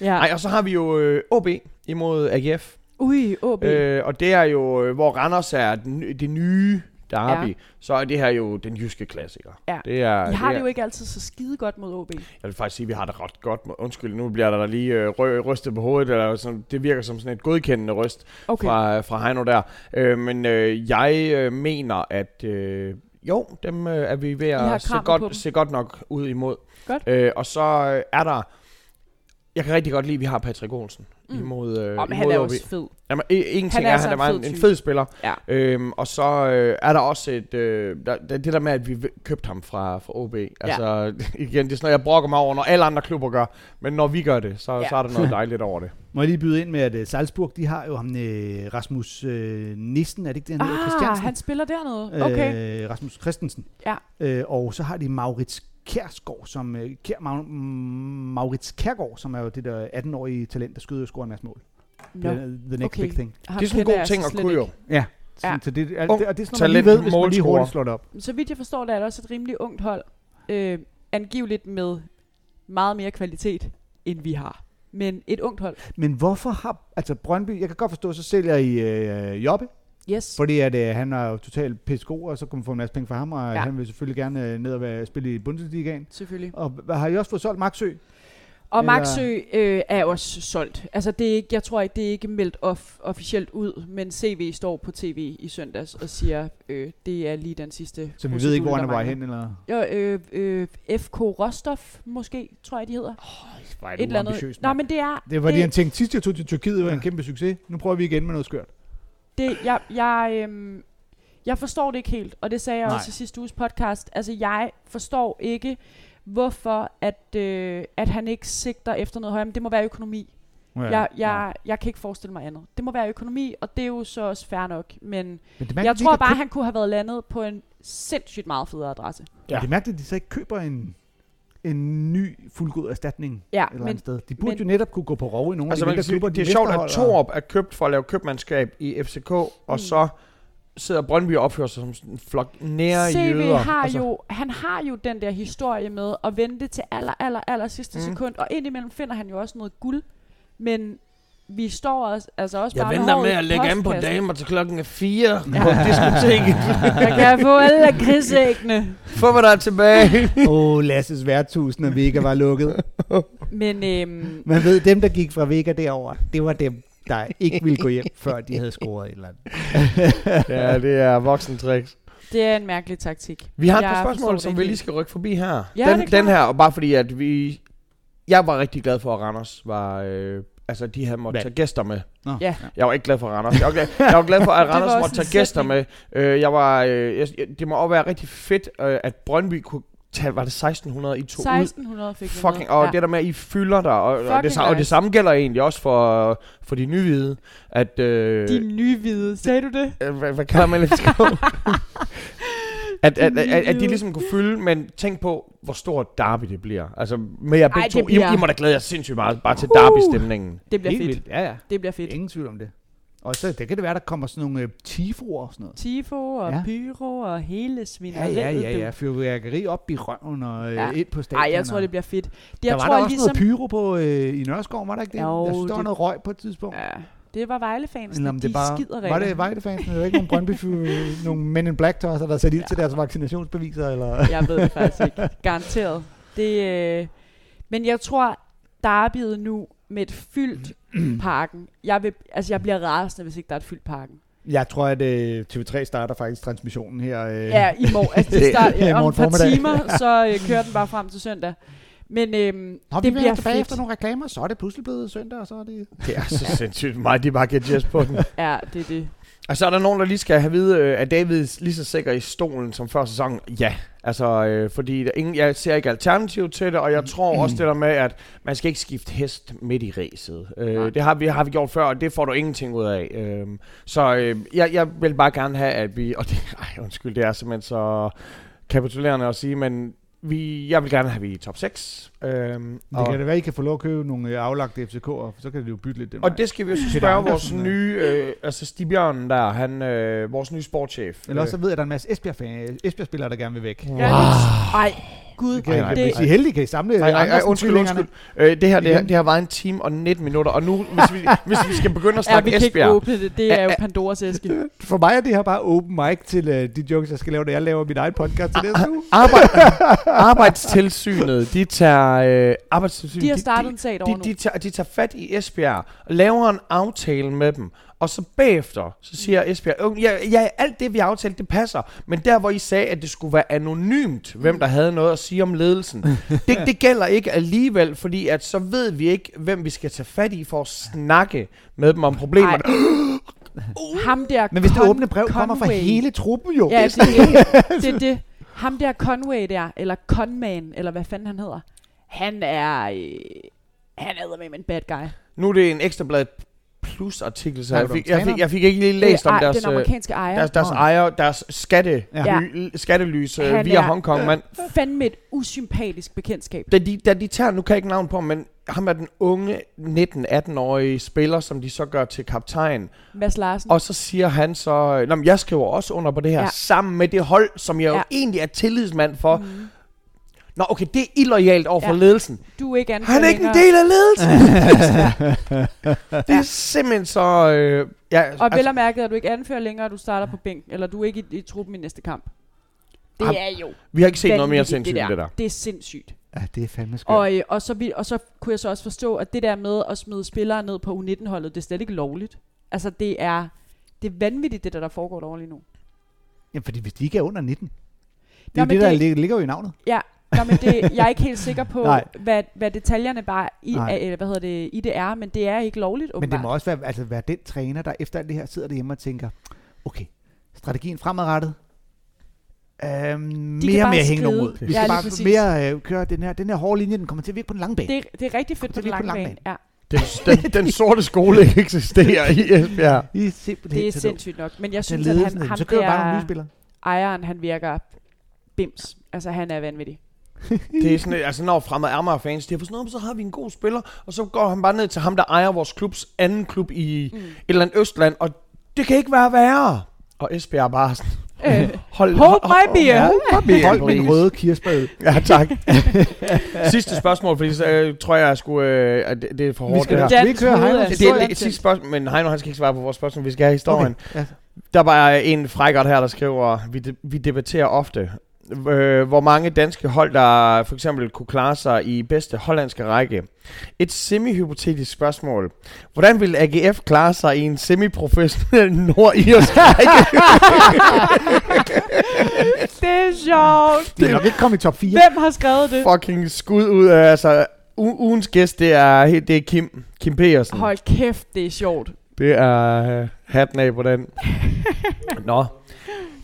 Ja.
Ej, og så har vi jo øh, OB imod AGF.
Ui, OB. Øh,
Øh, og det er jo, øh, hvor Randers er den, det nye derby,
Ja.
ja. så er det her jo den jyske klassiker.
Ja.
Det er,
I har
det er,
det jo ikke altid så skide godt mod OB.
Jeg vil faktisk sige, at vi har det ret godt. med- Undskyld, nu bliver der da lige øh, rø- rystet på hovedet. Eller sådan, det virker som sådan et godkendende ryst
Okay.
okay. fra, fra Heino der. Øh, men øh, jeg øh, mener, at øh, jo, dem øh, er vi ved
har
at se
krammet på dem.
godt, se godt nok ud imod.
Godt.
Øh, og så øh, er der... Jeg kan rigtig godt lide, at vi har Patrick Olsen
Mm.
mm. imod, øh,
Åh, men han
imod
er jo
OB.
også fed.
Jamen, i- en
Han
ting
er
er, at
altså
han er bare
en fed
en, en
type.
fed spiller.
Ja.
Øhm, og så øh, er der også et, øh, der, der, det der med, at vi v- købte ham fra, fra OB. Altså, igen, det er sådan noget, jeg brokker mig over, når alle andre klubber gør. Men når vi gør det, så,
Ja.
ja. så er der noget dejligt over det.
Må jeg lige byde ind med, at øh, Salzburg, de har jo ham, øh, Rasmus øh, Nissen, er det ikke det, han hedder?
Ah,
Christiansen?
han spiller dernede. Okay.
Øh, Rasmus Christensen.
Ja.
Øh, og så har de Maurits Kjærsgaard, som, øh, Kjær, Mag, Maurits Kjærgaard, som er jo det der 18-årige talent, der skyder og scorer en masse mål.
Nå,
The, the next
okay.
big thing.
ham
det er sådan en
kender
god
jeg
ting
så
at
slet
kunne jo.
ikke. Ja.
Ja. Så det, er,
Ung,
det, og det er sådan noget, man lige
talent,
ved, hvis man lige
målscorer.
hurtigt slår det op.
Men Så vidt jeg forstår, der er det også et rimelig ungt hold. Øh, angiveligt med meget mere kvalitet, end vi har. Men et ungt hold.
Men hvorfor har... Altså Brøndby, jeg kan godt forstå, så sælger I øh, Jobbe,
Yes.
fordi at, øh, han er jo totalt pissegod, og så kunne man få en masse penge fra ham, og
Ja.
ja. han vil selvfølgelig gerne øh, ned og være, spille i Bundesligaen.
Selvfølgelig.
Og hvad- har I også fået solgt Maxø?
Og
Eller-
Maxø øh, er også solgt. Altså det er ikke, jeg tror ikke, det er ikke meldt off, officielt ud, men CV står på tv i søndags og siger, øh, det er lige den sidste
Så vi ved
procedure,
ikke, hvor han er
der
på vej
mangler.
hen, eller...
Jo, øh, øh, FK Rostov måske, tror jeg de hedder.
Hvor er
Et eller andet. Nej, men det er...
Det var det,
det,
han tænkte sidst, jeg tog til Tyrkiet, var en kæmpe succes. Nu prøver vi igen med noget skørt.
det, jeg, jeg, øhm, jeg forstår det ikke helt, og det sagde jeg
Nej.
også i sidste uges podcast. Altså, jeg forstår ikke, hvorfor at, øh, at han ikke sigter efter noget højere. Men det må være økonomi.
Ja,
Ja, jeg, jeg, jeg kan ikke forestille mig andet. Det må være økonomi, og det er jo så også fair nok. Men
Men det er
Man
mærkeligt,
jeg
de
tror
ikke har
bare, han kunne have været landet på en sindssygt meget federe adresse.
købt- Men Det er mærkeligt, at de så ikke køber en, en ny fuldgod erstatning
Ja,
et eller
men
andet sted. De burde
men-
jo netop kunne gå på rov i nogle
Altså,
af de
man kan
mindre
sige,
klubber,
det er
de
sjovt, at
mesterholder.
Torp er købt for at lave købmandskab i FCK,
Mm.
og så sidder Brøndby og opfører sig som sådan en flok nære
CV
jøder.
har
altså,
jo, han har jo den der historie med at vente til aller, aller, aller sidste mm.
Mm.
sekund, og indimellem finder han jo også noget guld, men vi står også, altså også bare håret i postkassen.
til klokken er fire
Ja.
diskoteket.
Jeg kan få alle krigsæggene.
Få mig der tilbage.
Åh, oh, Lasses værtshus, når Vega var lukket.
Men øhm,
Man ved, dem, der gik fra Vega derover, det var dem, der ikke ville gå hjem, før de havde scoret et eller andet.
ja, det er voksentricks.
det er en mærkelig taktik.
Vi har et
Jeg
par
forstår
spørgsmål,
det
som
ikke
vi
helt.
lige skal rykke forbi her. den,
Ja, det er klart.
den her, og bare fordi, at vi... Jeg var rigtig glad for, at Randers var... Øh, altså, de havde måttet
Hvad?
tage gæster med.
Nå.
Ja.
Jeg var ikke glad for Randers. Jeg var glad, jeg var glad for, at
Det var
Randers
også
måtte
en
tage gæster med.
sætning.
Øh, jeg var, øh, jeg, jeg- det må også være rigtig fedt, øh, at Brøndby kunne tage... Var det 1600 i to ud?
1600 fik vi
Fucking,
med.
og ja. det der med, at I fylder dig, og, og,
Fucking
det, sa- og det
nice.
samme gælder egentlig også for, for de nyhvide, at... Øh,
De nye hvide, sagde du det?
Øh, hvad, hvad kalder man FCK? at, at, at, at de
Livet.
ligesom kunne fylde, men tænk på, hvor stort derby det bliver. Altså, med jer begge
Ej, det
to,
bliver-
I, I må da glæde jer sindssygt meget, bare til
Uh.
derby-stemningen.
Det bliver fedt.
Ja, ja.
Det bliver fedt.
Ingen tvivl om det. Og så det kan det være, der kommer sådan nogle øh, tifoer og sådan noget.
Tifo og ja.
Ja.
pyro og hele
Ja,
svineriet.
ja, ja,
du.
ja. Fyrværkeri op i røven og øh,
Ja.
ja. ind på stadion.
Ej, jeg tror,
og-
det bliver fedt. Det,
Der
jeg
var
tror,
der også
ligesom,
noget pyro på øh, i Nørskov, var der ikke det?
Jo,
Jo, jeg synes, der var
det-
noget røg på et tidspunkt.
Ja, det var Vejlefansene,
Eller om
de
det bare,
skider
var det Vejlefansene? Der var ikke nogle Brøndby, nogle Men in Black tosser, der satte ild til
Ja.
deres vaccinationsbeviser? Eller?
Jeg ved det faktisk ikke. Garanteret. Det, øh, men jeg tror, derbyet nu med et fyldt parken. Jeg, vil, altså, jeg bliver rasende, hvis ikke der er et fyldt parken.
Jeg tror, at øh, TV3 starter faktisk transmissionen her. Øh.
Ja, i morgen. Altså, det
Det-
start,
Ja, i
ja, om
morgen
et par
formiddag.
timer, så øh, kører den bare frem til søndag. Men øhm,
Nå,
det
vi
bliver
bliver tilbage
fedt.
efter nogle reklamer, så er det pludselig blevet søndag, og så er det...
Det er så sindssygt meget, de bare kan jazz på den.
Ja, det er det.
Og så Altså, er der nogen, der lige skal have at vide, øh, at David lige så sikker i stolen som før sæsonen? Ja. Altså, øh, fordi der ingen, jeg ser ikke alternativ til det, og jeg tror også det der med, at man skal ikke skifte hest midt i ræset.
Nej.
Øh, det har vi, har vi gjort før, og det får du ingenting ud af. Øh, så øh, jeg, jeg vil bare gerne have, at vi... Og det, ej, undskyld, det er simpelthen så kapitulerende at sige, men Vi, jeg vil gerne have vi er i top 6. Øhm,
Men Det kan da være, I kan få lov at købe nogle øh, aflagte FCK'er, for så kan det jo bytte lidt den
Og
vej.
det skal vi jo så
Peter
spørge vores
Ankersen, ja.
nye, øh, altså Stig Bjørn der, han, øh, vores nye sportschef.
Eller også så
Øh,
ved jeg, at der er en masse Esbjerg-fan- Esbjerg-spillere, der gerne vil væk.
Ja, det- Ej, gud.
Det kan,
nej,
nej,
det,
nej, hvis I er heldige, kan I samle
Nej, nej, nej,
Andersen-
undskyld,
tvillingerne.
undskyld. Øh, det her, det, har-
Igen.
det har været en time og 19 minutter, og nu, hvis vi, hvis vi skal begynde at
ja, vi
snakke
kan ikke
Esbjerg,
åbne det. Det er jo Pandoras æske.
For mig er det her bare open mic til øh, de jokes, jeg skal lave, når jeg laver min egen podcast til næste uge.
arbejde, arbejdstilsynet, de tager, øh, arbejdstilsynet,
De har
de-
startet en sag over
de,
nu.
de, tager, de tager fat i Esbjerg og laver en aftale med dem. Og så bagefter, så siger Esbjerg, "Øh, ja, ja, alt det vi aftalte, det passer. Men der, hvor I sagde, at det skulle være anonymt, hvem der havde noget at sige om ledelsen, det, det gælder ikke alligevel, fordi at så ved vi ikke, hvem vi skal tage fat i for at snakke med dem om problemerne.
Ej.
Uh.
Ham der
Men hvis det
Con-
åbne brev kommer fra
Conway.
hele truppen jo.
Ja, altså, det er det. er det. Ham der Conway der, eller Conman, eller hvad fanden han hedder, han er... Øh, han er med en bad guy.
Nu er det en ekstrablad plus artikel, så
Taler
jeg
du
fik,
om
jeg, fik,
træneren?
jeg fik ikke lige læst
Øh,
om
ej,
deres,
den
øh,
amerikanske ejer.
deres, deres
Nå.
ejer, deres skatte, ja.
Ja.
skattelys øh,
Han
via
er-
Hongkong, mand.
Fandme et usympatisk bekendtskab.
Da de, da de tager, nu kan jeg ikke navn på ham, men ham er den unge 19-18-årige spiller, som de så gør til kaptajn.
Mads Larsen.
Og så siger han så, Nå, men jeg skriver også under på det her, ja.
Ja.
sammen med det hold, som jeg ja. jo
Ja. Mhm.
egentlig er tillidsmand for. Mm. Nå okay, det er illoyalt over for
Ja.
ledelsen.
du er ikke anfører
Han er ikke en
længere.
del af ledelsen! det er simpelthen så... Øh, ja,
Og vel og mærket er du ikke anfører længere, og du starter på bænken, eller du er ikke i, i truppen i næste kamp. Det
Ham-
er jo
vi har ikke set noget mere
vanvittigt,
sindssygt end det der.
Det er sindssygt.
Ja, det er fandme skørt.
Og, øh, og, så, vi, og så kunne jeg så også forstå, at det der med at smide spillere ned på U19-holdet, det er slet ikke lovligt. Altså, det er, det er vanvittigt, det der, der foregår derovre lige nu.
Jamen, fordi hvis de ikke er under 19, det
Nå,
er jo
men
det, der
det-
lig- ligger jo i navnet.
Ja, Nå, men det, jeg er ikke helt sikker på,
Nej.
hvad, hvad detaljerne bare i,
Nej.
eller, hvad hedder det, i det er, men det er ikke lovligt,
Men
åbenbart.
det må også være, altså, være den træner, der efter alt det her sidder derhjemme og tænker, okay, strategien fremadrettet, øhm, mere
bare
og mere hænge
skride.
nogen ud. Vi
Ja,
skal
lige
bare
præcis.
mere øh, køre den her, den her hårde linje, den kommer til at virke på den lange bane.
det, det er rigtig fedt
Det
på
er lige
den
på
lange
den lange
bane. Ja,
Den, den, den sorte skole eksisterer i Esbjerg.
Det er simpelthen
det er
så dumt.
sindssygt nok. Men jeg
Den
synes, at
ledelsen,
han,
han,
ham
så kører bare nogle nye
der
spillere.
ejeren, han virker bims. Altså, han er vanvittig.
Det er sådan, lidt- altså når fremad Amager fans, de har fået sådan noget, så har vi en god spiller, og så går han bare ned til ham, der ejer vores klubs anden klub i mm. et eller andet Østland, og det kan ikke være værre. Og Esbjerg er bare sådan,
Øh,
hold,
Hold my beer.
hold,
Hold min røde kirsebærøl.
Ja, tak. sidste spørgsmål, fordi så øh, tror jeg, jeg skulle, øh, at det, det er for hårdt.
skal
Det, her.
da-
det,
vi
Dansk
kører Heino.
hovedland.
Det
Altså, det er
Sådan
det
set.
sidste spørgsmål, men Heino, han skal ikke svare på vores spørgsmål, vi skal have historien. Okay.
ja.
Der var en frækert her, der skriver, vi, de- vi debatterer ofte, øh, hvor mange danske hold, der for eksempel kunne klare sig i bedste hollandske række. Et semi-hypotetisk spørgsmål. Hvordan ville AGF klare sig i en semi-professionel nordirsk række?
Det er sjovt.
Det er nok ikke kommet i top 4.
Hvem har skrevet det?
Fucking skud ud af, altså... U- ugens gæst, det er, helt- det er Kim, Kim Petersen.
Hold kæft, det er sjovt.
Det er uh, hatten af på den. Nå.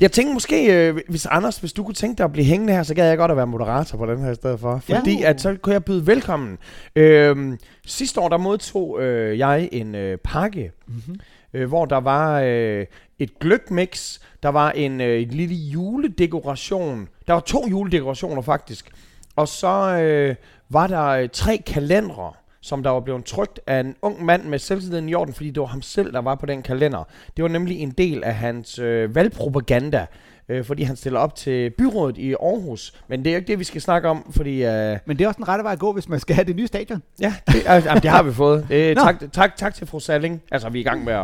Jeg tænkte måske, øh, hvis Anders, hvis du kunne tænke dig at blive hængende her, så gad jeg godt at være moderator på den her i stedet for.
Ja.
Fordi at så kunne jeg byde velkommen. Øhm, sidste år, der modtog øh, jeg en øh, pakke,
Mhm.
Mm-hmm.
øh, hvor der var øh, et gløgmix, der var en øh, et lille juledekoration. Der var to juledekorationer faktisk. Og så øh, var der øh, tre kalendere, som der var blevet trygt af en ung mand med selvtilliden i orden, fordi det var ham selv, der var på den kalender. Det var nemlig en del af hans øh, valgpropaganda, øh, fordi han stiller op til byrådet i Aarhus. Men det er jo ikke det, vi skal snakke om, fordi... Øh,
Men det er også den rette vej at gå, hvis man skal have det nye stadion.
ja, det, øh, jamen, det har vi fået. Øh,
Nå.
tak, tak, tak til fru Salling. Altså, vi er i gang med at...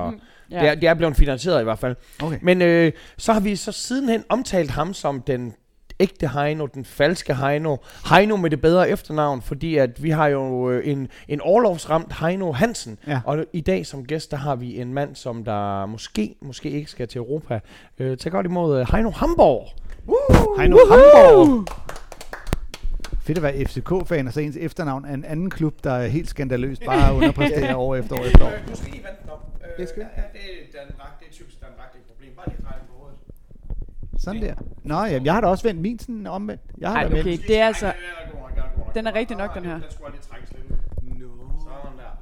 Ja.
Det, er, det er blevet finansieret i hvert fald.
Okay.
Men øh, så har vi så sidenhen omtalt ham som den ægte Heino, den falske Heino. Heino med det bedre efternavn, fordi at vi har jo øh, en, en overlovsramt Heino Hansen.
Ja.
Og i dag som gæst, der har vi en mand, som der måske, måske ikke skal til Europa. Øh, tag godt imod øh, Heino Hamburg.
Heino Hamburg. Fedt at være FCK-fan, og så ens efternavn er en anden klub, der er helt skandaløst bare underpræsterer år efter år efter år.
du skal lige vente om. Øh,
Jeg skal. ja,
det er typisk Danmark, det er et problem. Bare lige dreje på hovedet.
Sådan der. Nå, jamen, jeg har da også vendt min sådan omvendt. Jeg har
Ej,
da vendt.
okay, det er altså... Den er rigtig nok, den her.
Den skulle jeg lige trækkes lidt.
No.
Sådan der.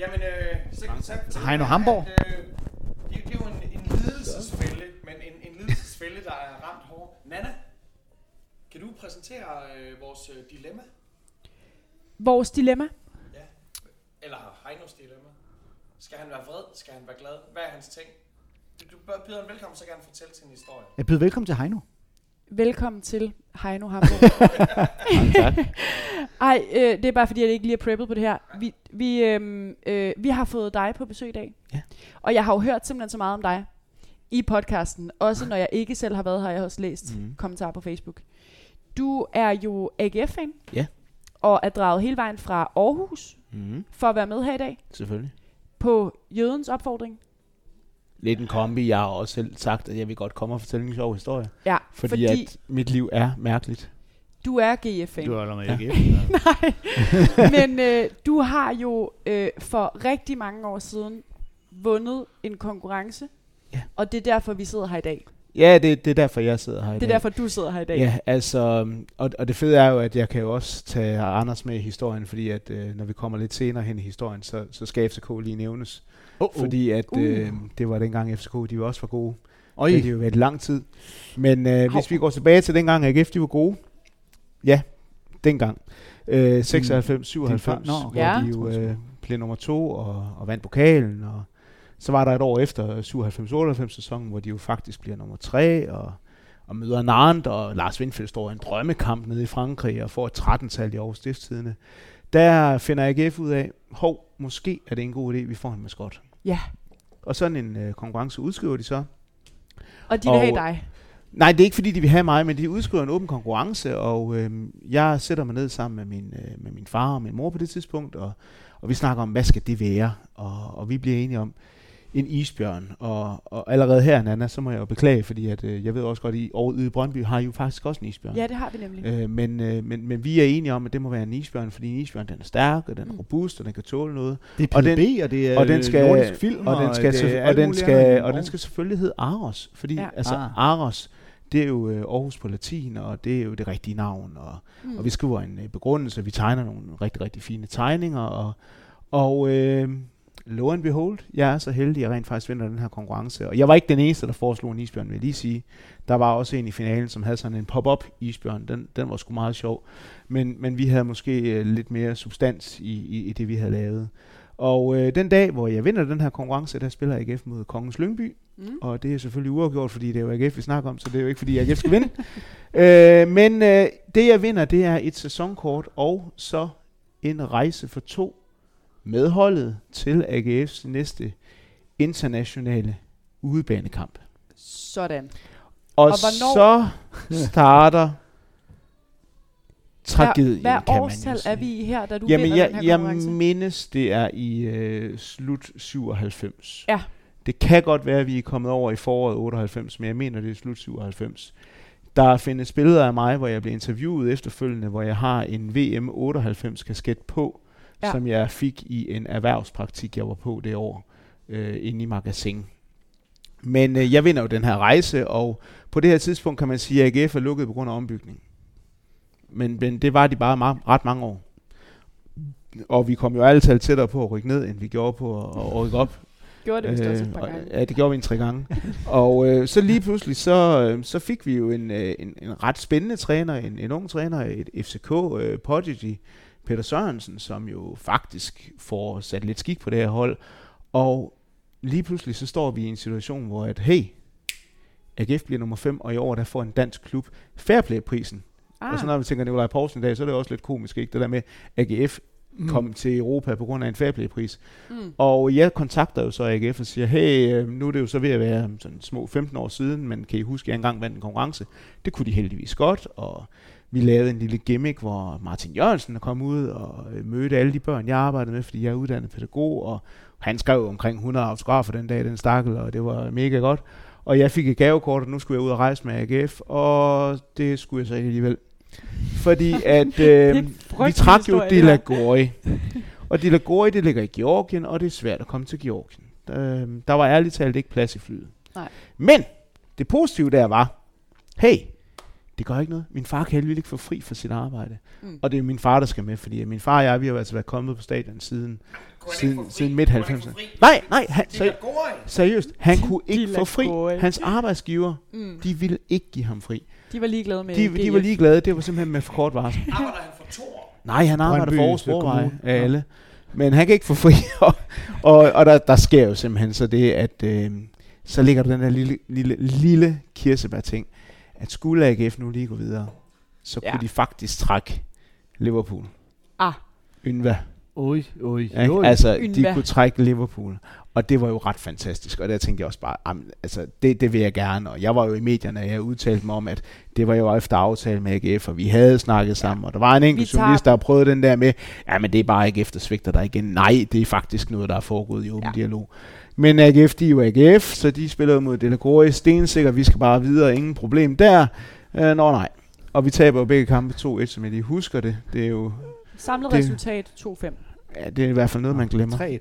Jamen, øh, så, så, så
Heino Hamborg.
At, øh, det, det er jo en, en lidelsesfælde, men en, en lidelsesfælde, der er ramt hårdt. Nana, kan du
præsentere øh, vores øh, dilemma?
Vores dilemma.
Eller Heinos dilemma? Skal han være vred? Skal han være glad? Hvad er hans ting? Du- Du bør byde ham velkommen, så kan han fortælle sin historie.
Jeg byder velkommen til Heino.
Velkommen til Heino Hamburg. Ej, øh, det er bare fordi, jeg ikke lige er preppet på det her. Vi, vi, øhm, øh, vi har fået dig på besøg i dag.
Ja.
Og jeg har jo hørt simpelthen så meget om dig i podcasten. Også når jeg ikke selv har været her, jeg har også læst mm. kommentarer på Facebook. Du er jo AGF-fan.
Ja.
Og er draget hele vejen fra Aarhus
Mm,
for at være med her i dag
selvfølgelig.
på Jødens opfordring.
Lidt en kombi. Jeg har også selv sagt, at jeg vil godt komme og fortælle en sjov historie.
Ja,
Fordi, fordi at mit liv er mærkeligt.
du er GF-fan.
Du holder med
Ja.
AGF.
Nej, men øh, du har jo øh, for rigtig mange år siden vundet en konkurrence,
Ja.
og det er derfor, vi sidder her i dag.
Ja, det, det er derfor, jeg sidder her i
Det er
dag.
derfor, du sidder her i dag.
Ja, altså, mm, og, og det fede er jo, at jeg kan jo også tage Anders med i historien, fordi at øh, når vi kommer lidt senere hen i historien, så, så skal FCK lige nævnes.
Oh, oh.
Fordi at
Uh.
øh, det var dengang FCK, de var også for gode.
Oj.
Det har de jo været lang tid. Men øh, hvis vi går tilbage til dengang, AGF de var gode. Ja, dengang. Øh, 96,
din
97,
far- nå,
hvor
Ja.
de jo øh, blev nummer to og, og vandt pokalen. Og så var der et år efter 97-98 sæsonen, hvor de jo faktisk bliver nummer tre og, og møder Narent, og Lars Windfeldt står i en drømmekamp nede i Frankrig og får et 13-tal i Aarhus Stiftstidende. Der finder AGF ud af, hov, måske er det en god idé, vi får en maskot.
Ja.
Og sådan en øh, konkurrence udskriver de så.
Og de vil
Og-
have dig.
Nej, det er ikke fordi, de vil have mig, men de udskriver en åben konkurrence, og øh, jeg sætter mig ned sammen med min, øh, med min far og min mor på det tidspunkt, og, og vi snakker om, hvad skal det være? Og, og vi bliver enige om en isbjørn. Og, og allerede her, Nana, så må jeg jo beklage, fordi at, øh, jeg ved også godt, at I over ude i Brøndby har I jo faktisk også en isbjørn.
Ja, det har vi nemlig.
Øh, men, øh, men, men vi er enige om, at det må være en isbjørn, fordi en isbjørn den er stærk, og den er
Mm.
robust, og den kan tåle noget.
Det er PDB,
Og
og,
den-
den, og det er
og den
øh,
skal-
øh, nordisk film,
og den skal,
det er
selvfø- og
alt
den
muligt
skal,
andet.
og den skal selvfølgelig hedde Aros, fordi
Ja.
ja. altså
Ah.
Aros, det er jo øh, Aarhus på latin, og det er jo det rigtige navn, og,
Mm.
og vi skriver en øh, begrundelse, vi tegner nogle rigtig, rigtig fine tegninger, og, og øh, lo and behold, jeg er så heldig, at jeg rent faktisk vinder den her konkurrence, og jeg var ikke den eneste, der foreslog en isbjørn, vil jeg lige sige. Der var også en i finalen, som havde sådan en pop-up isbjørn, den, den var sgu meget sjov, men, men vi havde måske øh, lidt mere substans i, i, i det, vi havde lavet. Og øh, den dag, hvor jeg vinder den her konkurrence, der spiller AGF mod Kongens Lyngby,
Mm.
og det er selvfølgelig uafgjort, fordi det er jo AGF, vi snakker om, så det er jo ikke, fordi AGF skal vinde. øh, men øh, det, jeg vinder, det er et sæsonkort, og så en rejse for to med holdet til AGF's næste internationale udebanekamp.
Sådan.
Og, og
hvornår-
så starter tragedien,
Hvad
kan man jo
årstal er
sige.
vi i her, da du
Jamen,
vinder
jeg,
den her
jeg
konkurrence?
mindes, det er i øh, slut 97.
Ja.
Det kan godt være, at vi er kommet over i foråret 98, men jeg mener, det er slut 97. Der findes billeder af mig, hvor jeg bliver interviewet efterfølgende, hvor jeg har en VM 98-kasket på,
Ja.
ja. som jeg fik i en erhvervspraktik, jeg var på det år, øh, inde i magasin. Men øh, jeg vinder jo den her rejse, og på det her tidspunkt kan man sige, at AGF er lukket på grund af ombygning. Men, men det var de bare meget, ret mange år. Og vi kom jo alle talt tættere på at rykke ned, end vi gjorde på at, at rykke op. Øh,
Gjorde det vist også et par
og-
gange.
Ja, det gjorde vi en tre gange. og øh, så lige pludselig, så, øh, så fik vi jo en, øh, en, en ret spændende træner, en, en ung træner, et FCK, øh, Podigy, Peter Sørensen, som jo faktisk får sat lidt skik på det her hold. Og lige pludselig, så står vi i en situation, hvor at, hey, AGF bliver nummer 5, og i år der får en dansk klub Fairplay-prisen. Ah. Og så
Ah,
når vi tænker Nikolaj Poulsen i dag, så er det også lidt komisk, ikke? Det der med, AGF mm. kom til Europa på grund af en Fairplay-pris.
mm.
Og jeg kontakter jo så AGF og siger, hey, øh, nu er det jo så ved at være sådan små 15 år siden, men kan I huske, at jeg engang vandt en konkurrence? Det kunne de heldigvis godt, og vi lavede en lille gimmick, hvor Martin Jørgensen kom ud og øh, mødte alle de børn, jeg arbejdede med, fordi jeg er uddannet pædagog, og han skrev jo omkring 100 autografer den dag, den stakkel, og det var mega godt. Og jeg fik et gavekort, og nu skulle jeg ud og rejse med AGF, og det skulle jeg så ikke alligevel. Fordi at...
Det er
Øh,
en
vi
frygtelig
trak jo
historie, det her.
Delagori. og Delagori, det ligger i Georgien, og det er svært at komme til Georgien. Øh, der var ærligt talt ikke plads i flyet.
Nej.
Men det positive der var, hey, det gør ikke noget. Min far kan heldigvis ikke få fri for sit arbejde.
Mm.
Mm. Og det er min far, der skal med, fordi min far og jeg, vi har altså været kommet på stadion siden
Kunne han ikke få
siden,
fri?
siden midt-90'erne.
Kunne han ikke få fri?
Nej, nej, han,
De
seri-
er gode.
seriøst, han kunne
De
ikke
er
få fri.
gode.
Hans arbejdsgiver,
Mm.
de ville ikke give ham fri.
De var ligeglade med
De, de
GF.
var ligeglade, det var simpelthen med for kort varsel.
Arbejder han for to år?
Nej, han arbejder
Brøndby
for Aarhus
Kommune.
Sporveje af alle. Men han kan ikke få fri. og og, og der, der sker jo simpelthen så det, at øh, så ligger der den der lille, lille, lille kirsebær-ting, at skulle AGF nu lige gå videre, så
Ja.
ja. kunne de faktisk trække Liverpool.
Ah.
Ynva.
Oj, oj,
Ja, ikke? altså, de
Ynva.
kunne trække Liverpool. Og det var jo ret fantastisk. Og der tænkte jeg også bare, "Jamen, altså, det, det vil jeg gerne. Og jeg var jo i medierne, og jeg udtalte mig om, at det var jo efter aftale med AGF, og vi havde snakket sammen. Og der var en enkelt
Vi tager
journalist, der prøvede den der med, ja, men det er bare AGF, der svigter dig igen. Nej, det er faktisk noget, der er foregået i åben
Ja.
ja. dialog. Men AGF, de er jo AGF, så de spiller jo mod Delacour i stensikker. Vi skal bare videre, ingen problem der. Øh, nå nej. Og vi taber jo begge kampe 2-1, som jeg lige husker det. Det er jo
Samlet
det-
resultat 2-5.
ja, det er i hvert fald noget, man glemmer.
3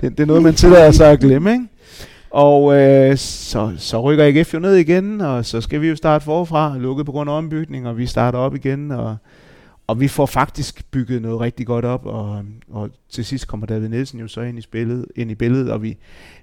Det, det er noget, man tillader sig at glemme, ikke? Og øh, så, så rykker AGF jo ned igen, og så skal vi jo starte forfra, lukket på grund af ombygning, og vi starter op igen, og, og vi får faktisk bygget noget rigtig godt op, og, og til sidst kommer David Nielsen jo så ind i, spillet, ind i billedet, og vi,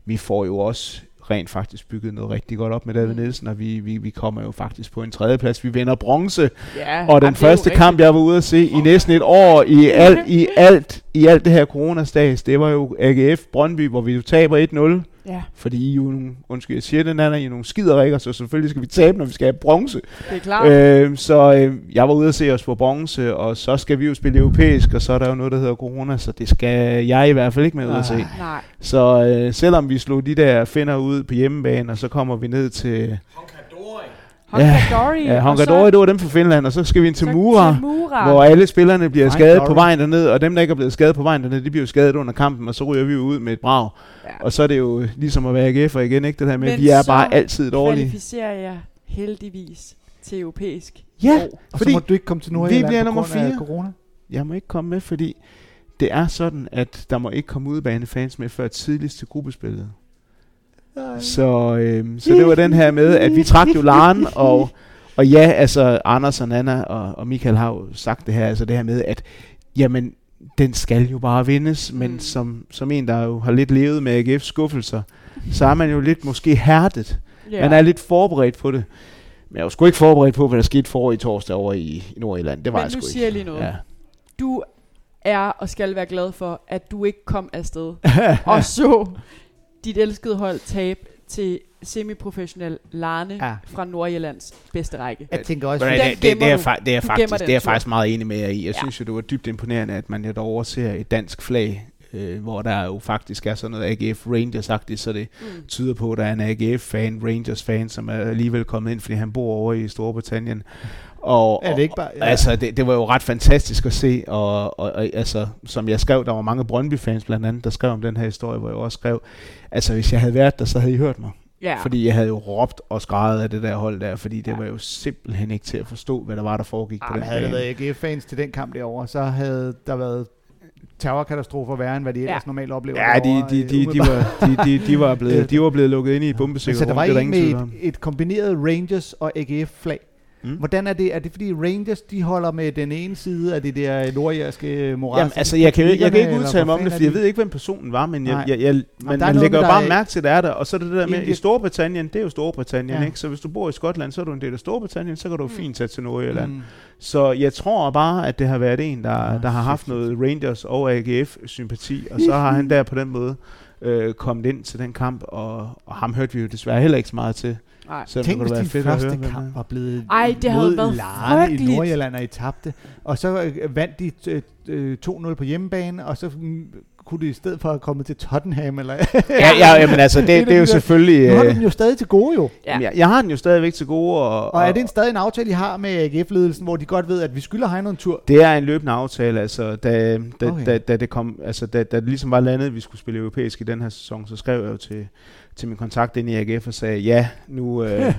vi får jo også rent faktisk bygget noget rigtig godt op med David
Mm.
Nielsen, og vi, vi, vi kommer jo faktisk på en tredjeplads. Vi vinder bronze,
Ja,
og den
jamen, det er jo
første
rigtigt.
kamp, jeg var ude at se i næsten et år, i alt, i alt, i alt det her coronastas, det var jo AGF Brøndby, hvor vi jo taber 1-0.
Ja,
Fordi I er jo nogle, undskyld, jeg siger det, Nana, I er nogle skiderikker, så selvfølgelig skal vi tabe, når vi skal have bronze.
det er klart.
Øh, så øh, jeg var ude at se os på bronze, og så skal vi jo spille europæisk, og så er der jo noget, der hedder corona, så det skal jeg i hvert fald ikke med ud at se.
Nej.
Så øh, selvom vi slog de der finder ud på hjemmebane, og så kommer vi ned til
Honkadori.
Honkadori.
ja,
Mm, og så-
Hongadori, det var dem fra Finland, og så skal vi ind til
så-
Mura
til Mura.
hvor alle spillerne bliver
Fine
skadet
glory.
på vejen derned, og dem, der ikke er blevet skadet på vejen derned, de bliver jo skadet under kampen, og så ryger vi jo ud med et brag.
Ja.
Og så er det jo øh, ligesom at være AGF'er igen, ikke? Det der med,
Men
at vi er
så
bare altid dårlige.
kvalificerer jeg heldigvis til europæisk.
Ja,
Og
fordi
så må du ikke komme til Nordjylland
vi bliver
på
nummer
grund af
fire.
corona.
jeg må ikke komme med, fordi det er sådan, at der må ikke komme udebanefans med før tidligst til gruppespillet. Så, øhm, så det var den her med, at vi trak jo laren, og, og ja, altså Anders og Nana og, og Michael har jo sagt det her, altså det her med, at jamen, den skal jo bare vindes, men
Mm.
som, som en, der jo har lidt levet med AGF's skuffelser, så er man jo lidt måske hærdet.
Ja.
Yeah. Man er lidt forberedt på det. Men jeg var sgu ikke forberedt på, hvad der skete for i torsdag over i, i Nordjylland. Det var
Men
jeg
nu
sgu ikke.
siger jeg lige noget.
Ja.
du er og skal være glad for, at du ikke kom afsted og så dit elskede hold tabe til semiprofessionel Larne ja.
Ja.
fra Nordjyllands bedste række.
Jeg tænker også,
Men
Den
det, det,
Altså, gemmer
det, det, er,
du.
fa- det er
Du
faktisk,
gemmer den
det er jeg
tur.
faktisk meget enig med jer i. Jeg
Ja.
ja. synes jo, det var dybt imponerende, at man lidt overser et dansk flag, øh, hvor der jo faktisk er sådan noget AGF Rangers agtigt så det
Mm.
tyder på, at der er en AGF-fan, Rangers-fan, som er alligevel kommet ind, fordi han bor over i Storbritannien. Og,
er det ikke bare...
Ja. Altså, det, det var jo ret fantastisk at se, og, og, og altså, som jeg skrev, der var mange Brøndby-fans blandt andet, der skrev om den her historie, hvor jeg også skrev, altså hvis jeg havde været der, så havde I hørt mig.
Ja.
Fordi jeg havde jo råbt og skrejet af det der hold der, fordi det
Ja.
ja. var jo simpelthen ikke til at forstå, hvad der var, der foregik på
Ah,
den
men havde der
bane.
været AGF-fans til den kamp derovre, så havde der været terrorkatastrofer værre, end hvad de ellers normalt oplever.
Ja, de,
derovre,
de,
øh,
de, de,
umiddelbart.
var, de, de, de, var blevet, de var blevet lukket ind i bombesikkerhed.
Så der var
det er
en
ingen tvivl
med
om.
et, et kombineret Rangers og AGF-flag.
Mm.
Mm. Hvordan er det? Er det fordi Rangers, de holder med den ene side af det der nordjærske moras?
Jamen, altså, jeg kan, jo ikke- jeg kan ikke
Eller
udtale
hvor
mig om
fanden
det, fordi
er
jeg ved ikke, hvem personen var, men jeg,
Nej.
jeg, jeg, man,
der er
man
noget
lægger jo
med, der
bare
er-
mærke til, at det er der. Og så er det det der med,
Indien-
i Storbritannien, det er jo Storbritannien,
Ja.
ja. ikke? Så hvis du bor i Skotland, så er du en del af Storbritannien, så kan du jo fint tage til
de?
Nordjylland. Mm.
Mm.
Så jeg tror bare, at det har været en, der,
Ah,
der har haft
shit.
noget Rangers og AGF-sympati, og så har han der på den måde øh, kommet ind til den kamp, og, og ham hørte vi jo desværre heller ikke så meget til.
Nej.
Så
Tænk, hvis din første kamp var blevet
Ej, det havde
mod
været
Larne i
frygteligt.
Nordjylland, og I tabte. Og så øh, vandt de øh, øh, 2-0 på hjemmebane, og så mm, kunne de i stedet for have kommet til Tottenham. Eller,
Ja, ja, men altså, det, det er jo selvfølgelig...
nu har du
Øh,
dem jo stadig til gode jo.
Ja.
ja. jeg, jeg har den jo stadigvæk til gode, og,
Og er det en, stadig en aftale, I har med AGF-ledelsen, hvor de godt ved, at vi skylder Heino en tur?
Det er en løbende aftale, altså da, da,
Okay.
okay. da, da det kom, altså da, da det ligesom var landet, at vi skulle spille europæisk i den her sæson, så skrev jeg jo til, til min kontakt inde i AGF og sagde, ja, nu, øh,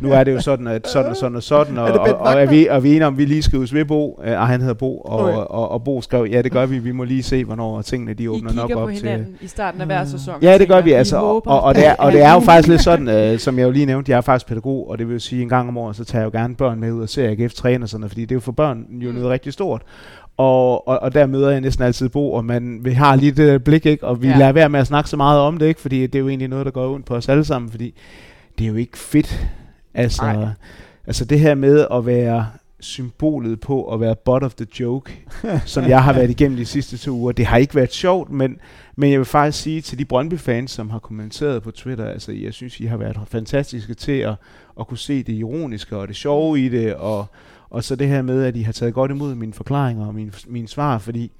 nu er det jo sådan, at sådan og sådan og sådan, og,
Er det
og,
Bent
og er, vi, er vi enige om, at vi lige skal huske ved Bo, øh, og han hedder Bo, og,
Okay.
og, og, og Bo skrev, ja det gør vi, vi må lige se, hvornår tingene de
I
åbner nok
kigger
op
på
til... Mm.
hinanden i starten af hver sæson.
Ja,
og
det gør
tænker,
vi altså, og,
håber,
og, og, det er, og det er jo
at-
faktisk lidt sådan, øh, som jeg jo lige nævnte, jeg er faktisk pædagog, og det vil sige, en gang om året, så tager jeg jo gerne børn med ud og ser AGF træne og sådan noget, fordi det er jo for børn jo noget rigtig stort. Og, og, og der møder jeg næsten altid Bo, og man, vi har lige det der blik, ikke? og vi
Ja.
ja. lader være med at snakke så meget om det, ikke? fordi det er jo egentlig noget, der går ondt på os alle sammen, fordi det er jo ikke fedt. Altså, altså det her med at være symbolet på at være butt of the joke, som jeg har været igennem de sidste to uger. Det har ikke været sjovt, men, men jeg vil faktisk sige til de Brøndby-fans, som har kommenteret på Twitter, altså jeg synes, I har været fantastiske til at, at kunne se det ironiske og det sjove i det, og, og så det her med, at I har taget godt imod mine forklaringer og mine, mine svar, fordi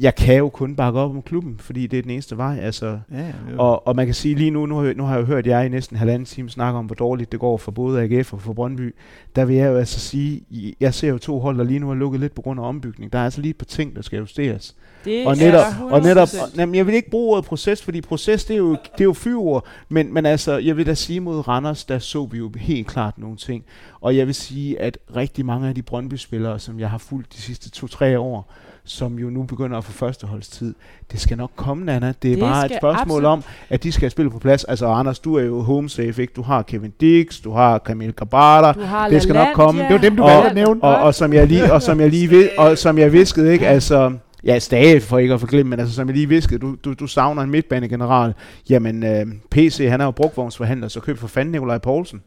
jeg kan jo kun bakke op om klubben, fordi det er den eneste vej. Altså,
Ja, jo.
og, og man kan sige lige nu, nu har, jeg- nu har jeg jo hørt jer i næsten halvanden time snakke om, hvor dårligt det går for både AGF og for Brøndby. Der vil jeg jo altså sige, I- jeg ser jo to hold, der lige nu er lukket lidt på grund af ombygning. Der er altså lige et par ting, der skal justeres.
Det
Og
er
netop, og
100%.
netop og, jamen, jeg vil ikke bruge ordet proces, fordi proces, det er jo, det er jo fyvord, men, men altså, jeg vil da sige mod Randers, der så vi jo helt klart nogle ting, og jeg vil sige, at rigtig mange af de Brøndby-spillere, som jeg har fulgt de sidste to-tre år, som jo nu begynder at få førsteholdstid, det skal nok komme, Nana. Det er
Det
bare et
skal
spørgsmål
absolut.
om, at de skal spille på plads. Altså, Anders, du er jo home safe, ikke? Du har Kevin Dix, du har Kamil Kabata,
Du har
det skal nok
Lalandia.
komme. Det var dem,
du
Og-
valgte at nævne.
og, og som jeg lige og som jeg lige ved, og som jeg viskede, ikke? Altså ja, stage for ikke at forglemme, men altså som jeg lige viskede, du, du, du savner en midtbanegeneral. Jamen øh, PC, han er jo brugvognsforhandler, så køb for fanden Nikolaj Poulsen.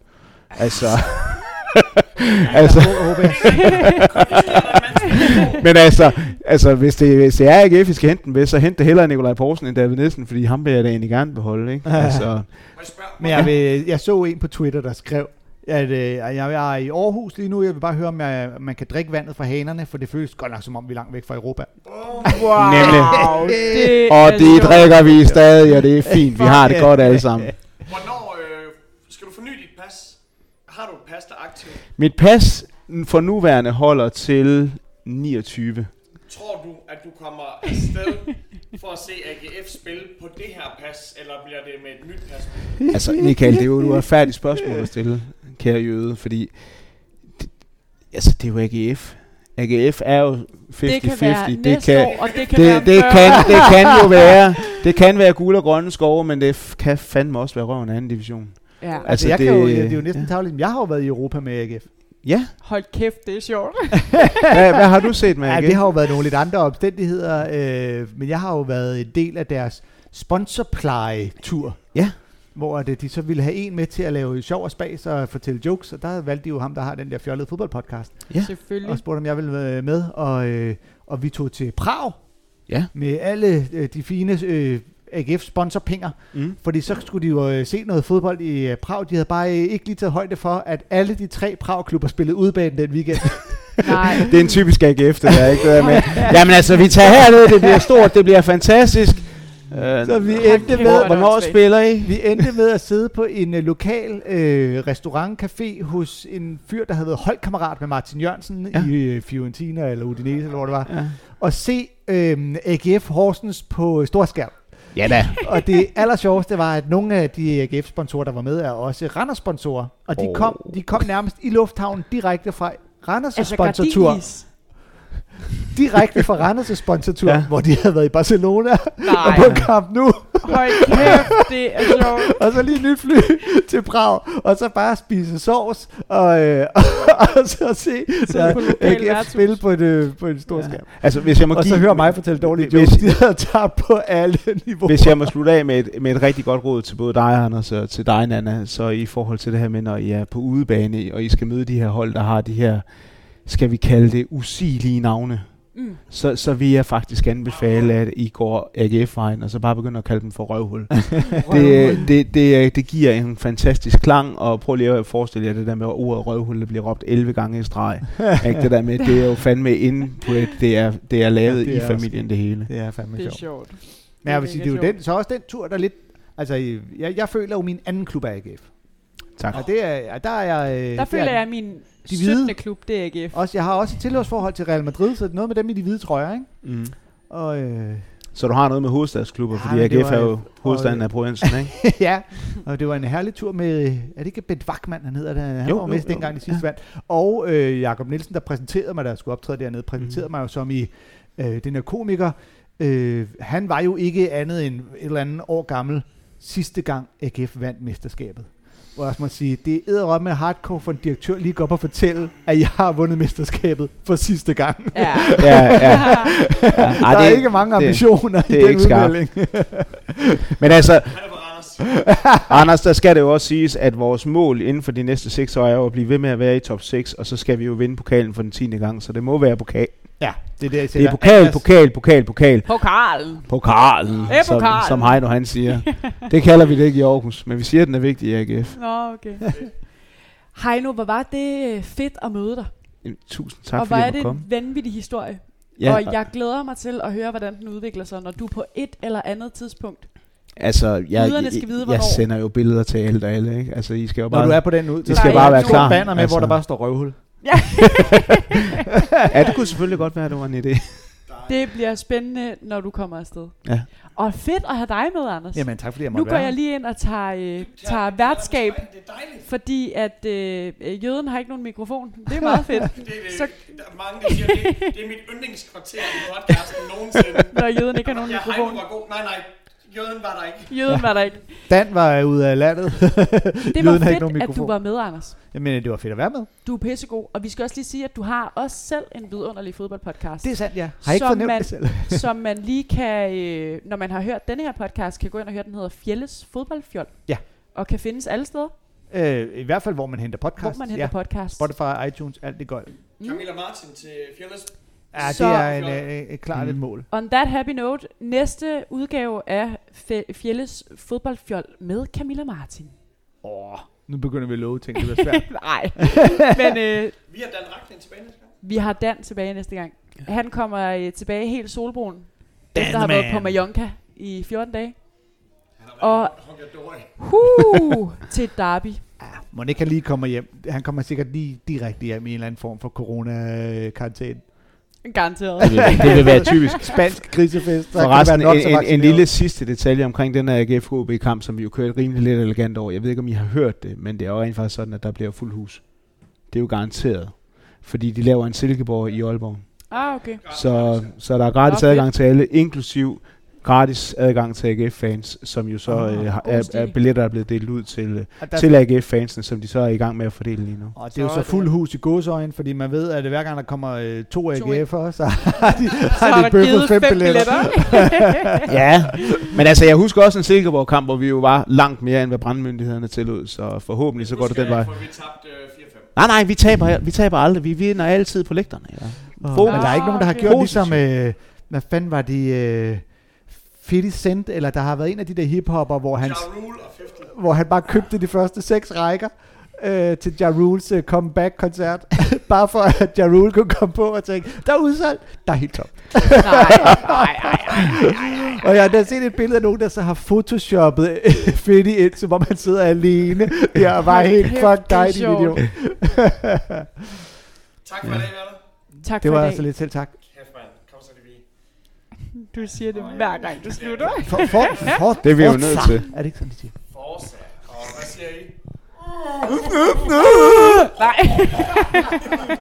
Altså altså, men altså, altså hvis, det, hvis det er AGF, vi skal hente den ved, så hent det hellere Nikolaj Poulsen end David Nielsen, fordi ham vil jeg da egentlig gerne beholde. Ikke? Altså,
Må jeg spørge,
Men jeg, vil, jeg så en på Twitter, der skrev, at øh, jeg jeg er i Aarhus lige nu, jeg vil bare høre, om jeg, om man kan drikke vandet fra hanerne, for det føles godt nok, som om vi er langt væk fra Europa.
Wow,
Nemlig.
Øh, Det
og
er
det
sjovt.
drikker vi stadig, og det er fint. Vi har det godt alle sammen.
hvornår øh, skal du forny dit pas? Har du et pas, der er aktivt?
Mit pas for nuværende holder til 29.
Tror du, at du kommer afsted for at se AGF spille på det her pas, eller bliver det med et nyt pas?
Altså, Michael, det er jo et uretfærdigt spørgsmål at stille, kære jøde, fordi det, altså, det er jo AGF. AGF er jo 50-50.
Det kan være
det,
næste
kan,
år, og det kan være
det, det,
før.
kan, det kan jo være, det kan være guld og grønne skove, men det f- kan fandme også være røven af anden division.
Ja,
Altså,
Altså,
jeg det, kan jo,
det-
det er jo næsten
ja.
tavligt. Jeg har jo været i Europa med AGF.
Ja,
hold kæft, det er sjovt.
hvad, hvad har du set med
Ja,
AGF?
det har jo været nogle lidt andre omstændigheder, øh, men jeg har jo været en del af deres sponsorplejetur.
Ja.
Hvor at, øh, de så ville have en med til at lave sjov og spas og fortælle jokes, og der valgte de jo ham, der har den der fjollede fodboldpodcast,
Ja.
Selvfølgelig.
og spurgte, om jeg ville være med, og, øh, og vi tog til Prag
Ja.
med alle øh, de fine øh, AGF-sponsorpenger,
Mm.
fordi så skulle de jo øh, se noget fodbold i øh, Prag. De havde bare øh, ikke lige taget højde for, at alle de tre Prag-klubber spillede udebane den weekend.
Nej.
Det er en typisk AGF, det der, ikke? Det der med. Jamen altså, vi tager herned, det bliver stort, det bliver fantastisk. Øh,
Så vi
Hold
endte
kæft,
med,
hvor er det
hvornår
åndssvagt.
spiller I?
Vi endte med at sidde på en øh, lokal øh, restaurant, café hos en fyr, der havde været holdkammerat med Martin Jørgensen ja.
Ja.
i øh, Fiorentina eller Udinese, eller hvor det var,
Ja.
og se øh, AGF Horsens på øh, storskærm.
Ja da.
Og det aller sjoveste var, at nogle af de AGF-sponsorer, der var med, er også Randers-sponsorer. Og de,
Åh.
kom, de kom nærmest i lufthavnen direkte fra Randers'
Altså,
sponsortur.
Gardinis.
Direkte fra Randers' sponsortur, ja.
Ja.
hvor de havde været i Barcelona og
Nej,
på kamp nu.
hold kæft, det er sjovt.
og så lige nyt fly til Prag, og så bare spise sovs, og, øh, og så se
Sidde på
der,
lokal
AGF
værtshus.
spille på en, øh, på en stor skærm.
Altså, hvis jeg må
Og
give,
så hører mig fortælle dårlige
hvis-
jokes, de havde tabt på alle niveauer.
Hvis jeg må slutte af med et, med et rigtig godt råd til både dig, Anders, og til dig, Nana, så i forhold til det her med, når I er på udebane, og I skal møde de her hold, der har de her, skal vi kalde det, usigelige navne,
Mm.
så, så vil jeg faktisk anbefale, at I går AGF-vejen, og så bare begynder at kalde dem for røvhul. det, det, det, øh, det giver en fantastisk klang, og prøv lige at forestille jer det der med at ordet røvhul, der bliver råbt 11 gange i streg. ikke? Det der med, det er jo fandme input, det er, det er lavet
det
det er
er
i
også-
familien, det hele.
Det er fandme
Det er
sjovt.
sjovt.
Men jeg vil
Det er
sige, det er jo
mega sjovt.
den, så også den tur, der lidt... Altså, øh, jeg, jeg føler jo, min anden klub er AGF.
Tak.
Og det er, og der er jeg... øh,
Der
er
føler jeg, at min
De hvide.
17. klub, det er AGF.
Også, jeg har også et tilhørsforhold til Real Madrid, så det er noget med dem i de hvide trøjer, ikke?
Mm.
Og, øh,
Så du har noget med hovedstadsklubber,
Ja,
fordi
men det
AGF
var-
er jo hovedstaden af provinsen, ikke?
ja, og det var en herlig tur med, er det ikke Bent Wachmann, han hedder det? Han
Jo,
jo, var jo,
jo,
mest
jo.
dengang i sidste ja. vand. Og øh, Jakob Nielsen, der præsenterede mig, der skulle optræde dernede, præsenterede mm. mig jo som i øh, den her komiker. Øh, han var jo ikke andet end et eller andet år gammel, sidste gang AGF vandt mesterskabet. Hvor jeg også må sige, det er med hardcore for en direktør lige at gå op og fortælle, at jeg har vundet mesterskabet for sidste gang.
Ja.
ja, ja.
Ej, der er ikke mange
det-
ambitioner det,
det
i
er
den
ikke skarpt.
udmelding.
Men altså,
Han er på Randers.
Anders, der skal det jo også siges, at vores mål inden for de næste 6 år er jo at blive ved med at være i top 6, og så skal vi jo vinde pokalen for den 10. gang, så det må være pokal.
Ja, det er det, jeg
Det
siger.
er pokal, pokal, pokal, pokal.
Pokalen.
Pokalen,
Ja,
som,
pokalen.
som Heino han siger. Det kalder vi det ikke i Aarhus, men vi siger, at den er vigtig i AGF.
Nå, okay. Heino, hvor var det øh, fedt at møde dig.
Jamen, Tusind tak,
og hvor
fordi
er
jeg
det
måtte komme.
en vanvittig historie.
Ja,
og jeg glæder mig til at høre, hvordan den udvikler sig, når du på et eller andet tidspunkt.
altså, jeg,
Jyderne skal vide,
jeg, jeg
hvornår.
sender jo billeder til alle og alle, ikke? Altså, I skal jo
Når
bare...
du er på den ud,
I
så
skal
Nej,
bare
jeg
være
tror-
klar.
banner med, altså. hvor der bare står røvhul.
Ja, det kunne selvfølgelig godt være, at det var en idé.
Det bliver spændende, når du kommer afsted.
Ja.
Og fedt at have dig med, Anders.
Jamen tak fordi jeg måtte
nu går
være
jeg
her.
lige ind og tager, øh, tager værtskab,
Det er dejligt.
fordi at øh, øh, jøden har ikke nogen mikrofon. Det er meget fedt,
Det er,
Så-
så... Der er mange, der siger, det, det er mit yndlingskvarter i podcasten nogensinde.
når jøden ikke har nogen
Ja, Heino
mikrofon.
var god. Nej, nej. Jøden var der ikke.
Jøden var der ikke.
Dan var ude af landet.
Det var
Jøden har ikke nogen
fedt, at du
mikrofon.
var med, Anders.
Jamen, det var fedt at være med.
Du er pissegod, og vi skal også lige sige, at du har også selv en vidunderlig fodboldpodcast,
Det er sandt, ja. Har jeg ikke
Som
fået nævnt
man-
det selv?
som man lige kan, øh, når man har hørt denne her podcast, kan gå ind og høre, den hedder Fjelles Fodboldfjold.
Ja.
Og kan findes alle steder,
Øh, I hvert fald, hvor man henter podcast.
hvor man henter
ja.
ja. podcast.
Spotify, iTunes, alt det godt.
Camilla Martin til Fearless.
Ja,
Så-
det er en, øh, øh, klart et mål.
On that happy note, næste udgave af Fe- Fjelles Fodboldfjold med Camilla Martin.
Åh, nu begynder vi at love ting, det bliver svært.
Nej, men øh,
Vi har Dan Ragnin tilbage næste gang.
vi har Dan tilbage næste gang. Han kommer øh, tilbage helt solbrun, efter at have været på Mallorca i 14 dage. Og huh, til et derby.
Må ikke han lige kommer hjem. Han kommer sikkert lige direkte hjem i en eller anden form for øh, corona-karantæne.
Garanteret.
Det vil være typisk.
Spansk grisefest. der kan
Forresten,
være nok
en,
så
en, en
vaccineret.
lille sidste detalje omkring den her agf kamp som vi jo kørte rimelig lidt elegant over. Jeg ved ikke, om I har hørt det, men det er jo rent faktisk sådan, at der bliver fuld hus. Det er jo garanteret. Fordi de laver en Silkeborg i Aalborg.
Ah, okay.
Så, så der er gratis
Nå, fedt.
adgang til alle, inklusiv gratis adgang til AGF-fans, som jo så
Ah,
øh, har-
god
er,
stil.
er billetter, der er blevet delt ud til, øh,
Og der-
til AGF-fansene, som de så er i gang med at fordele lige nu.
Og det er jo
Så
så
er det-
fuld hus i godsøjen, fordi man ved, at hver gang der kommer øh, to
ind.
AGF'ere, så har de,
Så har der
bøffet
givet fem billetter.
Ja, men altså jeg husker også en Silkeborg-kamp, hvor vi jo var langt mere, end hvad brandmyndighederne tillod, så forhåbentlig så går det den vej.
For vi tabte øh, 4-5.
Nej, nej, vi taber, vi taber aldrig. Vi vinder altid på lægterne. Ja.
Få, men der er
Ah,
ikke nogen, der har
okay.
gjort ligesom, øh, hvad fanden var de, øh, 50 Cent, eller der har været en af de der hiphopper, hvor han,
Ja Rule og 50.
hvor han bare købte de første seks rækker øh, til Ja Rules øh, comeback-koncert, bare for at Ja Rule kunne komme på og tænke, der er udsolgt, der er helt top.
nej, nej, nej,
Og jeg har da set et billede af nogen, der så har photoshoppet Fitty ind, som om han sidder alene. Jeg var bare helt
Kæft,
fuck
det er
dig, din
sjovt.
video.
Tak for i dag, Werner.
Tak
Det
for
var
i
altså
dag.
lidt selv tak.
Kæft, mand. Kom så, det vi.
Du siger det hver gang, du slutter.
For, for, for,
Det er vi jo nødt
for-
til.
Er det ikke sådan, de siger?
Forza. Og hvad siger I?
Nej.